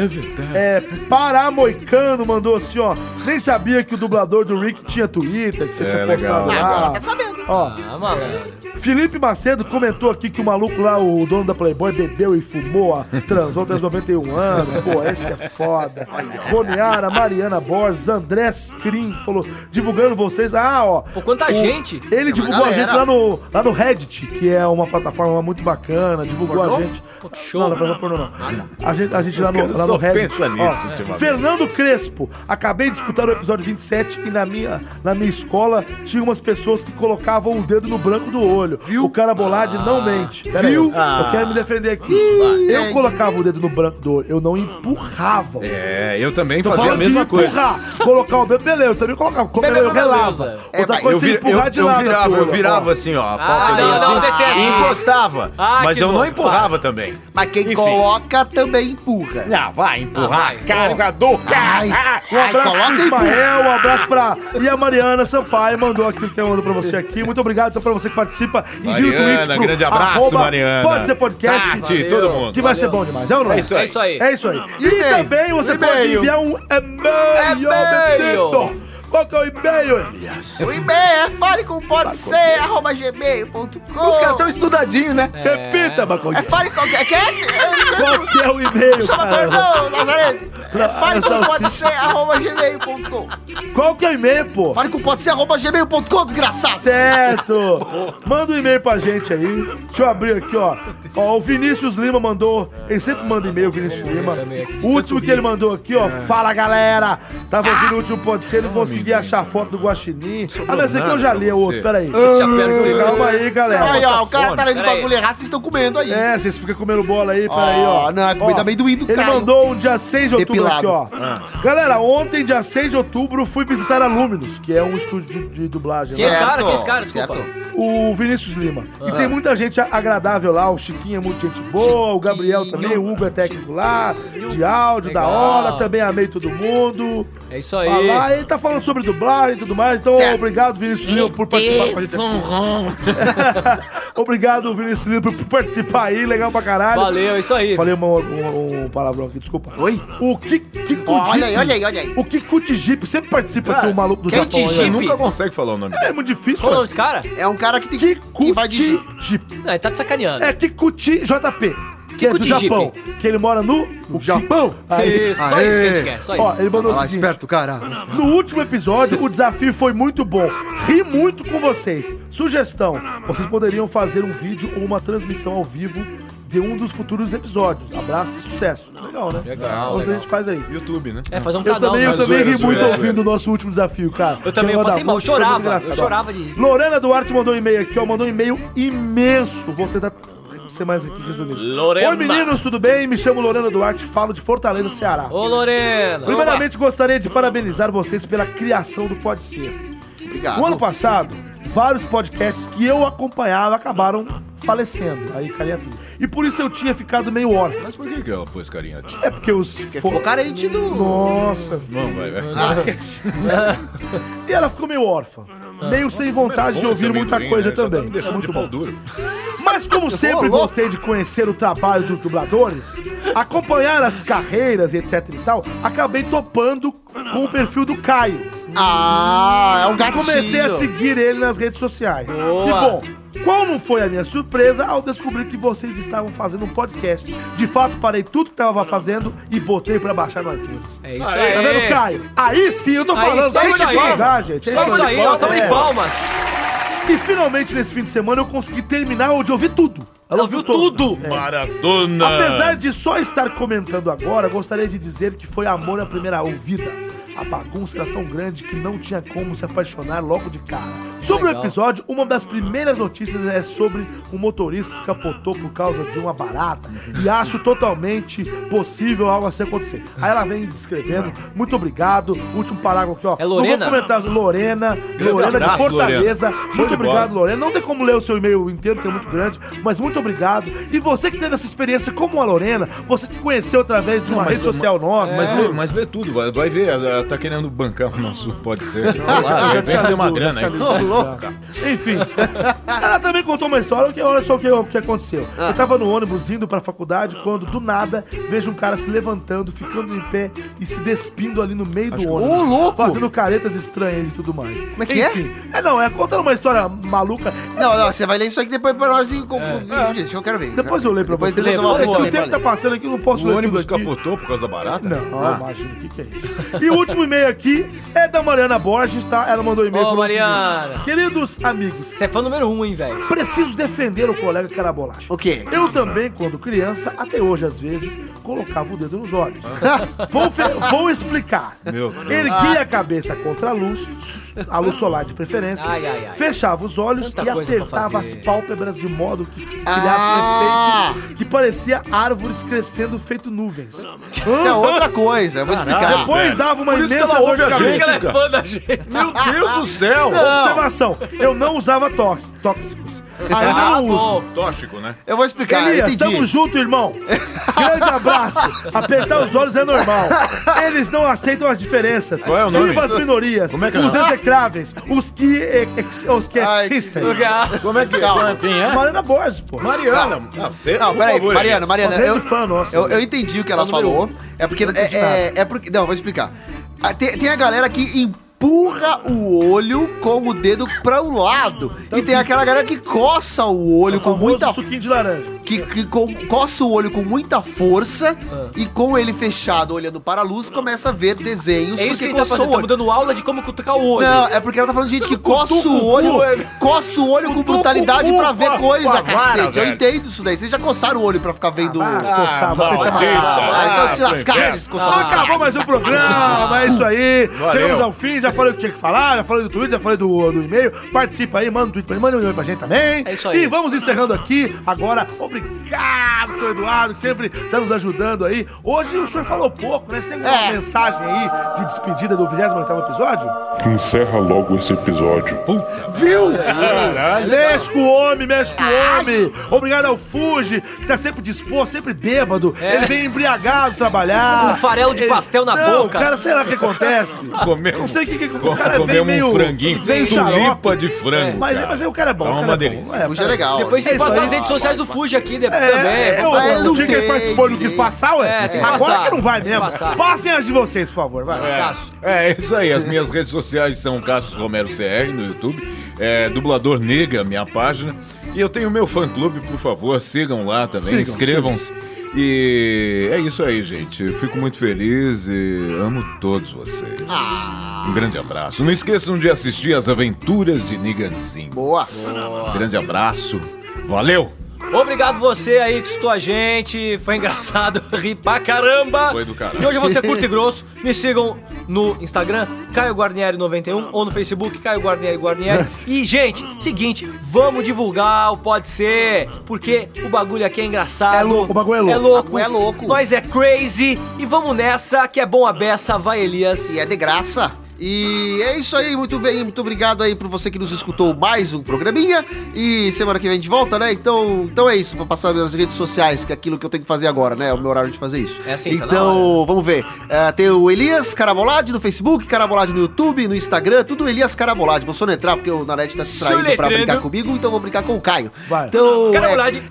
É, Paramoicano mandou assim, ó. Nem sabia que o dublador do Rick tinha Twitter, que você
É,
tinha
legal,
postado
legal.
é
lá. Ó,
Ah, malandro.
Felipe Macedo comentou aqui que o maluco lá, o dono da Playboy, bebeu e fumou, ó, transou até os 91 anos. Pô, esse é foda. Boniara, Mariana Borges, André Screen falou, divulgando vocês. Ah, ó.
Pô, quanta
o-
gente. É,
Ele divulgou a
galera.
gente lá no, lá no Reddit, que é uma plataforma muito bacana. Divulgou a gente.
Pô, que show. né? Ah, tá.
Não, não, não, não, não, não. A gente, a gente lá no,
cara
lá
só
no Reddit.
pensa nisso ultimamente.
Fernando Crespo, acabei de escutar o episódio 27 e na minha, na minha escola tinha umas pessoas que colocavam o dedo no branco do olho. O cara bolade
Ah.
não mente. Pera Viu? Eu quero me defender aqui. Eu colocava o dedo no branco do olho, eu não empurrava.
É, eu também
Tô
fazia a
falando de
mesma coisa.
empurrar, colocar o dedo, beleza, eu também colocava, como
Beleza,
eu relava.
beleza.
É,
Outra
mas
coisa,
Eu,
você
vi-
empurrar
eu-
de
eu
lado. a
virava, eu
turma, ó.
virava assim, ó. A
Ah,
pauta
não,
dele
não,
assim,
detesto.
e encostava.
Ah,
mas
que
eu não
nojo.
empurrava também.
Mas quem
Enfim.
coloca também empurra.
Não, vai empurrar.
Ah, vai.
casa do
Ai,
cara.
Um
ai,
abraço
coloca
pro
e empurra.
Ismael, um abraço pra. E a Mariana Sampaio mandou aqui o que eu mando pra você aqui. Muito obrigado então, pra você que participa. Envia o
Mariana,
tweet pro
grande abraço,
arroba
Mariana.
Pode ser podcast.
Tati, todo mundo.
Que vai ser bom demais, é ou não é?
É isso
É isso aí.
É isso aí. E,
E-mail.
também você pode
E-mail.
enviar um e-mail,
E-mail.
menino. Qual que é o e-mail, Elias?
O e-mail é fale com pode ser, arroba gmail.com.
Os caras tão estudadinhos, né?
Repita, Baconha.
É fale com... Quer?
Qual que é o e-mail,
Chama pra
cara?
irmão, Nazareno. É fale com
salsicha.
pode ser, arroba gmail.com.
Qual que é o e-mail, pô?
Fale com pode ser, arroba gmail.com, desgraçado.
Certo! Manda um e-mail pra gente aí. Deixa eu abrir aqui, ó. Ó, o Vinícius Lima mandou. Ele sempre manda e-mail, o Vinícius Lima. O último que ele mandou aqui, ó. Fala galera!
Ah!
Tava ouvindo o último pode ser, É. não consegui achar a foto do Guaxinim. Ah, mas esse aqui eu já li, o outro, peraí. Hum, Calma aí,
Aí,
galera.
ó, o cara tá lendo
Peraí.
bagulho errado, vocês estão comendo aí.
É, vocês ficam comendo bola aí, peraí, ó.
Ó, não, é comida
Ó,
amendoim do
Ele
Caio.
mandou um dia 6 de outubro
Depilado.
aqui, ó. Galera, ontem, dia 6 de outubro, fui visitar a Luminous, que é um estúdio de, de dublagem. né?
Quem é esse cara? Quem é esse cara?
Certo.
Desculpa.
o Vinícius Lima. E tem muita gente agradável lá, o Chiquinho é muito gente boa, o Gabriel também, o Hugo é técnico lá, de áudio, da
Legal.
hora, também amei todo mundo.
É isso
Tá
aí.
lá, ele tá falando sobre dublagem e tudo mais, então
Certo.
obrigado, Vinícius Lima, por participar com a gente aqui. [laughs] Obrigado, Vinícius Lima, por participar aí, legal pra caralho.
Valeu, é isso aí.
Falei uma- um, um palavrão aqui, desculpa.
Oi?
O Kikuji.
Olha aí, olha aí, olha aí.
O Kikuji sempre participa aqui, o maluco do
quem
Japão.
te
né?
Você nunca consegue falar o nome dele.
É muito difícil.
Qual o
né?
nome desse cara?
É um cara que tem que vai de...
Kikuji.
Não, ele tá te sacaneando.
É Kikuchi JP.
Tico
do
de jipe.
Japão. Que ele mora no... O
Japão?
Aí,
É Isso, só isso que a gente quer, só
ó,
isso.
ele mandou o
Lá,
seguinte...
esperto, cara.
No último episódio, o desafio foi muito bom. Ri muito com vocês. Sugestão: vocês poderiam fazer um vídeo ou uma transmissão ao vivo de um dos futuros episódios. Abraço e sucesso. Legal, né?
Legal, legal.
Vamos ver o que a gente faz aí.
YouTube, né?
É, fazer um
Eu
canal.
também, eu
né?
também ri
zoeira,
muito
zoeira,
ouvindo o nosso último desafio, cara.
Eu também, eu
Quero mandar
passei mal, eu
muito, foi muito
chorava,
engraçado.
eu chorava de-
Lorena Duarte mandou um e-mail aqui, ó. Mandou um e-mail imenso. Vou tentar ser mais aqui resumido.
Lorena.
Oi, meninos, tudo bem? Me chamo Lorena Duarte, falo de Fortaleza, Ceará.
Ô, Lorena.
Primeiramente, gostaria de parabenizar vocês pela criação do Pode Ser.
Obrigado.
No ano passado, vários podcasts que eu acompanhava acabaram falecendo. Aí, carinha tudo. E por isso eu tinha ficado meio órfão.
Mas por que, que ela pôs carinha Tipo, de...
É porque os.
Ficou carente do...
Nossa. Ah,
Vamos, vai, vai.
E ela ficou meio órfã. Meio sem vontade tá, de
Bom, esse
ouvir muita
amendoim,
coisa
né? Já tá
também.
me deixando de pau duro.
Mas como sempre gostei de conhecer o trabalho dos dubladores, acompanhar as carreiras e etc e tal, acabei topando com o perfil do Caio.
Ah, é um gatinho.
Comecei a seguir ele nas redes sociais.
Boa.
E bom, qual não foi a minha surpresa ao descobrir que vocês estavam fazendo um podcast? De fato, parei tudo que estava fazendo e botei pra baixar no iTunes.
É isso
Tá vendo,
aí.
Caio? Aí sim, eu tô
Aí,
falando.
salva
Aí,
de
de
palmas.
divulgar, gente.
É isso aí, ó, salva de palmas.
E finalmente, nesse fim de semana, eu consegui terminar onde eu vi tudo.
Ela ouviu tudo.
Maradona!
Apesar de só estar comentando agora, gostaria de dizer que foi amor à primeira ouvida. A bagunça era tão grande que não tinha como se apaixonar logo de cara. Sobre
legal.
o episódio, uma das primeiras notícias é sobre um motorista que capotou por causa de uma barata. E acho totalmente possível algo assim acontecer. Aí ela vem descrevendo. Muito obrigado. Último parágrafo aqui, ó.
É Lorena?
Não vou comentar. Lorena. Lorena de
abraço,
Fortaleza. Muito
de
obrigado, Lorena. Não tem como ler o seu e-mail inteiro, que é muito grande, mas muito obrigado. E você que teve essa experiência como a Lorena, você que conheceu através de uma
mas- É.
rede social nossa.
Mas, lê, mas lê tudo, vai, vai ver. Ela ela tá querendo bancar o nosso, pode ser.
já
Já
tinha
tem uma
lido,
grana
já
aí.
tinha lido. Enfim, ela também contou uma história que olha só o que, o que aconteceu. Eu tava no ônibus indo pra faculdade quando do nada vejo um cara se levantando, ficando em pé e se despindo ali no meio do ônibus.
Ô, louco!
Fazendo caretas estranhas e tudo mais.
Como é que é?
é? É não, é contando uma história maluca.
Não, não, você vai ler isso aqui depois pra nós e... É. Gente, eu quero ver.
Depois eu leio pra
Depois
você.
depois eu vou
É que
ler
o
também,
tempo tá
vale.
passando aqui, eu não posso
O
ler tudo
ônibus
aqui.
capotou por causa da barata?
Não,
Ah.
imagina, o que, que é isso? E o último e-mail aqui é da Mariana Borges, tá? Ela mandou um e-mail.
Ô,
falando o seguinte,
Mariana.
Queridos amigos,
Você é fã número um, hein, velho.
preciso defender o colega Carabolacha.
O quê?
Eu também, quando criança, até hoje às vezes, colocava o dedo nos
[laughs]
olhos. vou, fe- vou explicar.
Meu Deus.
Ah.
Erguia a cabeça contra a luz, a luz solar de preferência,
Ai, ai, ai.
fechava os olhos
Tanta
e
coisa pra
apertava as
fazer.
pálpebras de modo que criasse
Ah!
um efeito que parecia árvores crescendo feito nuvens.
Isso é outra coisa, eu vou explicar.
Depois dava uma imensa dor de
gente,
cabeça.
cara.
é fã da gente.
Meu Deus do céu!
Observação, eu não usava tóx- tóxicos. Ainda
Ah,
tá
não uso.
bom.
Tóxico, né?
Eu vou explicar,
Elias,
entendi.
tamo junto, irmão. Grande abraço. Apertar os olhos é normal. Eles não aceitam as diferenças.
Qual é o nome?
Viva as minorias,
Como é que é o
os
nome?
execráveis, os que, eh, ex- os que
Ai,
existem.
Como é que Quem é?
Mariana Borges, pô.
Mariana! Ah, você,
Não,
por
peraí,
favor,
Mariana,
gente.
Mariana,
Grande
eu,
fã nossa.
eu, eu entendi o que ela falou.
um.
É porque. É, é, é porque. Não, vou explicar. Ah, Tem, tem a galera que empurra o olho com o dedo para o lado.
Tá
E tem aquela galera que coça o olho com
famoso
muita.
suquinho de laranja.
Que, que com- coça o olho com muita força
Ah.
e com ele fechado olhando para a luz começa a ver desenhos
É isso que ele tá
coçou
fazendo,
o
tá
olho.
dando aula de como cutucar o olho.
Não, é porque ela tá falando de gente que coça o olho, coça o olho com brutalidade pra ver coisa, cacete. Eu entendo isso daí. Vocês já coçaram o olho pra ficar
Ah,
vendo.
Ah, Coçava,
Ah, maldita.
apertava.
Ah, então se
Ah,
lascar,
foi
esses coçadores.
Acabou mais um programa, é isso aí.
Valeu.
Chegamos ao fim, já falei o que tinha que falar, já falei do Twitter, já falei do, do e-mail. Participa aí, manda um tweet pra mim, manda um e-mail pra gente também.
É isso aí.
E vamos encerrando aqui agora. Obrigado, seu Eduardo, que sempre tá nos ajudando aí. Hoje o senhor falou pouco, né? Você tem uma
É.
mensagem aí de despedida do 28 episódio?
Encerra logo esse episódio.
Viu? Mexe com o homem, mexe com o homem. Obrigado ao Fuji, que tá sempre disposto, sempre bêbado. Ele vem embriagado trabalhar.
É. Com um farelo de
Ele-
pastel na
Não,
boca.
Cara, sei lá o que
[laughs]
acontece.
Comemos-
Não sei o que, que o
Com-
cara vem
Comemos
meio.
um franguinho.
Veio xarope.
Tulipa de frango.
Mas,
cara.
mas aí o cara é bom.
Tá
o cara
uma
é bom.
delícia.
É, o
Fuji
cara-
é legal.
Depois
É
você
isso
passa
aí. É,
nas redes sociais do Fuji aqui depois. também.
eu,
vamos passar.
o dia que ele participou e não quis passar, ué.
É, tem que
Agora
passar.
que não vai
Tem que
mesmo.
passar.
Passem as de vocês, por favor. Vai.
Cássio.
É, é isso aí. As minhas redes sociais são Cássio Romero CR no YouTube, é, Dublador Nega, minha página. E eu tenho o meu fã-clube, por favor, sigam lá também,
Sigam,
inscrevam-se. E é isso aí, gente. Eu Fico muito feliz e amo todos vocês. Um grande abraço. Não esqueçam de assistir as aventuras de Niganzinho.
Boa.
Um grande abraço. Valeu!
Obrigado você aí que escutou a gente. Foi engraçado, [laughs] eu ri pra caramba.
Foi do caralho.
E hoje eu vou ser curto e grosso. Me sigam no Instagram, Caio Guarnieri91, ou no Facebook, Caio Guarnieri Guarnieri. E, gente, seguinte, vamos divulgar o Pode Ser, porque o bagulho aqui é engraçado.
É louco, o bagulho é louco.
É louco.
O bagulho é louco.
Nós é crazy. E vamos nessa, que é bom a beça. Vai, Elias.
E é de graça. E é isso aí, muito bem, muito obrigado aí por você que nos escutou mais um programinha. E semana que vem a gente volta, né? Então, então é isso, vou passar minhas redes sociais, que é aquilo que eu tenho que fazer agora, né? É o meu horário de fazer isso.
É assim, tá na
Então, vamos ver. É, tem o Elias Carabolade no Facebook, Carabolade no YouTube, no Instagram, tudo Elias Carabolade. Vou sonetrar porque o Narete tá distraído pra
Soletrando.
brincar comigo, então vou brincar com o Caio.
Vai.
Então,
Carabolade.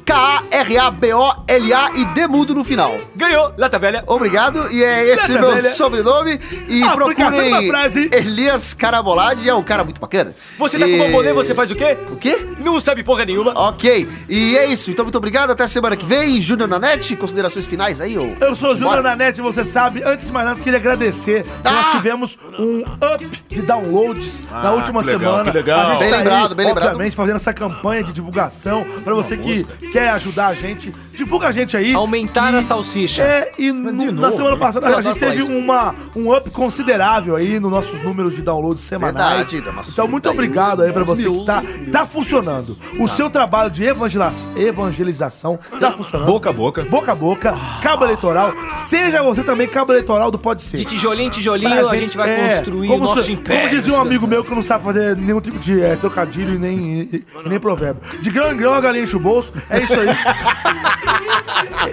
é K-A-R-A-B-O-L-A e demudo no final.
Ganhou, Lata Velha.
Obrigado, e é esse
Nada,
meu
velho.
sobrenome. E
Ah, aplicação da
procurem
frase, hein?
Elias Carabolade, é um cara muito bacana.
Você tá
E-
com bambolê, você faz o quê?
O quê?
Não sabe porra nenhuma.
Ok, e é isso. Então, muito obrigado, até semana que vem. Júnior Nanete, considerações finais aí, ô.
Eu sou o Júnior
Bora.
Nanete, você sabe. Antes de mais nada, queria agradecer. Nós
Ah!
tivemos um up de downloads na última
que legal,
semana.
que legal.
A gente
Bem
tá
lembrado,
aí,
bem lembrado.
obviamente, fazendo essa campanha de divulgação pra você que quer ajudar a gente. Divulga a gente aí.
Aumentar
E-
a salsicha.
É, e no- na
né?
semana passada
Eu
a gente
adoro
teve
isso.
uma, um up considerável aí nos nossos números de downloads semanais.
Verdade, Damasceno,
então, muito
tá aí,
obrigado aí pra
uns
você que tá, tá funcionando. O seu trabalho de evangela- evangelização tá funcionando.
Boca a boca.
Boca a boca, cabo eleitoral. Seja você também cabo eleitoral do Pode Ser.
De tijolinho em tijolinho,
Pra
a gente, vai
é,
construir o
como
nosso
se-
império.
Como dizia um amigo meu que não sabe fazer nenhum tipo de eh, trocadilho e nem, e- e nem provérbio. De grão em grão a galinha enche o bolso, é isso aí. [laughs]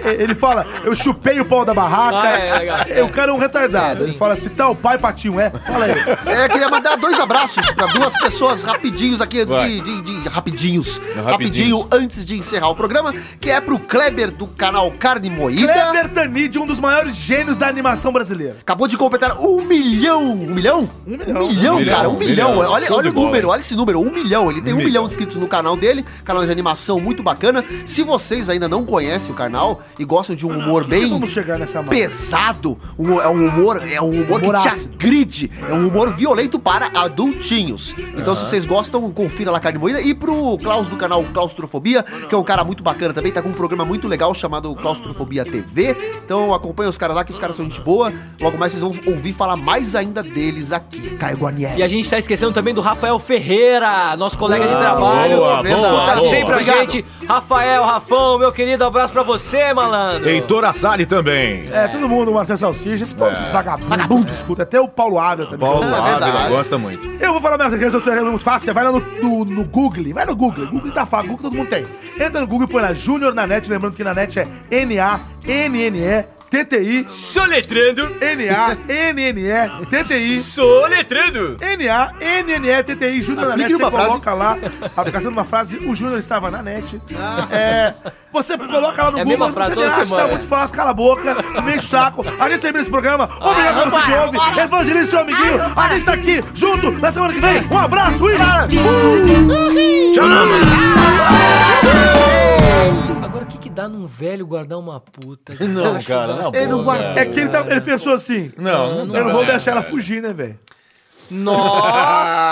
E- Ele fala, eu chupei o pau da barraca.
Ah, é, legal.
Eu quero um retardado.
É,
Ele
sim.
fala assim, tá o pai patinho, é? Fala aí.
É, queria mandar dois abraços pra duas pessoas rapidinhos aqui antes
Vai.
de, de- de- rapidinhos,
Rapidinhos.
rapidinho antes de encerrar o programa, que é pro Kleber do canal Carne Moída.
Kleber Tanid, um dos maiores gênios da animação brasileira.
Acabou de completar um milhão. Um milhão? Um
milhão.
Um milhão,
cara. Um
um
milhão.
milhão.
Olha,
Show
olha
de
o número,
bola.
olha esse número. Um milhão. Ele tem um
milhão.
milhão de inscritos no canal dele. Canal de animação muito bacana. Se vocês ainda não conhecem o canal e gostam de um humor
Por que
bem
vamos chegar nessa marca?
pesado, um- é um humor, é um humor,
Humor
que
ácido.
te agride. É um humor violento para adultinhos. Então, se vocês gostam, confira lá Carne Moída. E pro Klaus do canal Claustrofobia, que é um cara muito bacana também, tá com um programa muito legal chamado Claustrofobia TV. Então acompanha os caras lá, que os caras são gente boa. Logo mais vocês vão ouvir falar mais ainda deles aqui. Caio Guarnieri.
E a gente tá esquecendo também do Rafael Ferreira, nosso colega de trabalho.
boa,
que escuta
boa, boa.
sempre a
Obrigado.
gente. Rafael, Rafão, meu querido, abraço pra você, malandro.
Heitor Assali também.
É, todo mundo, Marcelo Salsicha, esse povo, esses vagabundos, vagabundo. escuta. Até o Paulo Ávila também.
Paulo Ávila
verdade.
gosta muito.
Eu vou falar minhas redes sociais, é muito fácil. Você vai lá no, no, no Google, vai no Google. Google tá fácil, Google todo mundo tem. Entra no Google e põe lá Júnior na net, lembrando que na net é N-A-N-N-E. TTI,
Soletrando,
N-A-N-N-E, TTI,
soletrando.
N-A-N-N-E, TTI, Júnior na net,
Aplique
você
numa frase.
coloca lá, aplicação de uma frase, o Júnior estava na net.
Ah.
É, você coloca lá no
É a
Google,
mesma frase
você
toda
me acha,
semana.
tá muito fácil, cala a boca, não enche o saco. A gente termina esse programa,
Ah,
obrigado a você que ouve, evangelize seu amiguinho, a gente tá aqui, junto, na semana que vem. Um abraço e...
Agora, o que que dá num velho guardar uma puta?
Não, cara, não.
Ele não guarda.
É que ele, tá- ele pensou assim.
Não,
eu não vou
dá,
deixar ela
cara.
fugir, né, velho?
[laughs] Nossa!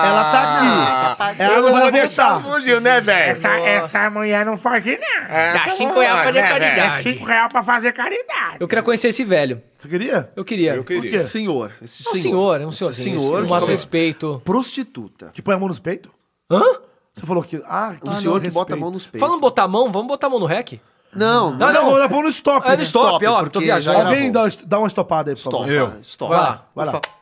Ela tá aqui. Ela não vai voltar.
fugir, né, velho?
Essa, essa mulher não faz nada.
É,
Dá cinco reais pra
né,
fazer caridade.
Cinco reais pra fazer caridade.
Eu queria conhecer esse velho.
Você queria?
Eu queria.
Eu
É
queria.
Senhor. Esse
um senhor, é um senhorzinho.
senhor
um mais
que-
respeito.
Prostituta.
Que põe a mão nos peitos?
Hã?
Você falou que. Ah,
O senhor que bota a mão nos peitos.
Falando botar a mão, vamos botar a mão no rec?
Não,
Ah, não,
Ah, não.
vou dar a mão no stop.
É
né?
no stop,
Stop,
ó, tô
porque já
viajando.
era-
Alguém dá, dá uma estopada aí, por favor.
Stop.
Eu.
Stop.
Vai lá.
Vai lá.
Por fa-